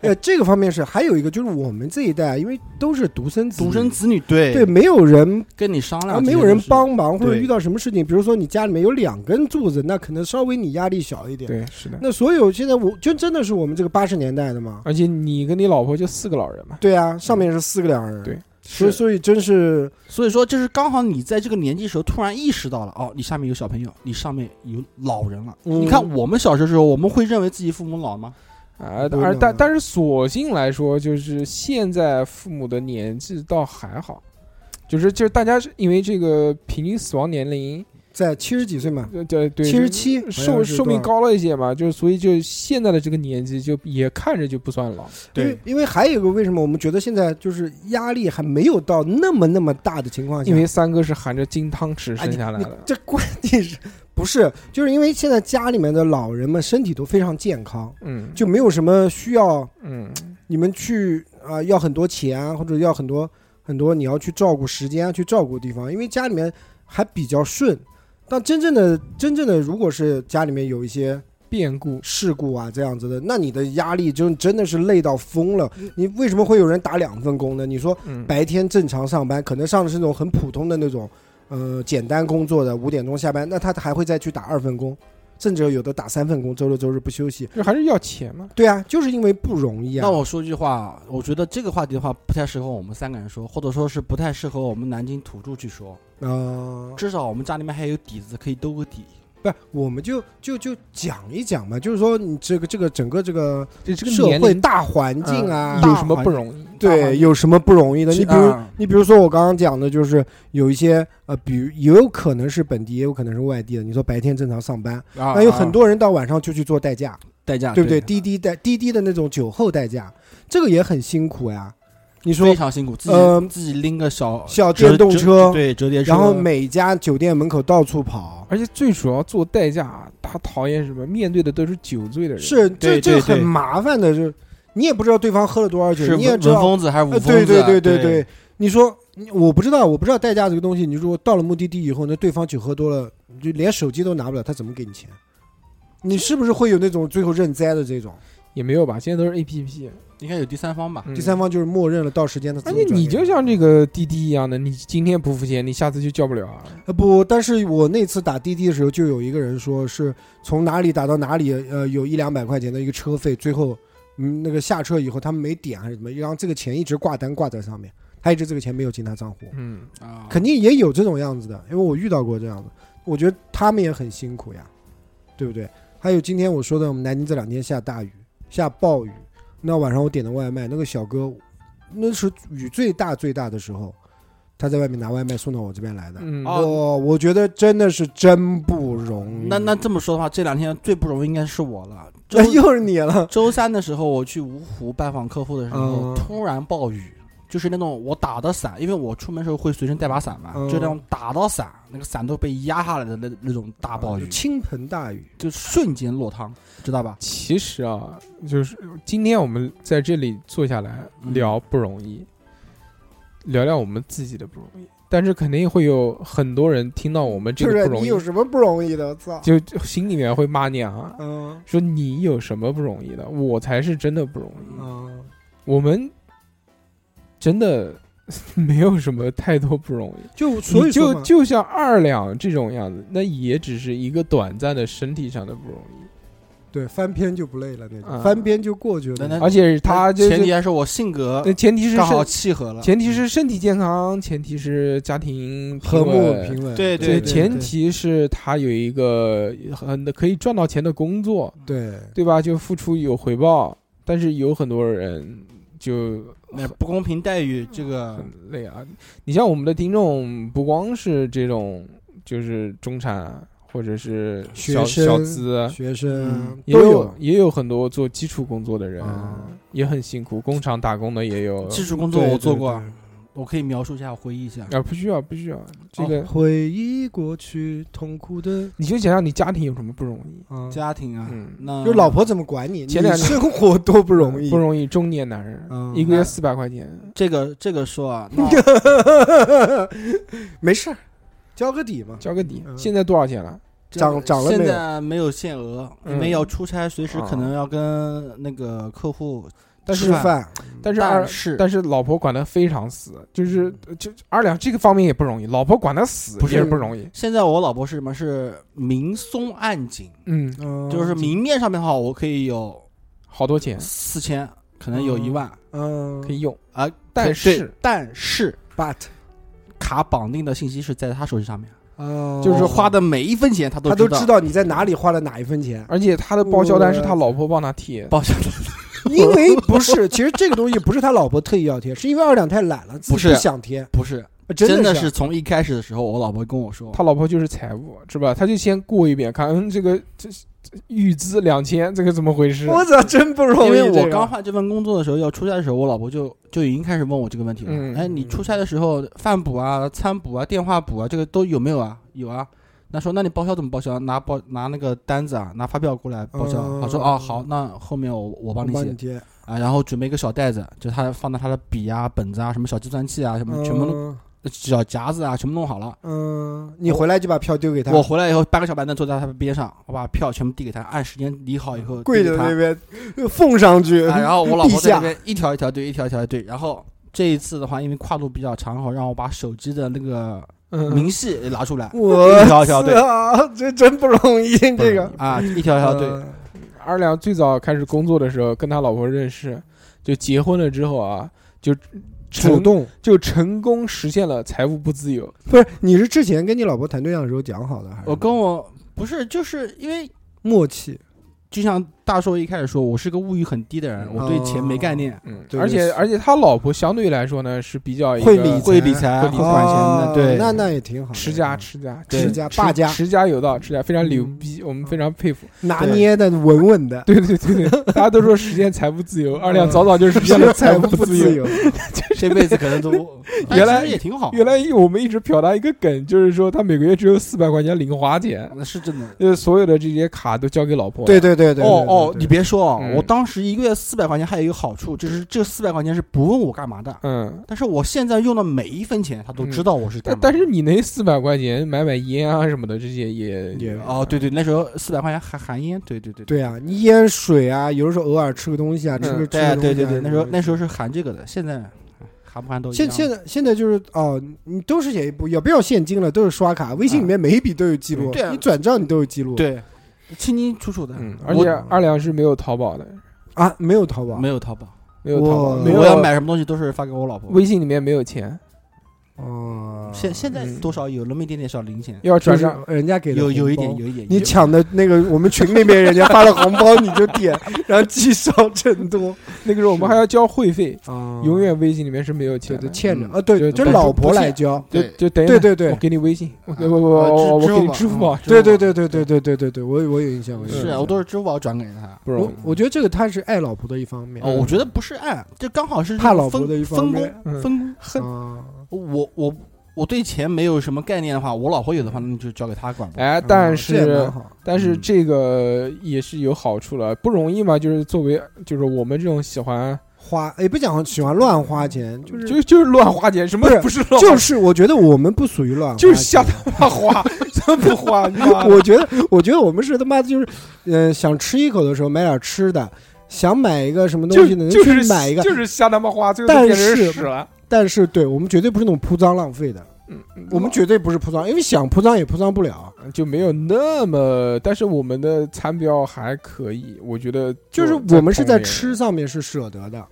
Speaker 5: 呃，这个方面是还有一个就是我们这一代，啊因为都是独生子女
Speaker 2: 独生，子女对
Speaker 5: 对，没有人
Speaker 2: 跟你商量
Speaker 5: 啊，
Speaker 2: 这些
Speaker 5: 没
Speaker 2: 东西，
Speaker 5: 有人帮忙，或者
Speaker 2: 对
Speaker 5: 遇到什么事情，比如说你家里面有两根柱子，那可能稍微你压力小一点。
Speaker 4: 对，是的。
Speaker 5: 那所有现在我就真的是我们这个八十年代的嘛？
Speaker 4: 而且你跟你老婆就四个老人嘛，
Speaker 5: 对啊，上面是四个两人，
Speaker 4: 对，
Speaker 5: 所以
Speaker 2: 是
Speaker 5: 所以真是
Speaker 2: 所以说，就是刚好你在这个年纪时候突然意识到了，哦，你下面有小朋友，你上面有老人了。
Speaker 5: 嗯
Speaker 2: 你看我们小时候时候，我们会认为自己父母老吗？
Speaker 4: 啊，
Speaker 5: 不会
Speaker 4: 而
Speaker 5: 的
Speaker 4: 但但是所幸来说，就是现在父母的年纪倒还好，就是就是大家是因为这个平均死亡年龄，
Speaker 5: 在七十几岁嘛，
Speaker 4: 呃对对，
Speaker 5: 七十七
Speaker 4: 寿寿命，
Speaker 5: 好像是多少
Speaker 4: 高了一些嘛，就是所以就现在的这个年纪，就也看着就不算老。
Speaker 5: 因为，因为还有一个为什么我们觉得现在就是压力还没有到那么那么大的情况下，
Speaker 4: 因为三哥是含着金汤匙
Speaker 5: 哎
Speaker 4: 生
Speaker 5: 你
Speaker 4: 下来
Speaker 5: 你
Speaker 4: 的，
Speaker 5: 这关键是不是就是因为现在家里面的老人们身体都非常健康，
Speaker 4: 嗯，
Speaker 5: 就没有什么需要
Speaker 4: 嗯，
Speaker 5: 你们去啊、要很多钱啊，或者要很多很多你要去照顾时间啊，去照顾地方，因为家里面还比较顺。但真正的真正的，如果是家里面有一些
Speaker 4: 变故
Speaker 5: 事故啊这样子的，那你的压力就真的是累到疯了。你为什么会有人打两份工呢？你说
Speaker 4: 嗯
Speaker 5: 白天正常上班，可能上的是那种很普通的那种，呃，简单工作的，五点钟下班，那他还会再去打二份工，甚至有的打三份工，周六周日不休息。
Speaker 4: 就还是要钱嘛。
Speaker 5: 对啊，就是因为不容易啊
Speaker 2: 那。我说句话，我觉得这个话题的话不太适合我们三个人说，或者说是不太适合我们南京土著去说。
Speaker 5: 啊，
Speaker 2: 至少我们家里面还有底子可以兜个底。
Speaker 5: 不，我们就就就讲一讲嘛，就是说你这个这个整个这个
Speaker 4: 就这个
Speaker 5: 社
Speaker 4: 年
Speaker 5: 会
Speaker 4: 龄
Speaker 5: 大环境啊，
Speaker 4: 嗯有什么不容易？
Speaker 5: 对，有什么不容易的？
Speaker 2: 是
Speaker 5: 呃你比如
Speaker 2: 啊，
Speaker 5: 你比如说我刚刚讲的，就是有一些呃，比如也有可能是本地，也有可能是外地的。你说白天正常上班，
Speaker 2: 那
Speaker 5: 那有很多人到晚上就去做代驾，
Speaker 2: 代驾，
Speaker 5: 啊对不对？？滴滴代滴滴的那种酒后代驾，这个也很辛苦呀。你说
Speaker 2: 非常辛苦，自己
Speaker 5: 嗯
Speaker 2: 自己拎个小
Speaker 5: 小
Speaker 2: 折
Speaker 5: 电动
Speaker 2: 折
Speaker 5: 车
Speaker 2: 对折叠车，
Speaker 5: 然后每家酒店门口到处跑，
Speaker 4: 而且最主要做代驾，他讨厌什么？面对的都是酒醉的人。
Speaker 5: 是这
Speaker 2: 对
Speaker 5: 这
Speaker 2: 对
Speaker 5: 很
Speaker 2: 对
Speaker 5: 麻烦的，就是你也不知道对方喝了多少酒，
Speaker 2: 是
Speaker 5: 你也
Speaker 2: 文
Speaker 5: 知道
Speaker 2: 文疯子还是武
Speaker 5: 呃，
Speaker 2: 疯子？啊
Speaker 5: 对对对
Speaker 2: 对
Speaker 5: 对对，，你说你我不知道，我不知道代驾这个东西，你如果到了目的地以后，那对方酒喝多了，你就连手机都拿不了，他怎么给你钱？你是不是会有那种最后认栽的这种？
Speaker 2: 嗯
Speaker 4: 也没有吧？现在都是 A P P，、
Speaker 2: 应该有第三方吧？
Speaker 5: 第三
Speaker 4: 方。
Speaker 5: 方就是默认了到时间的自
Speaker 4: 嗯而
Speaker 5: 动
Speaker 4: 且
Speaker 5: 转给。
Speaker 4: 哎你就像这个滴滴一样的，你今天不付钱，你下次就叫不了啊。
Speaker 5: 呃不，但是我那次打滴滴的时候，就有一个人说是从哪里打到哪里，呃，有一两百块钱的一个车费，最后嗯那个下车以后他们没点还是怎么，然后这个钱一直挂单挂在上面，他一直这个钱没有进他账户。
Speaker 4: 嗯，
Speaker 2: 啊，
Speaker 5: 肯定也有这种样子的，因为我遇到过这样的，我觉得他们也很辛苦呀，对不对？还有今天我说的，我们南京这两天下大雨，下暴雨，那晚上我点的外卖，那个小哥，那是雨最大最大的时候，他在外面拿外卖送到我这边来的，
Speaker 4: 嗯，
Speaker 2: 哦
Speaker 5: 哦，我觉得真的是真不容易。
Speaker 2: 那那这么说的话，这两天最不容易应该是我了。周
Speaker 5: 这又是你了，
Speaker 2: 周三的时候，我去芜湖拜访客户的时候，
Speaker 5: 嗯
Speaker 2: 突然暴雨，就是那种我打的伞，因为我出门时候会随身带把伞嘛，
Speaker 5: 嗯
Speaker 2: 就那种打到伞，那个伞都被压下来的那那种大暴雨，
Speaker 5: 倾盆大雨，
Speaker 2: 就瞬间落汤，知道吧？
Speaker 4: 其实啊，就是今天我们在这里坐下来
Speaker 2: 嗯
Speaker 4: 聊不容易，聊聊我们自己的不容易，但是肯定会有很多人听到我们这
Speaker 5: 就
Speaker 4: 个
Speaker 5: 是
Speaker 4: 不容
Speaker 5: 你
Speaker 4: 易，
Speaker 5: 有什么不容易的？操，
Speaker 4: 就就心里面会骂娘，
Speaker 5: 嗯
Speaker 4: 说你有什么不容易的？我才是真的不容易，
Speaker 5: 嗯，
Speaker 4: 我们真的 没有什么太多不容易。
Speaker 5: 就所以
Speaker 4: 你
Speaker 5: 说
Speaker 4: 就
Speaker 5: 嘛
Speaker 4: 就像二两这种样子，那也只是一个短暂的身体上的不容易，
Speaker 5: 对翻篇就不累了那种，
Speaker 4: 嗯
Speaker 5: 翻篇就过去了
Speaker 2: 那
Speaker 5: 那种。
Speaker 2: 那
Speaker 4: 而且他就
Speaker 2: 呃前提
Speaker 4: 是
Speaker 2: 还是我性格
Speaker 4: 那前提是
Speaker 2: 刚好
Speaker 4: 身
Speaker 2: 契合了，
Speaker 4: 前提是身体健康，前提是家庭
Speaker 5: 和
Speaker 4: 平
Speaker 5: 睦
Speaker 4: 稳
Speaker 5: 平稳，
Speaker 2: 对
Speaker 4: 对
Speaker 2: 对对
Speaker 4: 前提是他有一个很可以赚到钱的工作，
Speaker 5: 对，
Speaker 4: 对吧？就付出有回报，但是有很多人就
Speaker 2: 那不公平待遇这个
Speaker 4: 嗯很累啊。你像我们的听众，不光是这种，就是中产啊或者是
Speaker 5: 学
Speaker 4: 小
Speaker 5: 生
Speaker 4: 小资，啊
Speaker 5: 学
Speaker 2: 嗯
Speaker 5: 生
Speaker 4: 也
Speaker 5: 嗯都
Speaker 4: 有也有很多做基础工作的人
Speaker 5: 啊
Speaker 4: 也很辛苦，工厂打工的也有。
Speaker 2: 嗯技术工作我做过，啊我可以描述一下，回忆一下。
Speaker 4: 啊，不需要，不需要。这
Speaker 2: 啊
Speaker 4: 个、
Speaker 5: 回忆过去痛苦的
Speaker 4: 你就想想你家庭有什么不容易？
Speaker 5: 啊，
Speaker 2: 家庭啊，
Speaker 4: 嗯
Speaker 2: 那
Speaker 5: 就老婆怎么管你？
Speaker 4: 前两
Speaker 5: 你
Speaker 4: 天
Speaker 5: 生活多不容易，
Speaker 4: 不 容易，中年男人，
Speaker 5: 嗯
Speaker 4: 一个
Speaker 2: 那
Speaker 4: 月四百块钱，
Speaker 2: 这个这个说 啊，那
Speaker 5: 没事儿，交个底嘛。
Speaker 4: 交个底。
Speaker 5: 嗯
Speaker 4: 现在多少钱了？
Speaker 2: 这
Speaker 5: 涨涨了没有
Speaker 2: 现在没有限额，因为
Speaker 4: 嗯
Speaker 2: 要出差，随时
Speaker 4: 啊
Speaker 2: 可能要跟那个客户
Speaker 4: 但
Speaker 5: 吃
Speaker 4: 是
Speaker 2: 是
Speaker 5: 饭，
Speaker 4: 但是二
Speaker 2: 但是
Speaker 4: 但是老婆管得非常死，就是就二两这个方面也不容易，老婆管得死
Speaker 2: 不是
Speaker 4: 也不容易。
Speaker 2: 现在我老婆是什么？是明松暗紧，
Speaker 4: 嗯，
Speaker 5: 嗯
Speaker 2: 就是明面上面的话，我可以有
Speaker 4: 好多钱
Speaker 2: 四千，可能有一万
Speaker 5: 嗯，
Speaker 4: 可以用，
Speaker 2: 啊。
Speaker 4: 但
Speaker 2: 对
Speaker 4: 是，
Speaker 2: 但是
Speaker 5: but
Speaker 2: 卡绑定的信息是在她手机上面，
Speaker 5: 哦
Speaker 2: 就是花的每一分钱她都
Speaker 5: 他都
Speaker 2: 知
Speaker 5: 知。道你在哪里花了哪一分钱
Speaker 4: 而且他的报销单是他老婆帮他贴，
Speaker 2: 报销
Speaker 5: 因为不是， 其实这个东西不是他老婆特意要贴，是因为二两太懒了，自己
Speaker 2: 不是
Speaker 5: 想贴，
Speaker 2: 不是，
Speaker 5: 真
Speaker 2: 真的
Speaker 5: 是
Speaker 2: 是从一开始的时候，我老婆跟我说，
Speaker 4: 他老婆就是财务是吧？他就先过一遍，看嗯这个这这预支两千，这个怎么回事？
Speaker 5: 我操，真不容易。
Speaker 2: 因为我
Speaker 5: 这个
Speaker 2: 刚换这份工作的时候，要出差的时候，我老婆就就已经开始问我这个问题了。
Speaker 4: 嗯
Speaker 2: 哎，你出差的时候饭补啊、餐补啊、电话补啊，这个都有没有啊？有啊。那说那你报销怎么报销？拿报拿那个单子啊，拿发票过来报销。
Speaker 5: 嗯
Speaker 2: 我说哦好，那后面我我帮你
Speaker 5: 我帮
Speaker 2: 写
Speaker 5: 你贴，
Speaker 2: 啊，然后准备一个小袋子，就他放到他的笔啊、本子啊、什么小计算器啊、什么全部弄、
Speaker 5: 嗯
Speaker 2: 小夹子啊，全部弄好了。
Speaker 5: 嗯，你回来就把票丢给他。
Speaker 2: 我回来以后搬个小板凳坐在他的边上，我把票全部递给他，按时间理好以后
Speaker 5: 跪
Speaker 2: 递
Speaker 5: 着
Speaker 2: 给他
Speaker 5: 那边奉上去，
Speaker 2: 啊，然后我老婆
Speaker 5: 陛
Speaker 2: 在
Speaker 5: 下
Speaker 2: 那边一条一条对，一条一条对。然后这一次的话，因为跨度比较长，好让我把手机的那个
Speaker 4: 嗯，
Speaker 2: 明细也拿出来，
Speaker 5: 我
Speaker 2: 一条一条对
Speaker 5: 操这真不容易，这个
Speaker 2: 啊，一条一条对。
Speaker 5: 嗯
Speaker 4: 二两最早开始工作的时候跟他老婆认识，就结婚了之后啊，就
Speaker 5: 主
Speaker 4: 成
Speaker 5: 动
Speaker 4: 就成功实现了财务不自由。
Speaker 5: 不是？你是之前跟你老婆谈对象的时候讲好的，还是
Speaker 2: 我跟我不是，就是因为
Speaker 5: 默契？
Speaker 2: 就像大硕一开始说，我是个物欲很低的人，我对钱没概念，
Speaker 4: 嗯，
Speaker 5: 对
Speaker 4: 而且
Speaker 5: 是
Speaker 4: 而且他老婆相对来说呢是比较一个
Speaker 5: 会理
Speaker 2: 会理财、
Speaker 4: 会
Speaker 2: 会
Speaker 4: 理
Speaker 2: 管
Speaker 4: 财
Speaker 2: 钱
Speaker 5: 哦
Speaker 2: 的，对，
Speaker 5: 那那也挺好的，
Speaker 4: 持家持家
Speaker 2: 对
Speaker 5: 持家霸家
Speaker 4: 持家有道，持家非常牛
Speaker 5: 嗯
Speaker 4: 逼，我们非常佩服。
Speaker 5: 拿捏的稳稳的，
Speaker 4: 对对对对，大家都说实现财务自由，二两早早就实现了财
Speaker 5: 财
Speaker 4: 务
Speaker 5: 务
Speaker 4: 不
Speaker 5: 不
Speaker 4: 自
Speaker 5: 自
Speaker 4: 由。
Speaker 5: 由，
Speaker 2: 这辈子可 能都但
Speaker 4: 原来
Speaker 2: 其实也挺好，
Speaker 4: 原来我们一直表达一个梗，就是说他每个月只有四百块钱零花钱，
Speaker 2: 是真的。
Speaker 4: 就是所有的这些卡都交给老婆。
Speaker 5: 对，对对对，
Speaker 2: 哦
Speaker 5: 对
Speaker 2: 哦，
Speaker 5: 对
Speaker 2: 你别说啊，
Speaker 4: 嗯
Speaker 2: 我当时一个月四百块钱还有一个好处，就是这四百块钱是不问我干嘛的，
Speaker 4: 嗯，
Speaker 2: 但是我现在用的每一分钱，他都知道我是干
Speaker 4: 但
Speaker 2: 嘛的、
Speaker 4: 但是你那四百块钱买买烟啊什么的，这些也
Speaker 5: 也
Speaker 2: 哦，对对，那时候四百块钱含含烟，对对对
Speaker 5: 对啊，你烟水啊，有的时候偶尔吃个东西啊，
Speaker 4: 嗯
Speaker 5: 吃个吃
Speaker 2: 对啊
Speaker 5: 个
Speaker 2: 对对对，
Speaker 5: 东
Speaker 2: 那时
Speaker 5: 西啊
Speaker 2: 候那时候是含这个的，现在含不含都一
Speaker 5: 现
Speaker 2: 样。
Speaker 5: 现在现在就是哦，你都是也不也不要现金了，都是刷卡，微信里面每一笔都有记录
Speaker 2: 对啊，
Speaker 5: 你转账你都有记录，
Speaker 2: 对，清清楚楚的，
Speaker 4: 嗯，
Speaker 2: 我
Speaker 4: 而且二两是没有淘宝的，
Speaker 5: 啊，没有淘宝
Speaker 2: 没有淘宝，
Speaker 4: 没有淘宝，
Speaker 5: 哇
Speaker 4: 没有
Speaker 2: 我要买什么东西都是发给我老婆。
Speaker 4: 微信里面没有钱，
Speaker 5: 哦，
Speaker 2: 现现在
Speaker 4: 嗯
Speaker 2: 多少有那么一点点小零钱，
Speaker 4: 要
Speaker 5: 就
Speaker 4: 转
Speaker 5: 是
Speaker 4: 账。
Speaker 5: 人家给的
Speaker 2: 有有一
Speaker 5: 红包
Speaker 2: 点有一点。
Speaker 5: 你
Speaker 2: 有
Speaker 5: 抢的那个，我们群那边人家发了红包，你就点，然后积少成多
Speaker 4: 那个时候我们还要交会费，
Speaker 5: 啊
Speaker 4: 永远微信里面是没有钱
Speaker 5: 对对
Speaker 4: 的。
Speaker 5: 欠着
Speaker 2: 嗯
Speaker 5: 啊，对
Speaker 4: 就
Speaker 5: 对，这
Speaker 4: 本
Speaker 5: 老
Speaker 2: 不
Speaker 5: 婆
Speaker 2: 欠
Speaker 5: 来交，
Speaker 4: 就
Speaker 2: 对
Speaker 4: 就等于
Speaker 5: 对对对
Speaker 4: 我给你微信，我给
Speaker 2: 啊
Speaker 4: 我
Speaker 2: 呃支
Speaker 4: 我我
Speaker 2: 支
Speaker 4: 给
Speaker 2: 付
Speaker 4: 你
Speaker 2: 宝
Speaker 4: 支付宝，
Speaker 5: 对对对对对对对对对，我我有印象，我有印
Speaker 2: 是啊，
Speaker 5: 象
Speaker 2: 我都是支付宝转给他。
Speaker 4: 不容
Speaker 5: 我
Speaker 4: 易。
Speaker 5: 我觉得这个他是爱老婆的一方面，
Speaker 2: 哦，我觉得不是爱，这刚好是
Speaker 5: 怕老婆
Speaker 2: 分
Speaker 5: 的一方
Speaker 2: 分工
Speaker 5: 面
Speaker 4: 嗯
Speaker 2: 分工。
Speaker 4: 恨
Speaker 5: 啊，
Speaker 2: 我我我对钱没有什么概念的话，我老婆有的话，那就交给她管吧。
Speaker 4: 哎
Speaker 5: 嗯，
Speaker 4: 但
Speaker 5: 这也蛮
Speaker 4: 是
Speaker 5: 好
Speaker 4: 但是
Speaker 2: 嗯
Speaker 4: 这个也是有好处了，不容易嘛。就是作为就是我们这种喜欢
Speaker 5: 花也不讲喜欢乱花钱，就
Speaker 4: 嗯
Speaker 5: 是
Speaker 4: 就就是乱花钱，什么
Speaker 5: 不
Speaker 4: 不是
Speaker 5: 是
Speaker 4: 乱花
Speaker 5: 就，是我觉得我们不属于乱花，
Speaker 4: 就是瞎。他妈 花，真不花。你妈的
Speaker 5: 我觉得，我觉得我们是他妈就是，呃，想吃一口的时候买点吃的，想买一个什么东西
Speaker 4: 就
Speaker 5: 呢，
Speaker 4: 就是
Speaker 5: 去买一个，
Speaker 4: 就是瞎他妈花，最后
Speaker 5: 但
Speaker 4: 都变成
Speaker 5: 是
Speaker 4: 屎了。
Speaker 5: 但是对我们绝对不是那种铺张浪费的，
Speaker 4: 嗯
Speaker 5: 我们绝对不是铺张，因为想铺张也铺张不了。
Speaker 4: 嗯就没有那么，但是我们的餐标还可以，我觉得
Speaker 5: 就是
Speaker 4: 做在
Speaker 5: 我们是在
Speaker 4: 同类
Speaker 5: 吃上面是舍得的啊，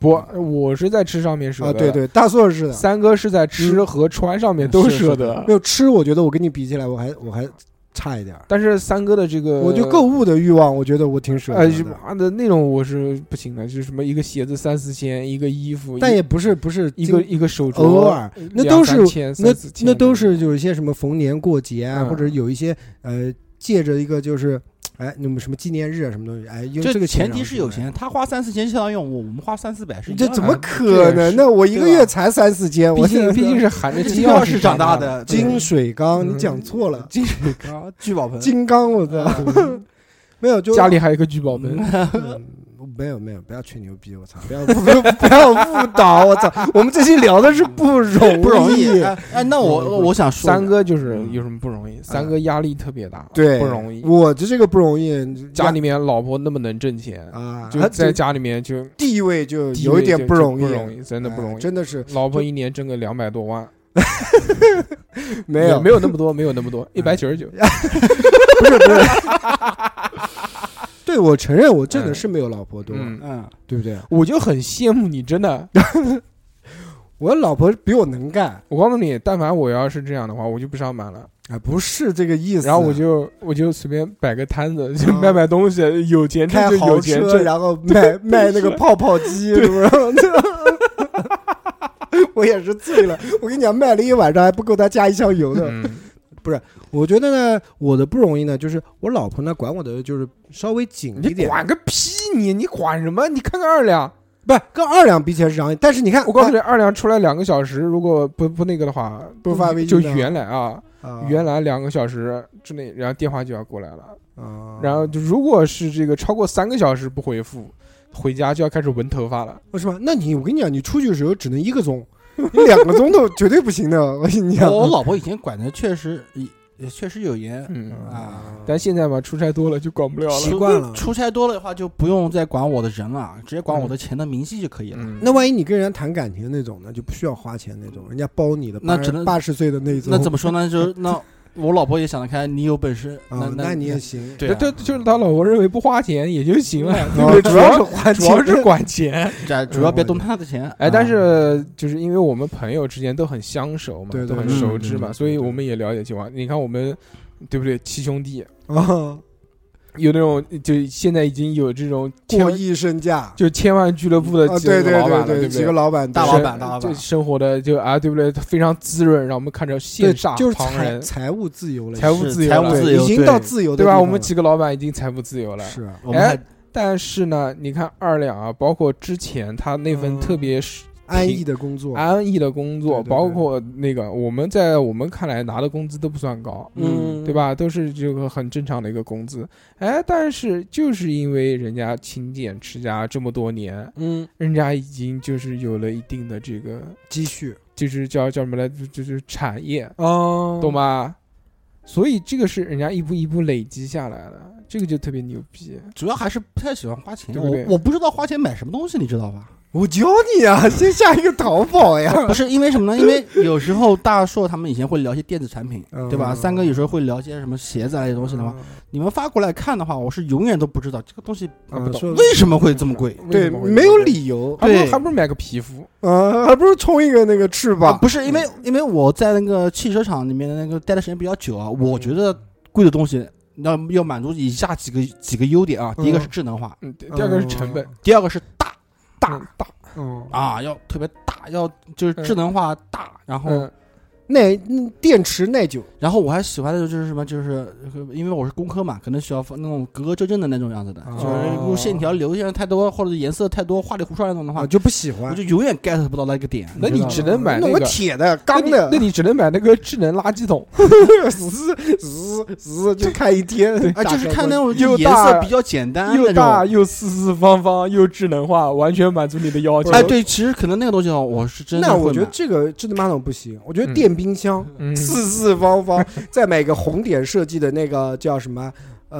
Speaker 4: 不，我是在吃上面舍得，
Speaker 5: 对，对，大硕是的，
Speaker 4: 三哥是在吃和穿 上面都
Speaker 5: 是
Speaker 4: 舍
Speaker 5: 舍
Speaker 4: 得
Speaker 5: 没，有吃，我觉得我跟你比起来，我还我还差一点儿，
Speaker 4: 但是三哥的这个
Speaker 5: 我就购物的欲望，我觉得我挺舍
Speaker 4: 哎
Speaker 5: 得
Speaker 4: 就
Speaker 5: 的，
Speaker 4: 妈的那种我是不行的，就是什么一个鞋子三四千，一个衣服，
Speaker 5: 但
Speaker 4: 一
Speaker 5: 也不是不是
Speaker 4: 一个
Speaker 5: 经
Speaker 4: 一个手镯，
Speaker 5: 偶尔，那
Speaker 4: 两
Speaker 5: 都
Speaker 4: 三
Speaker 5: 是
Speaker 4: 千
Speaker 5: 那
Speaker 4: 三四千
Speaker 5: 那都是有一些什么逢年过节啊，
Speaker 4: 嗯
Speaker 5: 或者有一些呃，借着一个就是哎，那么什么纪念日啊，什么东西，哎，用
Speaker 2: 这
Speaker 5: 个钱
Speaker 2: 前提是有钱，他花三四千相当于我我们花三四百是一样
Speaker 5: 让，这
Speaker 2: 的
Speaker 5: 怎么
Speaker 4: 这
Speaker 5: 可
Speaker 4: 也是
Speaker 5: 能呢？我一个
Speaker 2: 对吧
Speaker 5: 月才三四千，
Speaker 4: 毕
Speaker 5: 我现
Speaker 4: 竟
Speaker 5: 在
Speaker 4: 毕 竟是含着金
Speaker 2: 金钥
Speaker 4: 钥匙
Speaker 2: 匙长大
Speaker 4: 的，
Speaker 2: 的
Speaker 5: 金水缸，
Speaker 4: 嗯
Speaker 5: 你讲错了，
Speaker 2: 金水缸聚宝盆，
Speaker 5: 金刚，我操，没 有就
Speaker 4: 家里还有一个聚宝盆，
Speaker 5: 嗯没有没有，不要吹牛逼，我操！不要 不要不要误导，我 操！我们这期聊的是不容易，
Speaker 2: 不容易。哎，哎那我我想说，
Speaker 4: 三哥就是有什么不容易？三哥压力特别大，
Speaker 5: 嗯对，
Speaker 4: 不容易。
Speaker 5: 我这这个不容易，
Speaker 4: 家里面老婆那么能挣钱，
Speaker 5: 啊，
Speaker 4: 就在
Speaker 5: 这
Speaker 4: 家里面就
Speaker 5: 地位就
Speaker 4: 地
Speaker 5: 有
Speaker 4: 位
Speaker 5: 一点
Speaker 4: 就
Speaker 5: 不
Speaker 4: 就
Speaker 5: 容易，
Speaker 4: 不容易，真的不
Speaker 5: 哎
Speaker 4: 容易。
Speaker 5: 真 的是
Speaker 4: 老婆一年挣个两百多万，
Speaker 5: 没有
Speaker 4: 没有那么多，没有那么多，一百九十 九。
Speaker 5: 不是不是。对，我承认我挣的是没有老婆多，
Speaker 4: 嗯，
Speaker 2: 嗯，
Speaker 5: 对不对？
Speaker 4: 我就很羡慕你，真的。
Speaker 5: 我老婆比我能干
Speaker 4: 我告诉你，但凡我要是这样的话，我就不上班了，
Speaker 5: 啊，不是这个意思。
Speaker 4: 然后我就我就随便摆个摊子，就
Speaker 5: 啊
Speaker 4: 卖卖东西，有钱
Speaker 5: 开
Speaker 4: 挣就有
Speaker 5: 豪
Speaker 4: 钱
Speaker 5: 车，
Speaker 4: 挣。
Speaker 5: 然后卖卖那个泡泡机，是不是？我也是醉了，我跟你讲，卖了一晚上还不够他加一箱油的。
Speaker 4: 嗯
Speaker 5: 我觉得呢，我的不容易呢，就是我老婆呢管我的就是稍微紧一
Speaker 4: 你
Speaker 5: 点，
Speaker 4: 管个屁你！你管什么？你看看二两，
Speaker 5: 不跟二两比起来是让，但是你看，
Speaker 4: 我告诉你，二两出来两个小时，如果不不那个的话，
Speaker 5: 不发微信
Speaker 4: 就
Speaker 5: 的
Speaker 4: 原来啊，
Speaker 5: 啊，
Speaker 4: 原来两个小时之内，然后电话就要过来了，
Speaker 5: 啊，
Speaker 4: 然后就如果是这个超过三个小时不回复，回家就要开始闻头发了。
Speaker 5: 为什哦么？那你我跟你讲，你出去的时候只能一个钟，你两个钟头绝对不行的。我跟你讲，
Speaker 2: 我老婆以前管的确实也确实有严
Speaker 4: 嗯，
Speaker 2: 啊，
Speaker 4: 但现在嘛，出差多了就管不了
Speaker 5: 习
Speaker 4: 了。
Speaker 5: 惯了嗯
Speaker 2: 出差多了的话，就不用再管我的人了，直接管我的钱的明细就可以了。
Speaker 4: 嗯，
Speaker 5: 那万一你跟人家谈感情那种呢，就不需要花钱那种，人家包你的80，
Speaker 2: 那只能
Speaker 5: 八十岁的那一种。
Speaker 2: 那怎么说呢？ 就是那我老婆也想得开，你有本事，那
Speaker 5: 啊？那你也行，
Speaker 2: 对啊
Speaker 4: 这就是他老婆认为不花钱也就行了，对
Speaker 5: 啊
Speaker 4: 不对？
Speaker 5: 主
Speaker 4: 主
Speaker 5: 要
Speaker 4: 要
Speaker 5: 是花
Speaker 4: 主要
Speaker 5: 钱
Speaker 4: 是管钱。
Speaker 2: 这主要别动她的钱。
Speaker 4: 嗯哎，但是就是因为我们朋友之间都很相熟嘛，
Speaker 5: 嗯对
Speaker 4: 都
Speaker 5: 对
Speaker 4: 很
Speaker 5: 对
Speaker 4: 熟
Speaker 5: 嗯
Speaker 4: 知嘛，
Speaker 5: 嗯
Speaker 4: 所以
Speaker 5: 对
Speaker 4: 我们也了解情况。你看我们，对不对？七兄弟，
Speaker 5: 啊，
Speaker 4: 有那种就现在已经有这种千
Speaker 5: 过
Speaker 4: 万
Speaker 5: 亿身价
Speaker 4: 就千万俱乐部的
Speaker 5: 啊，
Speaker 4: 几个
Speaker 5: 对
Speaker 4: 老板了，
Speaker 5: 对
Speaker 4: 不
Speaker 5: 几个
Speaker 4: 对？
Speaker 5: 老板，
Speaker 2: 大
Speaker 5: 对
Speaker 2: 老
Speaker 4: 生
Speaker 2: 板大老板
Speaker 4: 就生活的就啊，对不对？非常滋润，让我们看着
Speaker 5: 对
Speaker 4: 羡煞
Speaker 5: 就是
Speaker 4: 旁
Speaker 5: 财
Speaker 4: 人，
Speaker 5: 财务自由了，
Speaker 4: 财务
Speaker 2: 是
Speaker 4: 自由
Speaker 2: 财
Speaker 4: 了
Speaker 2: 务
Speaker 5: 对
Speaker 2: 自由
Speaker 5: 已经
Speaker 2: 对
Speaker 5: 到自由的
Speaker 4: 对
Speaker 5: 地方
Speaker 4: 吧？我
Speaker 5: 了，
Speaker 4: 们几个老板已经财务自由了。哎
Speaker 5: 是啊
Speaker 2: 我们还
Speaker 4: 但是呢，你看二两啊，包括之前他那份
Speaker 5: 嗯
Speaker 4: 特别是
Speaker 5: 安逸的工作，
Speaker 4: 安逸的工作，
Speaker 5: 对对对
Speaker 4: 包括那个我们在我们看来拿的工资都不算高，
Speaker 5: 嗯
Speaker 4: 对？吧？都是这个很正常的一个工资。哎，但是就是因为人家勤俭持家这么多年，
Speaker 5: 嗯，
Speaker 4: 人家已经就是有了一定的这个，
Speaker 5: 积蓄
Speaker 4: 就是叫叫什么来，就就是产业，
Speaker 5: 哦
Speaker 4: 懂？吗？所以这个是人家一步一步累积下来的，这个就特别牛逼。
Speaker 2: 主要还是不太喜欢花钱，
Speaker 4: 对不对
Speaker 2: 我我不知道花钱买什么东西，你知道 吧？
Speaker 5: 我教你啊，先下一个淘宝呀，
Speaker 2: 不是因为什么呢？因为有时候大硕他们以前会聊一些电子产品，
Speaker 5: 嗯
Speaker 2: 对吧？三哥有时候会聊一些什么鞋子啊这些东 西的
Speaker 4: 嗯
Speaker 2: 话，你们发过来看的话，我是永远都不知道这个东西
Speaker 5: 啊
Speaker 4: 不懂
Speaker 5: 说
Speaker 2: 为什么会这么贵
Speaker 5: 对，没有，理由
Speaker 4: 为什么会这么贵还
Speaker 2: 对
Speaker 4: 啊不如还不如买个皮肤。
Speaker 5: 啊，还不如充一个那个翅
Speaker 2: 啊！
Speaker 5: 膀
Speaker 2: 不是因为
Speaker 4: 嗯
Speaker 2: 因为我在那个汽车厂里面那个待的时间比较久啊，
Speaker 4: 嗯
Speaker 2: 我觉得贵的东西。那要满足以下几个几个优点啊，第一个是智能化，
Speaker 4: 嗯，第第二个是成本，
Speaker 2: 第二个是大
Speaker 4: 大大，
Speaker 5: 嗯
Speaker 2: 啊，要特别大，要就是智能化大，然后
Speaker 4: 嗯，
Speaker 5: 耐嗯电池耐久，
Speaker 2: 然后我还喜欢的就是什么，就是因为我是工科嘛，可能需要放那种格格正正的那种样子的，
Speaker 5: 哦
Speaker 2: 就是如果线条流线太多或者颜色太多、花里胡哨那种的话，
Speaker 5: 我啊就不喜
Speaker 2: 我
Speaker 5: 欢
Speaker 2: 就。永远 get 啊不到那个点。
Speaker 4: 那你
Speaker 2: 知道吗
Speaker 4: 只能买
Speaker 5: 弄
Speaker 4: 那
Speaker 5: 个
Speaker 4: 个
Speaker 5: 铁
Speaker 4: 那
Speaker 5: 的、钢
Speaker 4: 你
Speaker 5: 的
Speaker 4: 那，你只能买那个智能垃圾桶。
Speaker 5: 滋滋滋就看一天，
Speaker 2: 啊，就是看那种
Speaker 4: 又
Speaker 2: 颜色
Speaker 4: 大
Speaker 2: 比较简单
Speaker 4: 又
Speaker 2: 那
Speaker 4: 大
Speaker 2: 种。
Speaker 4: 又四四方方又智能化，完全满足你的要求。
Speaker 2: 哎，，对，其实可能那个东西哦，我是真的
Speaker 5: 那
Speaker 2: 会
Speaker 5: 我觉得
Speaker 2: 买
Speaker 5: 这个智能马桶不行，我觉得
Speaker 4: 嗯
Speaker 5: 电冰箱
Speaker 4: 嗯，
Speaker 5: 四四方方，再买一个红点设计的那个叫什么？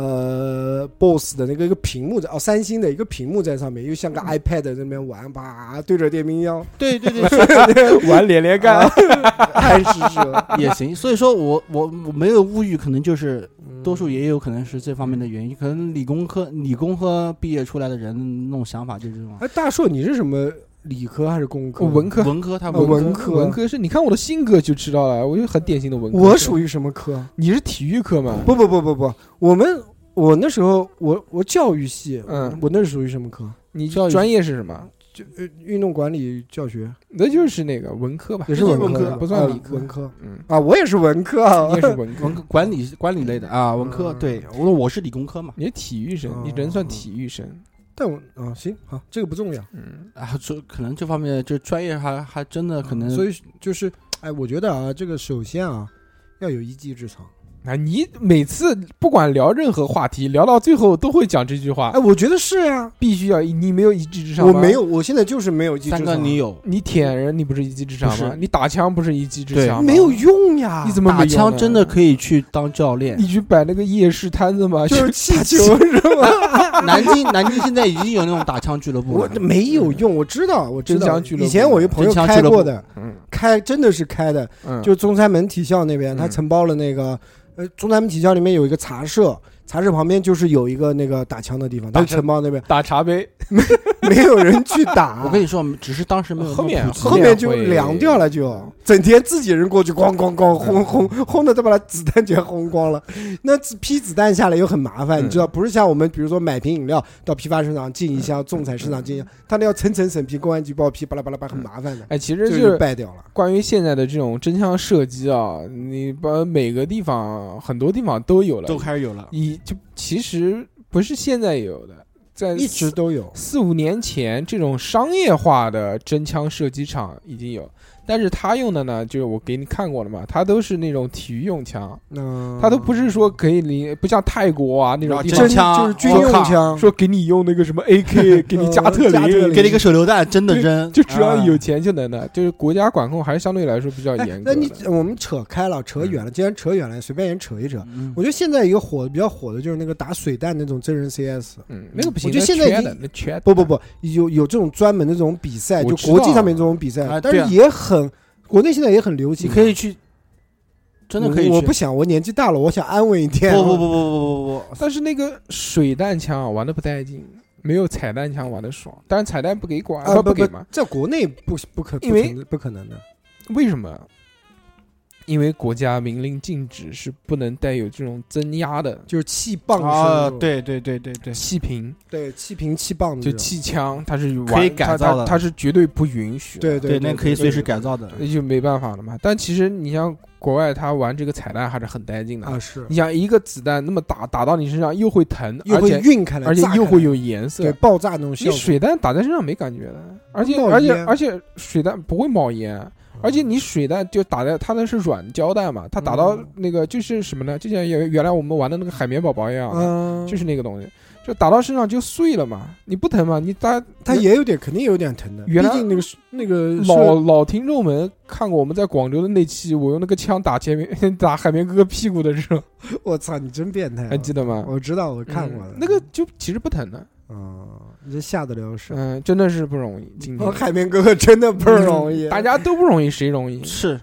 Speaker 5: 呃，BOSS 的那个一个屏幕在哦，三星的一个屏幕在上面，又像个
Speaker 4: 嗯
Speaker 5: iPad 在那边玩，吧，对着电冰箱
Speaker 2: 对对对，是
Speaker 4: 玩连连
Speaker 5: 啊
Speaker 4: 看，
Speaker 5: 太试试 了。
Speaker 2: 也行。所以说我我我没有物欲，可能就是
Speaker 5: 嗯
Speaker 2: 多数也有可能是这方面的原因。可能理工科理工科毕业出来的人那种想法就是这种
Speaker 5: 哎，大硕，你是什么理科还是工科？
Speaker 4: 文科。
Speaker 2: 文科，他
Speaker 5: 呃文科
Speaker 4: 科文科是，你看我的性格就知道了，我就很典型的文科。
Speaker 5: 我属于什么科？
Speaker 4: 你是体育科嘛？
Speaker 5: 不不不不不，我们我那时候我我教育系，
Speaker 4: 嗯，
Speaker 5: 我那是属于什么科？
Speaker 4: 你
Speaker 2: 教育
Speaker 4: 专业是什么？
Speaker 5: 就呃运动管理教学
Speaker 4: 那就是那个文科吧，
Speaker 5: 也是文
Speaker 2: 科
Speaker 5: 科，
Speaker 4: 不算
Speaker 5: 啊
Speaker 4: 理科
Speaker 5: 文科
Speaker 4: 嗯，
Speaker 5: 啊，我也是文科啊
Speaker 4: 你也，是文科
Speaker 2: 文，科管理管理类的啊，文科
Speaker 5: 嗯
Speaker 2: 对，我我是理工科嘛
Speaker 4: 你是体育生，你人算体育生，
Speaker 5: 但我啊行好，这个不重要，
Speaker 4: 嗯，
Speaker 2: 啊，这可能这方面就专业还还真的可能
Speaker 5: 啊所以就是哎，我觉得啊，这个首先啊要有一技之长，
Speaker 4: 啊，你每次不管聊任何话题，聊到最后都会讲这句话
Speaker 5: 哎，，我觉得是呀，
Speaker 4: 必须要你没有一技之长，
Speaker 5: 我没有，，我现在就是没有一技之
Speaker 2: 三哥
Speaker 5: 长，
Speaker 2: 你有
Speaker 4: 你舔人你不是一技之长
Speaker 2: 不
Speaker 4: 吗
Speaker 2: 是？
Speaker 4: 你打枪不是一技之
Speaker 2: 对
Speaker 4: 长吗？
Speaker 5: 没有用呀，
Speaker 4: 你怎么没
Speaker 2: 打
Speaker 4: 用
Speaker 2: 枪
Speaker 4: 呢
Speaker 2: 真的可以去当教练
Speaker 4: 你。去摆那个夜市摊子嘛，
Speaker 5: 就是气球是吧？
Speaker 2: 南京南京现在已经有那种打枪俱乐部
Speaker 5: 我
Speaker 2: 了，
Speaker 5: 没有用，我知道，我知
Speaker 4: 真
Speaker 5: 道。
Speaker 4: 枪俱乐部
Speaker 5: 以前我一朋友
Speaker 2: 真枪
Speaker 5: 开
Speaker 2: 俱乐部
Speaker 5: 过的，
Speaker 4: 嗯
Speaker 5: 开真的是开的，
Speaker 4: 嗯，
Speaker 5: 就中山门体校那边，
Speaker 4: 嗯
Speaker 5: 他承包了那个，呃，中山门体校里面有一个茶社，茶社旁边就是有一个那个打枪的地方，他
Speaker 4: 打
Speaker 5: 就
Speaker 4: 枪
Speaker 5: 承包那边，
Speaker 4: 打茶杯，
Speaker 5: 没有人去 打，
Speaker 2: 我跟你说，只是当时没有那
Speaker 4: 后
Speaker 2: 么
Speaker 4: 面
Speaker 2: 普及
Speaker 5: 后面就
Speaker 4: 后面会嗯
Speaker 5: 凉掉了就，整天自己人过去咣咣咣轰轰轰的，都把他子弹全轰光了。那子批子弹下来又很麻烦，
Speaker 4: 嗯
Speaker 5: 你知道，不是像我们比如说买瓶饮料到批发市场进一箱，仲裁市场进一箱，他那要层层审批，公安局报批，巴拉巴拉巴拉，很麻烦的，
Speaker 4: 哎，其
Speaker 5: 这
Speaker 4: 实
Speaker 5: 就
Speaker 4: 就是是
Speaker 5: 败掉了。
Speaker 4: 关于现在的这种真枪射击啊，你把每个地方很多地方都有了
Speaker 2: 都，开始有了。
Speaker 4: 你就其实不是现在有的，在
Speaker 5: 一直
Speaker 4: 四
Speaker 5: 都有，
Speaker 4: 四五年前，这种商业化的真枪射击场已经有，但是他用的呢，就是我给你看过了嘛，他都是那种体育用枪，
Speaker 5: 那
Speaker 4: 他都不是说可以你不像泰国啊那种
Speaker 2: 啊
Speaker 4: 地
Speaker 2: 真
Speaker 4: 方
Speaker 5: 嗯真
Speaker 2: 枪
Speaker 5: 就是军
Speaker 4: 我
Speaker 5: 用
Speaker 4: 靠
Speaker 5: 枪，
Speaker 4: 说给你用那个什么 AK，给你加特
Speaker 5: 加特
Speaker 4: 林
Speaker 5: 林，
Speaker 2: 给你个手榴弹，真的扔，
Speaker 4: 就只要有
Speaker 2: 啊
Speaker 4: 钱就能的，就是国家管控还是相对来说比较
Speaker 5: 哎
Speaker 4: 严
Speaker 5: 那
Speaker 4: 格
Speaker 5: 你
Speaker 4: 的。
Speaker 5: 我们扯开了，扯远了，既然扯远了，随便人扯一扯。
Speaker 2: 嗯
Speaker 5: 我觉得现在一个火比较火的就是那个打水弹那种真人 CS，
Speaker 4: 嗯，那个不行，
Speaker 5: 我觉
Speaker 4: 那
Speaker 5: 得现在已
Speaker 4: 缺
Speaker 5: 经
Speaker 4: 的那缺的
Speaker 5: 不不，不，有有这种专门的这种比赛，
Speaker 4: 我
Speaker 5: 就
Speaker 4: 知
Speaker 5: 国际
Speaker 4: 道
Speaker 5: 上面这种比赛，
Speaker 2: 啊
Speaker 5: 但
Speaker 2: 对啊
Speaker 5: 是也很，国内现在也很流
Speaker 2: 你
Speaker 5: 行。啊
Speaker 2: 可以去，真的可以去。
Speaker 5: 我，我不想，我年纪大了，我想安稳一点。啊
Speaker 2: 不不不不不不不
Speaker 4: 但是那个水弹枪啊玩的不带劲，没有彩弹枪玩的爽。但是彩弹不给管，
Speaker 5: 啊不
Speaker 4: 给
Speaker 5: 不
Speaker 4: 嘛，？
Speaker 5: 在国内不不可，
Speaker 4: 因为
Speaker 5: 不可能不可能的。
Speaker 4: 为什么？因为国家明令禁止是不能带有这种增压的
Speaker 5: 就是气棒
Speaker 2: 不
Speaker 5: 是
Speaker 2: 啊
Speaker 5: 那！种
Speaker 2: 对对对对对，
Speaker 4: 气瓶，
Speaker 5: 对气瓶气棒的
Speaker 4: 就
Speaker 5: 这种
Speaker 4: 气枪，它是
Speaker 2: 可以
Speaker 4: 玩
Speaker 2: 改
Speaker 4: 它
Speaker 2: 造的
Speaker 4: 它它是绝对不允许的。
Speaker 5: 对
Speaker 2: 对，那可以随时改
Speaker 5: 造
Speaker 2: 造的。
Speaker 4: 那就没办法了嘛。但其实你像国外，他玩这个彩蛋还是很带劲的。
Speaker 5: 啊是
Speaker 4: 你，想一个子弹那么打打到你身上，又会疼，
Speaker 5: 又
Speaker 4: 而
Speaker 5: 会
Speaker 4: 且
Speaker 5: 晕开来，
Speaker 4: 而且
Speaker 5: 炸
Speaker 4: 又
Speaker 5: 开
Speaker 4: 会
Speaker 5: 来
Speaker 4: 有颜
Speaker 5: 对
Speaker 4: 色。
Speaker 5: 爆炸那种效
Speaker 4: 你
Speaker 5: 果。
Speaker 4: 水弹打在身上没感觉的，而且
Speaker 5: 嗯冒
Speaker 4: 而且
Speaker 5: 烟嗯
Speaker 4: 而且水弹不会冒烟，而且你水弹就打在它那是软胶带嘛，它打到
Speaker 5: 嗯
Speaker 4: 那个就是什么呢？就像原原来我们玩的那个海绵宝宝一样，
Speaker 5: 嗯，
Speaker 4: 就是那个东西，就打到身上就碎了嘛，你不疼吗？你打
Speaker 5: 它也有点，肯定有点疼的。
Speaker 4: 原来
Speaker 5: 毕竟那个那个
Speaker 4: 老老听众们看过我们在广州的那期，我用那个枪打前面 打海绵哥哥屁股的时候，
Speaker 5: 是，我操，你真变态啊！
Speaker 4: 还记得吗？
Speaker 5: 我知道，我看过
Speaker 4: 哎嗯
Speaker 5: 了
Speaker 4: 那个，就其实不疼的，
Speaker 5: 啊，你这下得了手。
Speaker 4: 嗯，真的是不容易。今天
Speaker 5: 哦，海绵哥哥真的不容易，
Speaker 4: 嗯 大家都不容易，谁容易？
Speaker 2: 是，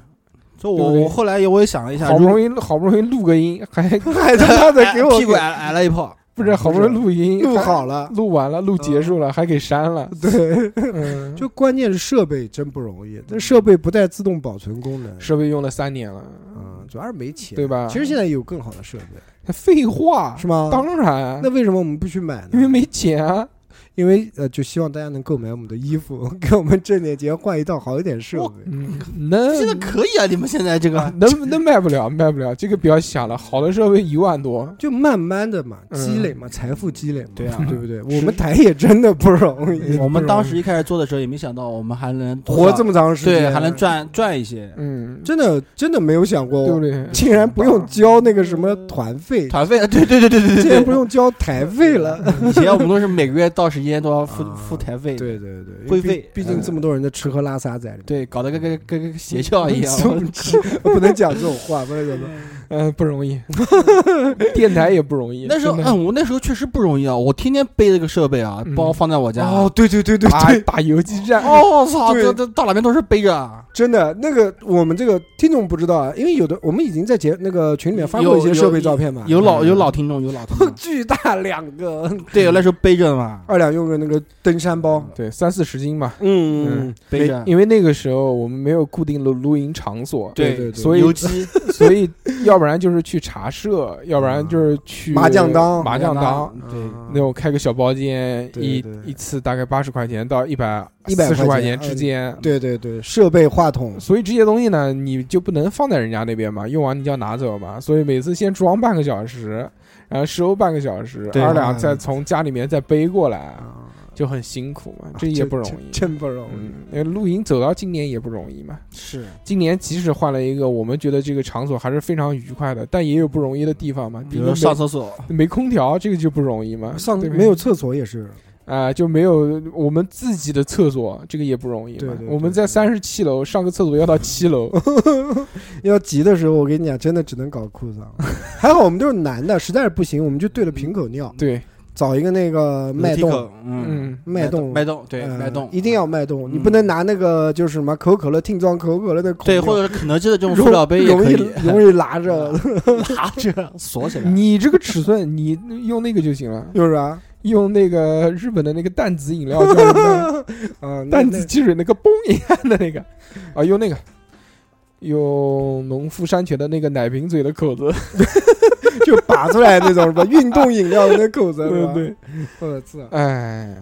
Speaker 2: 所以
Speaker 4: 对
Speaker 2: 我
Speaker 4: 不对
Speaker 2: 我后来也我也想了一下，
Speaker 4: 好不
Speaker 2: 如
Speaker 4: 容易好不容易录个音， 还
Speaker 5: 还他妈的给我
Speaker 2: 哎屁股挨挨了一炮，
Speaker 4: 不是好不容易录音，
Speaker 5: 录
Speaker 4: 还
Speaker 5: 好了。
Speaker 4: 录完了，录结束了，还给删了。
Speaker 5: 对，
Speaker 4: 嗯，
Speaker 5: 就关键是设备真不容易，这设备不带自动保存功能，
Speaker 4: 设备用了三年了，
Speaker 5: 嗯，主要是没钱，
Speaker 4: 对吧
Speaker 5: 其实现在有更好的设备，
Speaker 4: 废话
Speaker 5: 是吗？
Speaker 4: 当然
Speaker 5: 那，为什么我们不去买呢？
Speaker 4: 因为没钱 啊。
Speaker 5: 因为呃，就希望大家能购买我们的衣服， 给我们挣点钱换一套好一点设备。
Speaker 4: 嗯，能
Speaker 2: 现在可以啊！你们现在这个
Speaker 4: 能能卖不了，卖不了，这个不要想了。好的设备一万多，
Speaker 5: 就慢慢的嘛，
Speaker 4: 嗯
Speaker 5: 积累嘛，财富积累嘛，
Speaker 2: 对啊
Speaker 5: 对不对？我们台也真的不容易，
Speaker 2: 我们当时一开始做的时候也没想到我们还能
Speaker 5: 活这
Speaker 2: 么
Speaker 5: 么长时间，嗯
Speaker 2: 对，还能，赚赚一些
Speaker 4: 嗯，
Speaker 5: 真的真的没有想过，
Speaker 4: 对不对？
Speaker 5: 竟然不用交那个什么团费，
Speaker 2: 团费。啊对对对对对
Speaker 5: 竟然
Speaker 2: 对
Speaker 5: 不
Speaker 2: 对，
Speaker 5: 用交台费 了。
Speaker 2: 以前我们都是每个月到时间都要付
Speaker 5: 啊
Speaker 2: 付台费，
Speaker 5: 对对对，
Speaker 2: 会
Speaker 5: 毕
Speaker 2: 费
Speaker 5: 毕竟这么多人的吃喝拉撒在里面，
Speaker 2: 对，搞得跟跟跟跟邪教
Speaker 5: 嗯
Speaker 2: 一样。 啊我嗯
Speaker 5: 我不能讲这种话，不能讲这种。
Speaker 4: 嗯，不容 易，电台也不容易。
Speaker 2: 那时候，
Speaker 5: 哎
Speaker 4: 真的
Speaker 2: 嗯，我那时候确实不容易啊，我天天背这个设备啊
Speaker 4: 嗯，
Speaker 2: 包放在我家。啊
Speaker 5: 哦，对对对对
Speaker 4: 打
Speaker 5: 对，
Speaker 4: 打游击战，
Speaker 2: 哦，我操，
Speaker 5: 对
Speaker 2: 这这到哪边都是背着啊。
Speaker 5: 真的那个我们这个听众不知道啊，因为有的我们已经在节那个群里面发过一些
Speaker 2: 有
Speaker 5: 设备照片嘛，
Speaker 2: 有老
Speaker 4: 嗯
Speaker 2: 有老听众，有老听众，
Speaker 5: 巨大两个
Speaker 2: 对，我那时候背着嘛。
Speaker 5: 二两用个那个登山包，
Speaker 4: 对，三四十斤吧。
Speaker 5: 嗯，
Speaker 2: 背着
Speaker 4: 因为那个时候我们没有固定的露营场所，
Speaker 5: 对
Speaker 8: 对
Speaker 5: 对，
Speaker 4: 所以
Speaker 2: 游 击，
Speaker 4: 所以要不然就是去茶社，要不然就是去
Speaker 5: 嗯麻将嗯档
Speaker 4: 麻将档
Speaker 2: 对，
Speaker 4: 那种开个小包间，
Speaker 5: 对
Speaker 4: 一
Speaker 5: 对
Speaker 4: 一次大概八十块钱到一百
Speaker 5: 100
Speaker 4: 四十
Speaker 5: 块
Speaker 4: 块
Speaker 5: 钱嗯
Speaker 4: 钱之间。
Speaker 5: 对对对，设备话筒，
Speaker 4: 所以这些东西呢，你就不能放在人家那边嘛，用完你就要拿走嘛。所以每次先装半个小时，然后收半个小时，
Speaker 2: 对
Speaker 4: 二两
Speaker 5: 嗯
Speaker 4: 再从家里面再背过
Speaker 2: 嗯
Speaker 4: 来，
Speaker 5: 啊
Speaker 4: 就很辛苦嘛，这也不容易
Speaker 5: 真。真不容易。
Speaker 4: 嗯，那露营走到今年也不容易嘛。
Speaker 2: 是
Speaker 4: 今年即使换了一个，我们觉得这个场所还是非常愉快的，但也有不容易的地方嘛。
Speaker 2: 比
Speaker 4: 比
Speaker 2: 如说
Speaker 4: 如
Speaker 2: 上厕所，
Speaker 4: 没没空调，这个就不容易嘛。
Speaker 5: 上
Speaker 4: 对不对
Speaker 5: 没有厕所也是，
Speaker 4: 啊、就没有我们自己的厕所，这个也不容易嘛。
Speaker 5: 对对对
Speaker 4: 我们在三十七楼上个厕所要到七楼，
Speaker 5: 要急的时候，我跟你讲，真的只能搞裤 裆。还好我们都是男的，实在是不行，我们就对着瓶口尿，
Speaker 4: 对，
Speaker 5: 找一个那个脉
Speaker 2: 嗯楼梯
Speaker 5: 动，
Speaker 2: 口，嗯，
Speaker 4: 嗯，
Speaker 5: 脉动，
Speaker 2: 脉动，对，
Speaker 5: 呃
Speaker 2: 脉动，
Speaker 5: 一定要脉动，
Speaker 2: 嗯
Speaker 5: 你不能拿那个就是什么可口可乐听装可口可乐的口
Speaker 2: 对，
Speaker 5: 尿，
Speaker 2: 或者是肯德基的这种
Speaker 5: 容
Speaker 2: 塑料杯也
Speaker 5: 容
Speaker 2: 可
Speaker 5: 易
Speaker 2: 以，嗯
Speaker 5: 容易拿着，
Speaker 2: 拿着锁起来，
Speaker 4: 你这个尺寸，你用那个就行了，
Speaker 5: 就是啊，
Speaker 4: 用那个日本的那个淡子饮料叫什么？
Speaker 5: 啊，那
Speaker 4: 淡子汽水那个嘣一下的那个，啊，用那个，用农夫山泉的那个奶瓶嘴的口子，
Speaker 5: 那就拔出来那种什么运动饮料的那口 子，是吧
Speaker 4: 对对，
Speaker 5: 我啊操，
Speaker 4: 哎，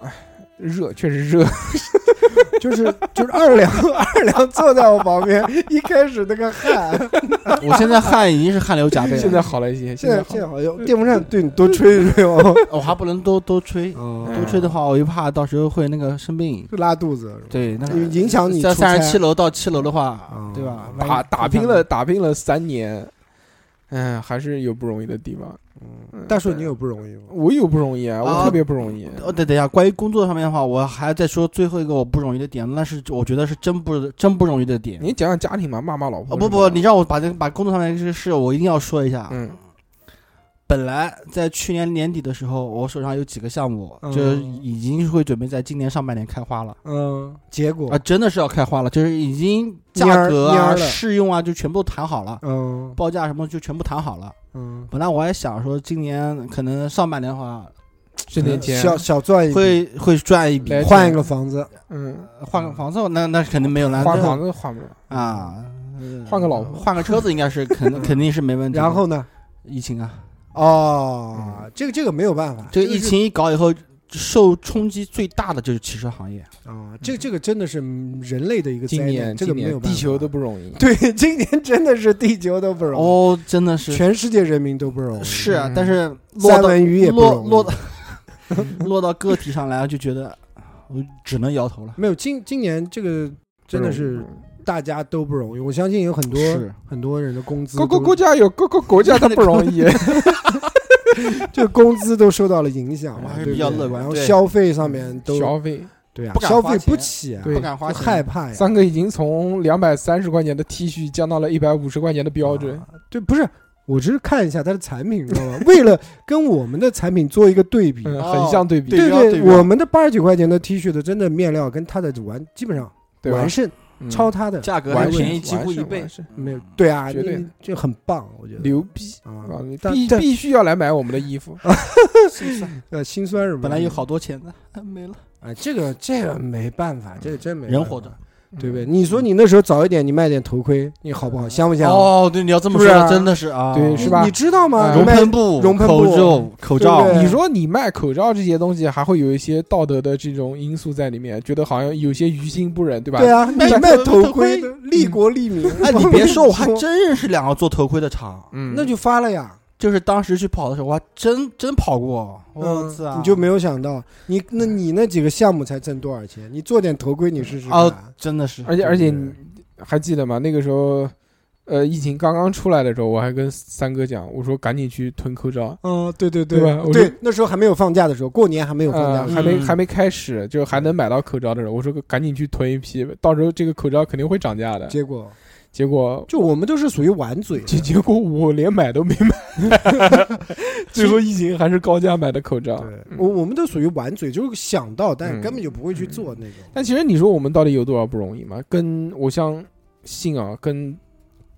Speaker 4: 哎，热确实热，
Speaker 5: 就是就是二两 二两坐在我旁边，一开始那个汗，
Speaker 2: 我现在汗已经是汗流浃背了，
Speaker 4: 现在好了一些，
Speaker 5: 现
Speaker 4: 在
Speaker 5: 在
Speaker 4: 好
Speaker 5: 现。在好像电风扇对你多吹一吹哦，
Speaker 2: 我还不能多多吹，
Speaker 5: 哦
Speaker 2: 多吹的话，我又怕到时候会那个生病。
Speaker 5: 就拉肚子是吧，
Speaker 2: 对，那个
Speaker 5: 影响你
Speaker 2: 在
Speaker 5: 出差
Speaker 2: 三十七楼到七楼的话
Speaker 5: 哦，
Speaker 2: 对吧？万一
Speaker 4: 打打拼
Speaker 2: 出差
Speaker 4: 了，打拼了三年，嗯，还是有不容易的地方。嗯
Speaker 5: 大叔，你有不容易吗？
Speaker 4: 我有不容易啊，我
Speaker 2: 啊
Speaker 4: 特别不容易。
Speaker 2: 哦，对，等一下，关于工作上面的话，我还再说最后一个我不容易的点，那是我觉得是真不真不容易的点。
Speaker 4: 你讲讲家庭嘛，骂骂老
Speaker 2: 哦
Speaker 4: 婆。
Speaker 2: 不不，你，让我把这个把工作上面这个事，我一定要说一下。
Speaker 4: 嗯，
Speaker 2: 本来在去年年底的时候，我手上有几个项目，
Speaker 5: 嗯
Speaker 2: 就是已经会准备在今年上半年开花了
Speaker 5: 嗯，结果
Speaker 2: 啊，真的是要开花了，就是已经
Speaker 5: 蔫
Speaker 2: 价
Speaker 5: 儿
Speaker 2: 格
Speaker 5: 蔫
Speaker 2: 啊、
Speaker 5: 儿了
Speaker 2: 试用啊，就全部都谈好了，
Speaker 5: 嗯
Speaker 2: 报价什么就全部谈好了。
Speaker 5: 嗯，
Speaker 2: 本来我还想说，今年可能上半年的话
Speaker 4: 挣
Speaker 5: 嗯
Speaker 4: 点钱，
Speaker 5: 小小赚一笔，
Speaker 2: 会会赚一笔，
Speaker 4: 来
Speaker 5: 换一个房子，
Speaker 4: 嗯，
Speaker 2: 换个房子，那那肯定没有难
Speaker 4: 换房子换不了，
Speaker 2: 啊，
Speaker 4: 换个老婆。
Speaker 2: 换个车子应该是肯 肯定是没问题的。
Speaker 5: 然后呢？
Speaker 2: 疫情啊，
Speaker 5: 哦，这个这个没有办法，
Speaker 2: 这个疫情一搞以后，受冲击最大的就是汽车行业。
Speaker 5: 啊，哦这这个真的是人类的一个灾
Speaker 4: 今
Speaker 5: 难，
Speaker 4: 年
Speaker 5: 这个
Speaker 4: 今
Speaker 5: 没有
Speaker 4: 年
Speaker 5: 办法
Speaker 4: 地球都不容易。
Speaker 5: 对，今年真的是地球都不容
Speaker 2: 哦，真的
Speaker 5: 易，
Speaker 2: 是
Speaker 5: 全世界人民都不容易，
Speaker 2: 是啊
Speaker 4: 嗯，
Speaker 2: 但是落
Speaker 5: 三
Speaker 2: 到
Speaker 5: 文鱼也不
Speaker 2: 落
Speaker 5: 容易，
Speaker 2: 落到落到个体上来，就觉得我只能摇头了。
Speaker 5: 没有今今年这个真的是
Speaker 4: 嗯
Speaker 5: 大家都不容易，我相信有很多
Speaker 2: 是
Speaker 5: 很多人的工资
Speaker 4: 各个
Speaker 5: 都
Speaker 4: 国家有各个国家的不容易。
Speaker 5: 这工资都受到了影响
Speaker 2: 我
Speaker 5: 嘛，
Speaker 2: 还是
Speaker 5: 对不
Speaker 2: 比较
Speaker 5: 对
Speaker 2: 哎乐观
Speaker 5: 然后
Speaker 2: 对
Speaker 5: 消费上面 都
Speaker 4: 消费
Speaker 5: 对啊
Speaker 2: 不，敢
Speaker 5: 消
Speaker 2: 花
Speaker 5: 费不
Speaker 2: 钱
Speaker 5: 起啊，
Speaker 4: 对
Speaker 2: 不敢花
Speaker 5: 就
Speaker 2: 钱，
Speaker 5: 害怕呀，
Speaker 4: 三哥已经从两百三十块钱的 T 恤降到了一百五十块钱的标准。
Speaker 5: 啊对，不是，我只是看一下它的产品，知道吗？ 为了跟我们的产品做一个对比，
Speaker 4: 嗯，
Speaker 2: 哦
Speaker 4: 横向对比，
Speaker 2: 对标
Speaker 5: 对，
Speaker 2: 标
Speaker 5: 我们的八十九块钱的 T 恤的真的面料跟它的完基本上
Speaker 4: 对吧
Speaker 5: 完？胜，
Speaker 4: 嗯
Speaker 5: 超它的
Speaker 2: 价格还
Speaker 4: 完胜
Speaker 2: 便宜几乎一倍
Speaker 4: 完。胜
Speaker 5: 没有对啊，
Speaker 4: 绝对
Speaker 5: 你这很棒，我觉得
Speaker 4: 牛逼！
Speaker 5: 啊
Speaker 4: 啊，你
Speaker 5: 但
Speaker 4: 必
Speaker 5: 但
Speaker 4: 必须要来买我们的衣服。
Speaker 5: 呃心酸是吧？
Speaker 2: 本来有好多钱的，哎没了。
Speaker 5: 哎，这个这个没办法，这个真没
Speaker 2: 人
Speaker 5: 办
Speaker 2: 活
Speaker 5: 法
Speaker 2: 着，嗯
Speaker 5: 对不对？你说你那时候早一点，你卖点头盔，你好不好？香不香？
Speaker 2: 哦，对，你要这么
Speaker 5: 是不
Speaker 2: 说
Speaker 5: 是啊，哎
Speaker 2: 真的是啊，
Speaker 4: 对
Speaker 5: 你，
Speaker 4: 是吧
Speaker 5: 你知道吗？
Speaker 4: 啊
Speaker 2: 熔
Speaker 5: 卖
Speaker 2: 喷布、
Speaker 5: 熔喷布
Speaker 2: 口罩、口
Speaker 5: 对不
Speaker 2: 罩
Speaker 5: 对
Speaker 4: 你说你卖口罩这些东西，还会有一些道德的这种因素在里面，觉得好像有些于心不忍，对吧？
Speaker 5: 对啊，你
Speaker 2: 卖
Speaker 5: 卖
Speaker 2: 头
Speaker 5: 头
Speaker 2: 头盔
Speaker 5: 盔的利国利民。
Speaker 2: 哎，你别说， 我还真认识两个做头盔的厂，
Speaker 4: 嗯，
Speaker 5: 那就发了呀。
Speaker 2: 就是当时去跑的时候，我还真真跑过，我
Speaker 5: 嗯
Speaker 2: 操、啊，
Speaker 5: 你就没有想到，你那你那几个项目才挣多少钱？你做点头盔，你试试看。
Speaker 2: 哦，真的是，
Speaker 4: 而且
Speaker 5: 对
Speaker 4: 而且
Speaker 5: 对
Speaker 4: 你还记得吗？那个时候，呃，疫情刚刚出来的时候，我还跟三哥讲，我说赶紧去囤口罩，
Speaker 5: 嗯，对对
Speaker 4: 对吧我
Speaker 5: 对
Speaker 4: 就，
Speaker 5: 那时候还没有放假的时候，过年还没有放
Speaker 4: 呃，
Speaker 5: 假的时
Speaker 4: 还
Speaker 5: 候，
Speaker 4: 没
Speaker 2: 嗯
Speaker 4: 还没开始，就是还能买到口罩的时候，我说赶紧去囤一批，到时候这个口罩肯定会涨价的。
Speaker 5: 结果
Speaker 4: 结果
Speaker 5: 就我们都是属于玩嘴 的，
Speaker 4: 结结果我连买都没买， 最后疫情还是高价买的口罩。
Speaker 5: 对，我我们都属于玩嘴，就是想到，但
Speaker 4: 啊嗯
Speaker 5: 根本就不会去做那种。
Speaker 4: 但其实你说我们到底有多少不容易嘛？跟我相信啊，跟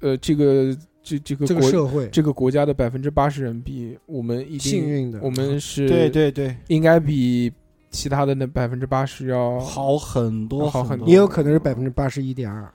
Speaker 4: 呃这个这这个
Speaker 5: 这个
Speaker 4: 国
Speaker 5: 社会
Speaker 4: 这个国家的百分之八十人比我们一
Speaker 5: 幸
Speaker 4: 定，
Speaker 5: 运的，
Speaker 4: 我们是
Speaker 2: 对对对，
Speaker 4: 应该比其他的那百分之八十
Speaker 5: 哦
Speaker 4: 要
Speaker 2: 好很多
Speaker 4: 好很
Speaker 2: 多，
Speaker 4: 多
Speaker 5: 也有可能是百分之八十一点二。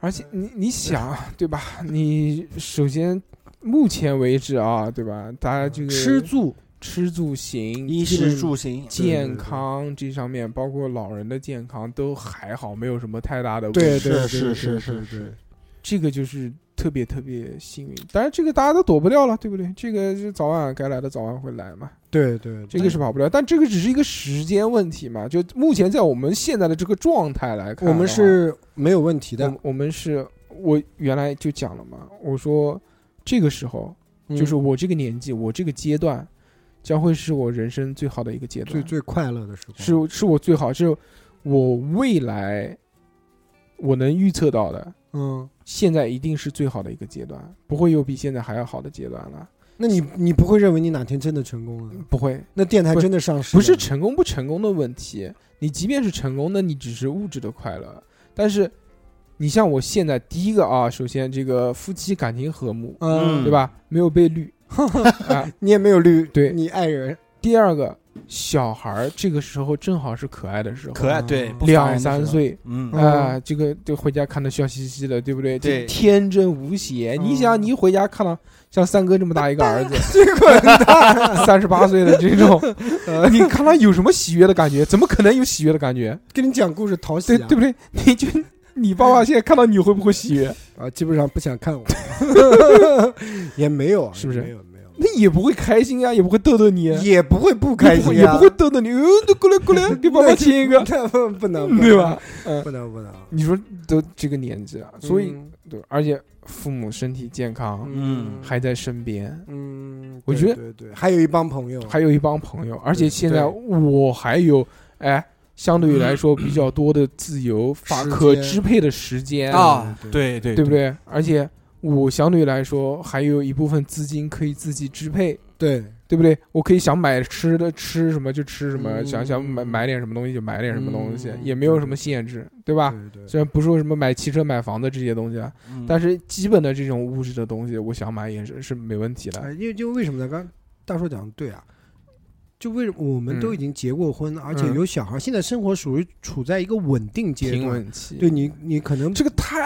Speaker 4: 而且你你想啊对吧？你首先目前为止啊，对吧？大家这个
Speaker 5: 吃住
Speaker 4: 吃住行
Speaker 2: 衣
Speaker 4: 基本
Speaker 2: 食住行，
Speaker 4: 健康这上面，包括老人的健康都还好，没有什么太大的问题。
Speaker 5: 对
Speaker 2: 是
Speaker 5: 对对
Speaker 2: 是
Speaker 5: 对
Speaker 2: 是
Speaker 5: 对
Speaker 2: 是
Speaker 5: 对
Speaker 2: 是
Speaker 4: 这个就是特别特别幸运。当然，这个大家都躲不掉了，对不对？这个是早晚该来的早晚会来嘛，
Speaker 5: 对对，
Speaker 4: 这个是跑不了。但这个只是一个时间问题嘛。就目前在我们现在的这个状态来看的话，啊
Speaker 5: 我们是没有问题
Speaker 4: 我
Speaker 5: 的
Speaker 4: 们，我们是我原来就讲了嘛，我说这个时候
Speaker 5: 嗯
Speaker 4: 就是我这个年纪，我这个阶段将会是我人生最好的一个阶段，
Speaker 5: 最最快乐的时候。
Speaker 4: 是是我最好，是我未来我能预测到的，
Speaker 5: 嗯，
Speaker 4: 现在一定是最好的一个阶段，不会有比现在还要好的阶段了，
Speaker 5: 那你你不会认为你哪天真的成功了？
Speaker 4: 不会，
Speaker 5: 那电台
Speaker 4: 不是
Speaker 5: 真的上市
Speaker 4: 不
Speaker 5: 了？
Speaker 4: 是成功不成功的问题，你即便是成功，那你只是物质的快乐，但是你像我现在第一个啊，首先这个夫妻感情和睦，
Speaker 2: 嗯
Speaker 5: 嗯
Speaker 4: 对吧？没有被 绿啊。
Speaker 5: 你也没有绿，
Speaker 4: 对
Speaker 5: 你爱人
Speaker 4: 第二个，小孩儿这个时候正好是可爱的时候，
Speaker 2: 可爱，对，不烦
Speaker 4: 嗯两
Speaker 2: 人的
Speaker 4: 三
Speaker 2: 时候，
Speaker 4: 岁。
Speaker 2: 嗯
Speaker 5: 嗯
Speaker 4: 啊、这个就回家看的笑嘻嘻的，对不对？
Speaker 2: 对
Speaker 4: 这天真无邪。
Speaker 5: 嗯
Speaker 4: 你想，你一回家看到像三 哥这么大一个儿子，
Speaker 5: 这个
Speaker 4: 三十八岁的这 种，呃你看他有什么喜悦的感觉？怎么可能有喜悦的感觉？
Speaker 5: 跟你讲故事讨喜
Speaker 4: 对
Speaker 5: 啊
Speaker 4: 对不对？你就你爸爸现在看到你会不会喜悦？
Speaker 5: 啊，基本上不想 看我，也没有啊，
Speaker 4: 是不是
Speaker 5: 没有没有，
Speaker 4: 那也不会开心啊，也不会逗逗你，
Speaker 5: 也不会不开心
Speaker 4: 也
Speaker 5: 啊
Speaker 4: 不会，逗逗你，嗯，都过来过 来，给爸爸亲一个，
Speaker 5: 那不不能不能
Speaker 4: 对吧？嗯，
Speaker 5: 不能不能，
Speaker 4: 你说都这个年纪了，啊所以、
Speaker 5: 嗯
Speaker 4: 对，而且父母身体健康，
Speaker 2: 嗯
Speaker 4: 还在身边，
Speaker 5: 嗯，
Speaker 4: 我
Speaker 5: 对
Speaker 4: 觉得
Speaker 5: 对对，还有一帮朋友，
Speaker 4: 还有一帮朋友，而且
Speaker 5: 对
Speaker 4: 现在
Speaker 5: 对
Speaker 4: 我还有哎，相对于来说比较多的自由法
Speaker 5: 时
Speaker 4: 可
Speaker 5: 间
Speaker 4: 支配的时间，
Speaker 2: 啊，
Speaker 5: 对
Speaker 2: 对对
Speaker 4: 嗯对不？对？而且我相对来说还有一部分资金可以自己支配。
Speaker 5: 对
Speaker 4: 对不对？我可以想买吃的吃什么就吃什么，
Speaker 5: 嗯
Speaker 4: 想想买买点什么东西就买点什么东西，
Speaker 5: 嗯
Speaker 4: 也没有
Speaker 5: 对
Speaker 4: 什么
Speaker 5: 对
Speaker 4: 限制，对吧？
Speaker 5: 对对，
Speaker 4: 虽然不说什么买汽车、买房子这些东西啊，
Speaker 2: 嗯
Speaker 4: 但是基本的这种物质的东西，我想买也是是没问题的。
Speaker 5: 哎，因为就为什么呢？刚刚大叔讲的对啊，就为什么我们
Speaker 4: 嗯
Speaker 5: 都已经结过婚，而且
Speaker 4: 嗯
Speaker 5: 有小孩，现在生活属于处在一个稳定阶
Speaker 4: 平
Speaker 5: 段，
Speaker 4: 稳期，
Speaker 5: 对你，你可能
Speaker 4: 这个太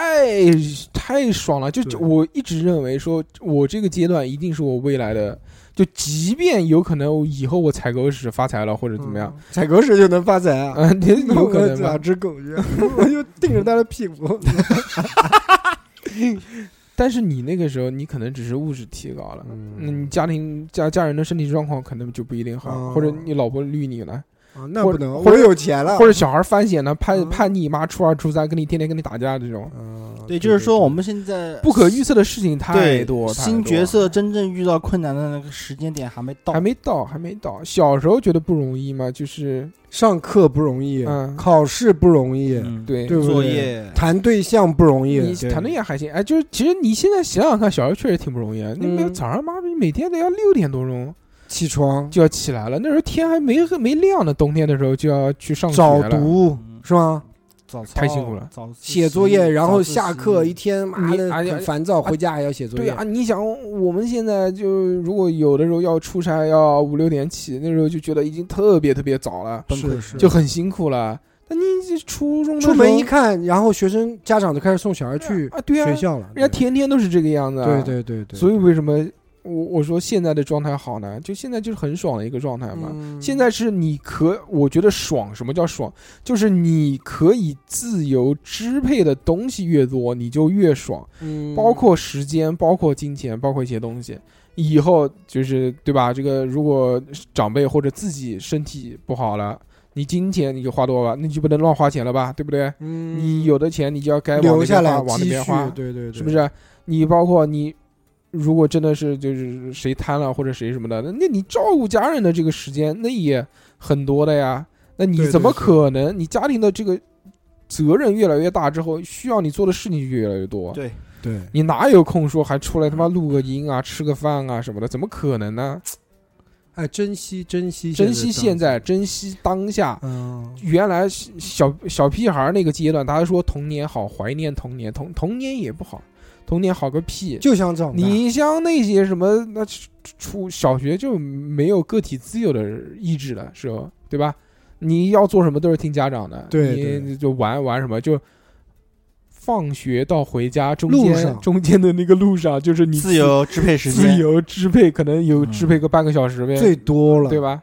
Speaker 4: 太爽了。就
Speaker 5: 对
Speaker 4: 我一直认为说，我这个阶段一定是我未来的，就即便有可能以后我踩狗屎发财了或者怎么样，
Speaker 5: 嗯，踩狗屎就能发财 啊？
Speaker 4: 嗯，也有可
Speaker 5: 我
Speaker 4: 能
Speaker 5: 两
Speaker 4: 吧。
Speaker 5: 只狗去，我就盯着他的屁股。
Speaker 4: 但是你那个时候，你可能只是物质提高了， 嗯，你家庭家家人的身体状况可能就不一定好，
Speaker 5: 哦
Speaker 4: 或者你老婆绿你了，
Speaker 5: 啊，那
Speaker 4: 或
Speaker 5: 不
Speaker 4: 者
Speaker 5: 能，
Speaker 4: 或
Speaker 5: 我
Speaker 4: 者
Speaker 5: 有钱了，
Speaker 4: 或者小孩翻脸了，叛
Speaker 5: 啊嗯
Speaker 4: 叛逆妈初二初三跟你天天跟你打架这种。
Speaker 5: 嗯，
Speaker 2: 对，就是说我们现在
Speaker 4: 不可预测的事情太
Speaker 2: 对
Speaker 4: 多，太
Speaker 2: 新
Speaker 4: 多
Speaker 2: 角色真正遇到困难的那个时间点还没到，
Speaker 4: 还没到，还没到。小时候觉得不容易嘛，就是
Speaker 5: 上课不容易，
Speaker 4: 嗯
Speaker 5: 考试不容易，
Speaker 2: 嗯
Speaker 4: 对，
Speaker 5: 对不对
Speaker 2: 作业
Speaker 5: 谈对象不容易
Speaker 4: 你，谈恋爱还行，哎，就是其实你现在想想看，小时候确实挺不容易啊。那
Speaker 5: 嗯
Speaker 4: 没有早上妈逼每天都要六点多钟
Speaker 5: 起床
Speaker 4: 就要起来了，那时候天还没没亮呢，冬天的时候就要去上学
Speaker 5: 早
Speaker 4: 了。
Speaker 5: 读
Speaker 2: 嗯
Speaker 5: 是吗？
Speaker 2: 早操
Speaker 4: 太辛苦了
Speaker 2: 早自习
Speaker 5: 写作业，然后
Speaker 2: 早自习
Speaker 5: 下课一天，妈
Speaker 4: 你哎
Speaker 5: 的
Speaker 4: 而且
Speaker 5: 很烦躁，回家还要写作
Speaker 4: 对
Speaker 5: 业
Speaker 4: 啊，。你想我们现在就如果有的时候要出差要五六点起，那时候就觉得已经特别特别早了，
Speaker 2: 崩溃
Speaker 5: 是是
Speaker 4: 就很辛苦了。那你这初中的
Speaker 5: 出门一
Speaker 4: 时候
Speaker 5: 看，然后学生家长就开始送小孩去
Speaker 4: 啊，对啊，
Speaker 5: 学
Speaker 4: 人
Speaker 5: 校了。
Speaker 4: 家天天都是这个样子啊。
Speaker 5: 对对对对，
Speaker 4: 所以为什么我我说现在的状态好呢？就现在就是很爽的一个状态嘛。
Speaker 5: 嗯
Speaker 4: 现在是你可，我觉得爽，什么叫爽？就是你可以自由支配的东西越多，你就越爽，
Speaker 5: 嗯
Speaker 4: 包括时间，包括金钱，包括一些东西。以后就是对吧？这个如果长辈或者自己身体不好了，你金钱你就花多了，那你就不能乱花钱了吧？对不对？
Speaker 5: 嗯
Speaker 4: 你有的钱你就要该往
Speaker 5: 留
Speaker 4: 那
Speaker 5: 下
Speaker 4: 边
Speaker 5: 来
Speaker 4: 花，往那
Speaker 5: 积
Speaker 4: 边
Speaker 5: 蓄
Speaker 4: 花，，
Speaker 5: 对对对，
Speaker 4: 是不？是？你包括你，如果真的是就是谁贪了或者谁什么的，那那你照顾家人的这个时间那也很多的呀。那你
Speaker 5: 对对
Speaker 4: 怎么
Speaker 5: 是
Speaker 4: 可能？你家庭的这个责任越来越大之后，需要你做的事情就越来越多。
Speaker 2: 对，
Speaker 5: 对，
Speaker 4: 你哪有空说还出来他妈录个音啊、吃个饭啊什么的？怎么可能呢？
Speaker 5: 哎，珍惜珍惜
Speaker 4: 珍惜现在，
Speaker 5: 在
Speaker 4: 嗯珍惜当下。
Speaker 5: 的当嗯下，
Speaker 4: 原来小小小屁孩儿那个阶段，大家说童年好，怀念童年，童童年也不好，童年好个屁！
Speaker 5: 就想长大。
Speaker 4: 你像那些什么，那初初小学就没有个体自由的意志了，时候对吧？你要做什么都是听家长的，
Speaker 5: 对
Speaker 4: 你
Speaker 5: 对
Speaker 4: 你就玩玩什么就。放学到回家中
Speaker 5: 路
Speaker 4: 间
Speaker 5: 上
Speaker 4: 中间的那个路上，就是你
Speaker 2: 自由支配时
Speaker 4: 自
Speaker 2: 间，
Speaker 4: 由支配，可能有支配个半个小时呗，
Speaker 5: 最多了，
Speaker 4: 对？吧？
Speaker 2: 嗯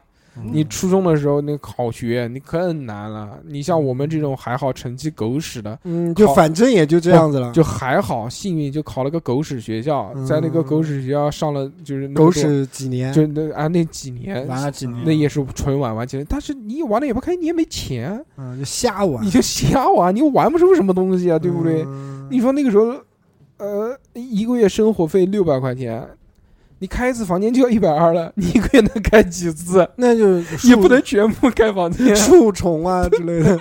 Speaker 4: 你初中的时候，那考学你更难了。你像我们这种还好，成绩狗屎的，
Speaker 5: 嗯，就反正也就这样子了，
Speaker 4: 哦就还好，幸运就考了个狗屎学校，
Speaker 5: 嗯
Speaker 4: 在那个狗屎学校上了就是那么多
Speaker 5: 狗，屎几年，
Speaker 4: 就那啊那几年，
Speaker 2: 玩了几年，
Speaker 4: 那也是纯玩玩起来。但是你玩的也不开心，你也没钱，啊
Speaker 5: 嗯，就瞎玩
Speaker 4: 你，就瞎玩，你玩不出什么东西啊，对不对？
Speaker 5: 嗯
Speaker 4: 你说那个时候，呃，一个月生活费六百块钱，你开一次房间就要一百二了， 你一个月能开几次？
Speaker 5: 那就
Speaker 4: 也不能全部开房间。
Speaker 5: 树虫啊之类 的，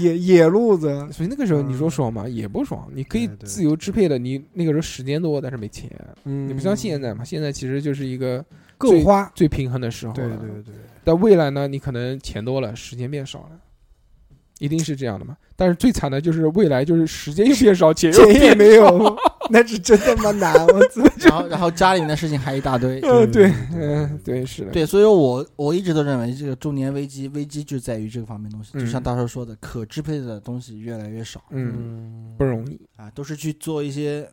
Speaker 5: 野野路子，
Speaker 4: 所以那个时候你说爽吗？也不爽，你可以
Speaker 5: 嗯对对
Speaker 4: 自由支配的。你那个时候时间多，但是没钱，
Speaker 5: 嗯，
Speaker 4: 你不像现在嘛？现在其实就是一个
Speaker 5: 够花，哦
Speaker 4: 最平衡的时候
Speaker 5: 对
Speaker 4: 了。
Speaker 5: 对对，
Speaker 4: 但未来呢，你可能钱多了，时间变少了，一定是这样的嘛。但是最惨的就是未来就是时间又变少，钱又
Speaker 5: 钱也
Speaker 4: 变
Speaker 5: 没有， 那是真他妈难，我 操，
Speaker 2: 然后然后家里面的事情还一大堆。
Speaker 4: 呃对，嗯对是的，
Speaker 2: 对，所以我我一直都认为这个中年危机，危机就在于这个方面东西，
Speaker 4: 嗯
Speaker 2: 就像大叔说的，可支配的东西越来越少
Speaker 4: 嗯
Speaker 5: 嗯
Speaker 4: 不容易。
Speaker 2: 啊，都是去做一些。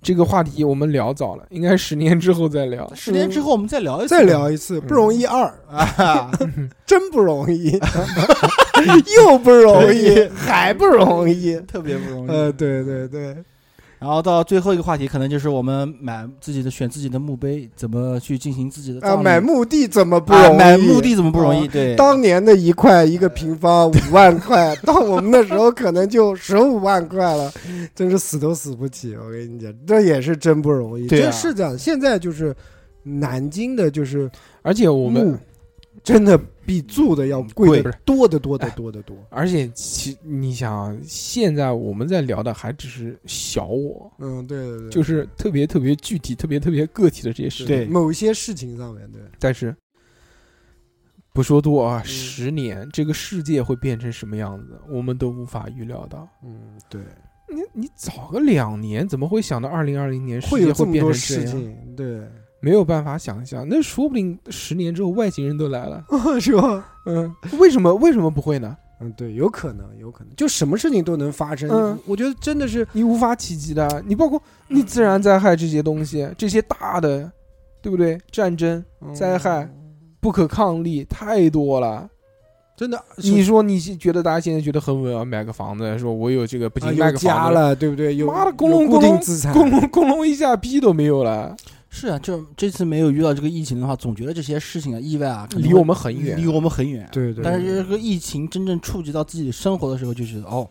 Speaker 4: 这个话题我们聊早了，应该十年之后再聊。
Speaker 2: 十年之后我们再聊一次，
Speaker 5: 再聊一次，
Speaker 4: 嗯
Speaker 5: 不容易二，
Speaker 2: 啊，
Speaker 5: 真不容 易，又不容易，还不容易，
Speaker 2: 特别不容易。
Speaker 5: 呃，对对对，
Speaker 2: 然后到最后一个话题，可能就是我们买自己的选自己的墓碑，怎么去进行自己的
Speaker 5: 啊，
Speaker 2: 葬礼
Speaker 5: 买墓地怎么不
Speaker 2: 啊
Speaker 5: 容易？
Speaker 2: 买墓地怎么不容易？对，
Speaker 5: 当年的一块一个平 方五万块，到我们那时候可能就十五万块了，真是死都死不起。我跟你讲，这也是真不容易，
Speaker 2: 对啊
Speaker 5: 真是这样。现在就是南京的，就是
Speaker 4: 而且我们
Speaker 5: 木真的比住的要贵
Speaker 4: 贵哎
Speaker 5: 的多得多得多得多。
Speaker 4: 而且其你想啊，现在我们在聊的还只是小我，
Speaker 5: 嗯，对对对，
Speaker 4: 就是特别特别具体、特别特别个体的这些事情。
Speaker 2: 对
Speaker 5: 某些事情上面，对，
Speaker 4: 但是不说多啊，十年这个世界会变成什么样子，我们都无法预料到。
Speaker 5: 嗯，对，
Speaker 4: 你你早个两年，怎么会想到二零二零年世
Speaker 5: 会
Speaker 4: 界
Speaker 5: 有这
Speaker 4: 会
Speaker 5: 么
Speaker 4: 变
Speaker 5: 多
Speaker 4: 成
Speaker 5: 事
Speaker 4: 这样？
Speaker 5: 情，对，
Speaker 4: 没有办法想象，那说不定十年之后外星人都来了。
Speaker 5: 是吧？
Speaker 4: 嗯，为什么为什么不会呢？
Speaker 5: 嗯，对，有可能，有可能，就什么事情都能发生。
Speaker 4: 嗯
Speaker 5: 我觉得真的是
Speaker 4: 你无法企及的。你包括你自然灾害这些东西，这些大的，对不对？战争、
Speaker 5: 嗯
Speaker 4: 灾害、不可抗力太多了。
Speaker 5: 真的，
Speaker 4: 你说你觉得大家现在觉得很稳啊，买个房子，说我有这个不
Speaker 5: 啊，
Speaker 4: 行，
Speaker 5: 有
Speaker 4: 卖个
Speaker 5: 家
Speaker 4: 房子，
Speaker 5: 了，对不对？有
Speaker 4: 妈的
Speaker 5: 有
Speaker 4: 工农
Speaker 5: 固
Speaker 4: 工农
Speaker 5: 定资产，
Speaker 4: 工 农工农一下逼都没有了，
Speaker 2: 是啊，就这次没有遇到这个疫情的话，总觉得这些事情啊、意外啊，可能
Speaker 4: 离我们很远
Speaker 2: 离。我们很远。啊
Speaker 5: 对对
Speaker 2: 但是这个疫情真正触及到自己生活的时候，就觉得哦，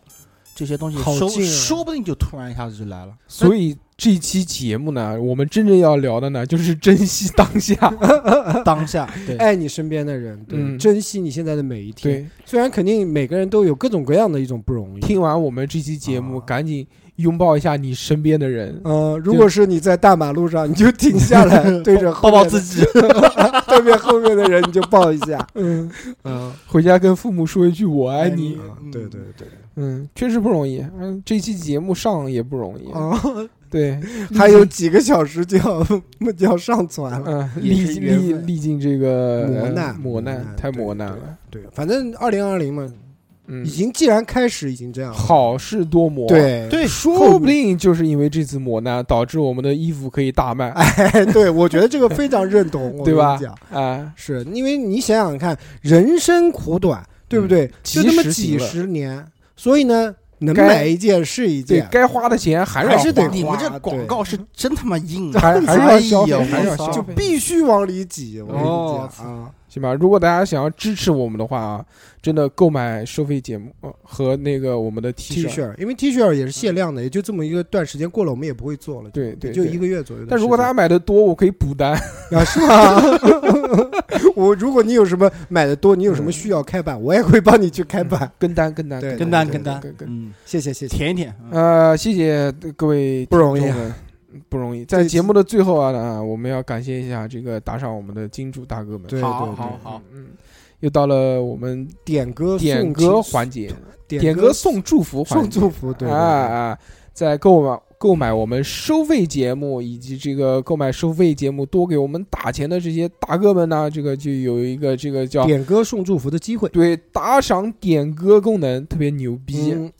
Speaker 2: 这些东西
Speaker 5: 好
Speaker 2: 说
Speaker 5: 近啊
Speaker 2: 说不定就突然一下子就来了。
Speaker 4: 所以这期节目呢，我们真正要聊的呢， 就是珍惜当下。
Speaker 2: 当下，对，
Speaker 5: 爱你身边的人，对，
Speaker 4: 嗯
Speaker 5: 珍惜你现在的每一天。
Speaker 4: 对，
Speaker 5: 虽然肯定每个人都有各种各样的一种不容易。
Speaker 4: 听完我们这期节目，
Speaker 5: 啊
Speaker 4: 赶紧拥抱一下你身边的人。
Speaker 5: 呃，如果是你在大马路上，你就停下 来，对着
Speaker 2: 抱抱自
Speaker 5: 己，
Speaker 2: 己，
Speaker 5: 对面后面的人你就抱一下。
Speaker 4: 嗯，
Speaker 5: 嗯，
Speaker 4: 回家跟父母说一句“我爱你”。
Speaker 5: 嗯对对对，
Speaker 4: 嗯，确实不容易。嗯，这期节目上也不容易。
Speaker 5: 啊，
Speaker 4: 对，
Speaker 5: 还有几个小时就要 就要上船了。
Speaker 4: 嗯，
Speaker 2: 也
Speaker 4: 历
Speaker 2: 是缘
Speaker 4: 历
Speaker 2: 分
Speaker 4: 历尽这个
Speaker 5: 磨
Speaker 4: 呃
Speaker 5: 难
Speaker 4: 磨
Speaker 5: 磨难
Speaker 4: 太
Speaker 5: 对
Speaker 4: 磨难了。
Speaker 5: 对，反正二零二零嘛，
Speaker 4: 嗯
Speaker 5: 已，经既然开始，已经这样了。
Speaker 4: 好啊事多磨。，
Speaker 5: 对
Speaker 2: 对
Speaker 4: 说不定就是因为这次磨难，导致我们的衣服可以大卖。
Speaker 5: 哎， 对，我觉得这个非常认 同，我
Speaker 4: 对吧
Speaker 5: 跟你讲
Speaker 4: 啊，
Speaker 5: 是因为你想想看，人生苦短，对不
Speaker 4: 嗯
Speaker 5: 对？就那么几十年，所以呢，能
Speaker 4: 该
Speaker 5: 买一件是一
Speaker 4: 对
Speaker 5: 件。
Speaker 4: 该花的钱还是
Speaker 5: 还是
Speaker 4: 要
Speaker 5: 得
Speaker 4: 花
Speaker 2: 你们这
Speaker 5: 花
Speaker 2: 广
Speaker 5: 对
Speaker 2: 告是真他妈硬啊！
Speaker 4: 还还是
Speaker 2: 哎
Speaker 4: 要消费，
Speaker 2: 呀
Speaker 4: 还是要
Speaker 2: 我操
Speaker 4: 消
Speaker 5: 就
Speaker 4: 费，
Speaker 5: 必须往里挤，我
Speaker 4: 哦
Speaker 5: 跟你讲啊，
Speaker 4: 行吧？如果大家想要支持我们的话啊，真的购买收费节目呃和那个我们的 T 嗯
Speaker 5: T 恤儿，因为 T 恤儿也是限量的，也就这么一个段时间过了，我们也不会做了，
Speaker 4: 对对，
Speaker 5: 就
Speaker 4: 对
Speaker 5: 一个月左右的时间。
Speaker 4: 但如果大家买的多，我可以补单。
Speaker 5: 啊是吗？ 我如果你有什么买的多，你有什
Speaker 4: 嗯
Speaker 5: 么需要开版，我也会帮你去开版。
Speaker 4: 跟单跟单
Speaker 5: 对
Speaker 2: 跟单
Speaker 5: 对
Speaker 2: 跟单
Speaker 4: 跟，跟
Speaker 2: 嗯，
Speaker 5: 谢谢谢谢，
Speaker 2: 舔一舔，嗯
Speaker 4: 呃，谢谢各位
Speaker 5: 不容易啊
Speaker 4: 听众们，不容易。在
Speaker 5: 这
Speaker 4: 节目的最后啊，啊我们要感谢一下这个打赏我们的金主大哥们。
Speaker 5: 对
Speaker 2: 好
Speaker 5: 对
Speaker 2: 好
Speaker 5: 对
Speaker 2: 好，
Speaker 4: 嗯，又到了我们
Speaker 5: 点歌送
Speaker 4: 点歌环节，
Speaker 5: 点
Speaker 4: 点
Speaker 5: 歌
Speaker 4: 歌送祝福环
Speaker 5: 送
Speaker 4: 节
Speaker 5: 祝福，对
Speaker 4: 啊啊，啊！在购买购买我们收费节目以及这个购买收费节目多给我们打钱的这些大哥们呢，这个就有一个这个叫
Speaker 5: 点歌送祝福的机会。
Speaker 4: 对打赏点歌功能特别牛逼。
Speaker 5: 嗯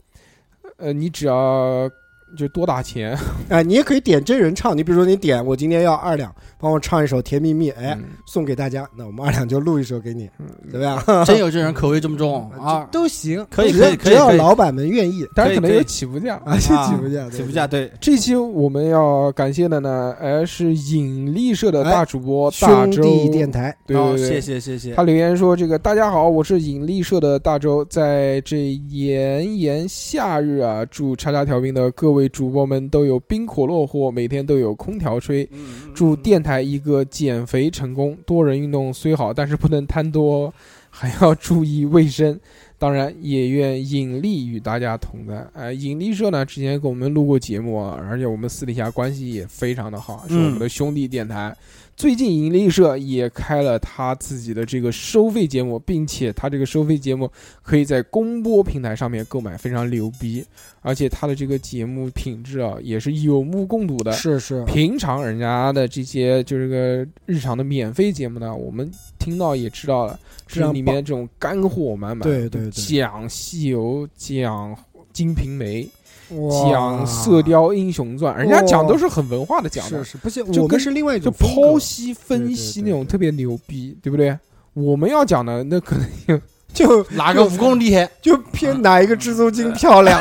Speaker 4: 呃，你只要就多打钱，
Speaker 5: 哎，你也可以点真人唱，你比如说你点我今天要二两，帮我唱一首《甜蜜蜜》，哎，
Speaker 4: 嗯
Speaker 5: 送给大家，那我们二两就录一首给你，怎么样？
Speaker 2: 真有这人口味这么重 啊？
Speaker 5: 都行，
Speaker 2: 可以
Speaker 5: 只要
Speaker 2: 可以可以
Speaker 5: 只要
Speaker 2: 可以
Speaker 5: 老板们愿意
Speaker 4: 当
Speaker 2: 可
Speaker 4: 然
Speaker 2: 以
Speaker 4: 可能
Speaker 2: 可以
Speaker 4: 有起步价。
Speaker 5: 啊，这起步价，
Speaker 2: 起步价对，
Speaker 4: 这期我们要感谢的呢，哎，是引力社的大主播、大
Speaker 5: 哎兄
Speaker 4: 周
Speaker 5: 弟电台，
Speaker 4: 对
Speaker 2: 哦
Speaker 4: 对对，
Speaker 2: 谢谢谢谢
Speaker 4: 他，留言说：“这个大家好，我是引力社的大周，在这炎炎夏日啊，祝叉叉调频的各位主播们都有冰可乐喝，每天都有空调吹。祝电台一哥减肥成功，多人运动虽好，但是不能贪多哦，还要注意卫生。当然，也愿引力与大家同在。哎，引力社呢，之前给我们录过节目啊，而且我们私底下关系也非常的好，是我们的兄弟电台。最近引力社也开了他自己的这个收费节目，并且他这个收费节目可以在公播平台上面购买，非常牛逼。而且他的这个节目品质啊，也是有目共睹的。
Speaker 5: 是是，
Speaker 4: 平常人家的这些就是个日常的免费节目呢，我们听到也知道了，
Speaker 5: 非
Speaker 4: 是
Speaker 5: 常
Speaker 4: 里面这种干货满满，
Speaker 5: 对对对
Speaker 4: 讲西游，讲金瓶梅，
Speaker 5: 哇
Speaker 4: 讲射雕英雄传，人家讲都是很文化的讲的
Speaker 5: 是，是，不行，
Speaker 4: 就
Speaker 5: 我
Speaker 4: 跟
Speaker 5: 们是另外一
Speaker 4: 就
Speaker 5: 种风格
Speaker 4: 剖析分析
Speaker 5: 对对对
Speaker 4: 那种
Speaker 5: 对
Speaker 4: 特别牛逼，对不对？我们要讲的那可能 有
Speaker 5: 就
Speaker 2: 哪个武功厉害？
Speaker 5: 就偏哪一个蜘蛛精漂亮，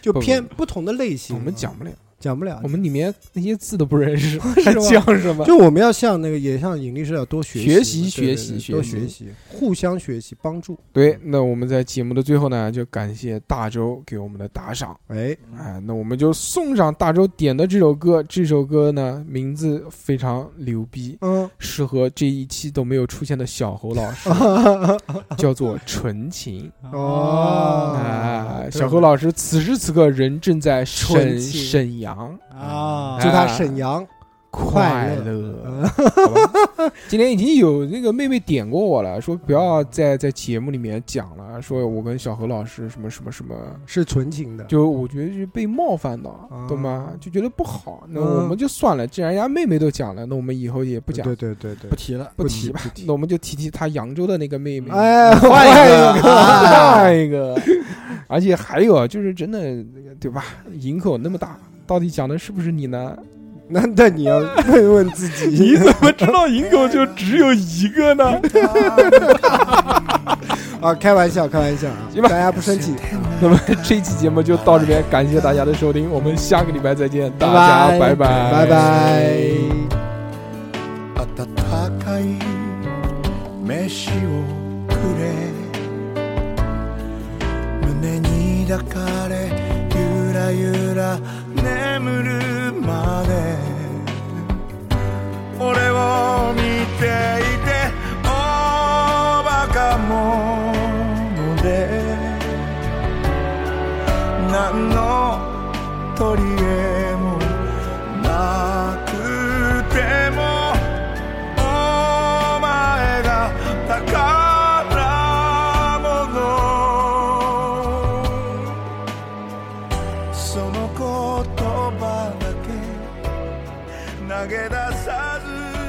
Speaker 5: 就偏不同的类 型，
Speaker 4: 我们讲不了，
Speaker 5: 讲不了
Speaker 4: 我。们里面那些字都不认识，还
Speaker 5: 嗯 是吗
Speaker 4: 讲什么？
Speaker 5: 就我们要向那个，也向引力社要多学
Speaker 4: 学习
Speaker 5: 习，对对
Speaker 4: 啊学习
Speaker 5: 对多
Speaker 4: 学
Speaker 5: 学习，互相学习，帮助。
Speaker 4: 对，那我们在节目的最后呢，就感谢大周给我们的打赏。
Speaker 5: 哎，
Speaker 4: 哎，那我们就送上大周点的这首歌。这首歌呢，名字非常牛逼，
Speaker 5: 嗯，
Speaker 4: 适合这一期都没有出现的小侯老 师，叫做《纯情》
Speaker 5: 哦
Speaker 2: 哎
Speaker 4: 啊。小侯老师此时此刻人正在沈
Speaker 5: 纯情
Speaker 4: 沈阳，
Speaker 2: 啊
Speaker 5: 祝他沈阳
Speaker 4: 快
Speaker 5: 快
Speaker 4: 乐。
Speaker 5: 嗯
Speaker 4: 好吧今天已经有那个妹妹点过我了，说不要再在节目里面讲了，说我跟小侯老师什么什么什么。
Speaker 5: 是纯情的，
Speaker 4: 就我觉得是被冒犯到，
Speaker 5: 啊
Speaker 4: 懂吗？就觉得不好，那
Speaker 5: 嗯
Speaker 4: 我们就算了。既然人家妹妹都讲了，那我们以后也不
Speaker 5: 不
Speaker 4: 讲，
Speaker 5: 对对对对
Speaker 2: 不，提了，
Speaker 4: 不提吧。嗯那我们就提提他扬州的那个妹妹，
Speaker 5: 哎，
Speaker 2: 换一个
Speaker 5: 换
Speaker 4: 下一个。 而且还有啊，就是真的，对吧？营口那么大，到底讲的是不是你 呢？
Speaker 5: 那那 你要 问问自己，
Speaker 4: 么知道营口就只有一个呢？
Speaker 5: 啊？开玩笑，开玩笑啊，
Speaker 4: 行吧
Speaker 5: 大家不生气。
Speaker 4: 那么这期节目就到这边，感谢大家的收听，我们下个礼拜再见，大家拜
Speaker 2: 拜
Speaker 4: 拜，
Speaker 5: 拜拜。
Speaker 4: 哎
Speaker 7: 温かい飯をくれ胸に抱かれゆらゆら眠るまで俺を見ていておバカ者で何の取り柄もなくてもお前が宝物その言葉だけ投げ出さず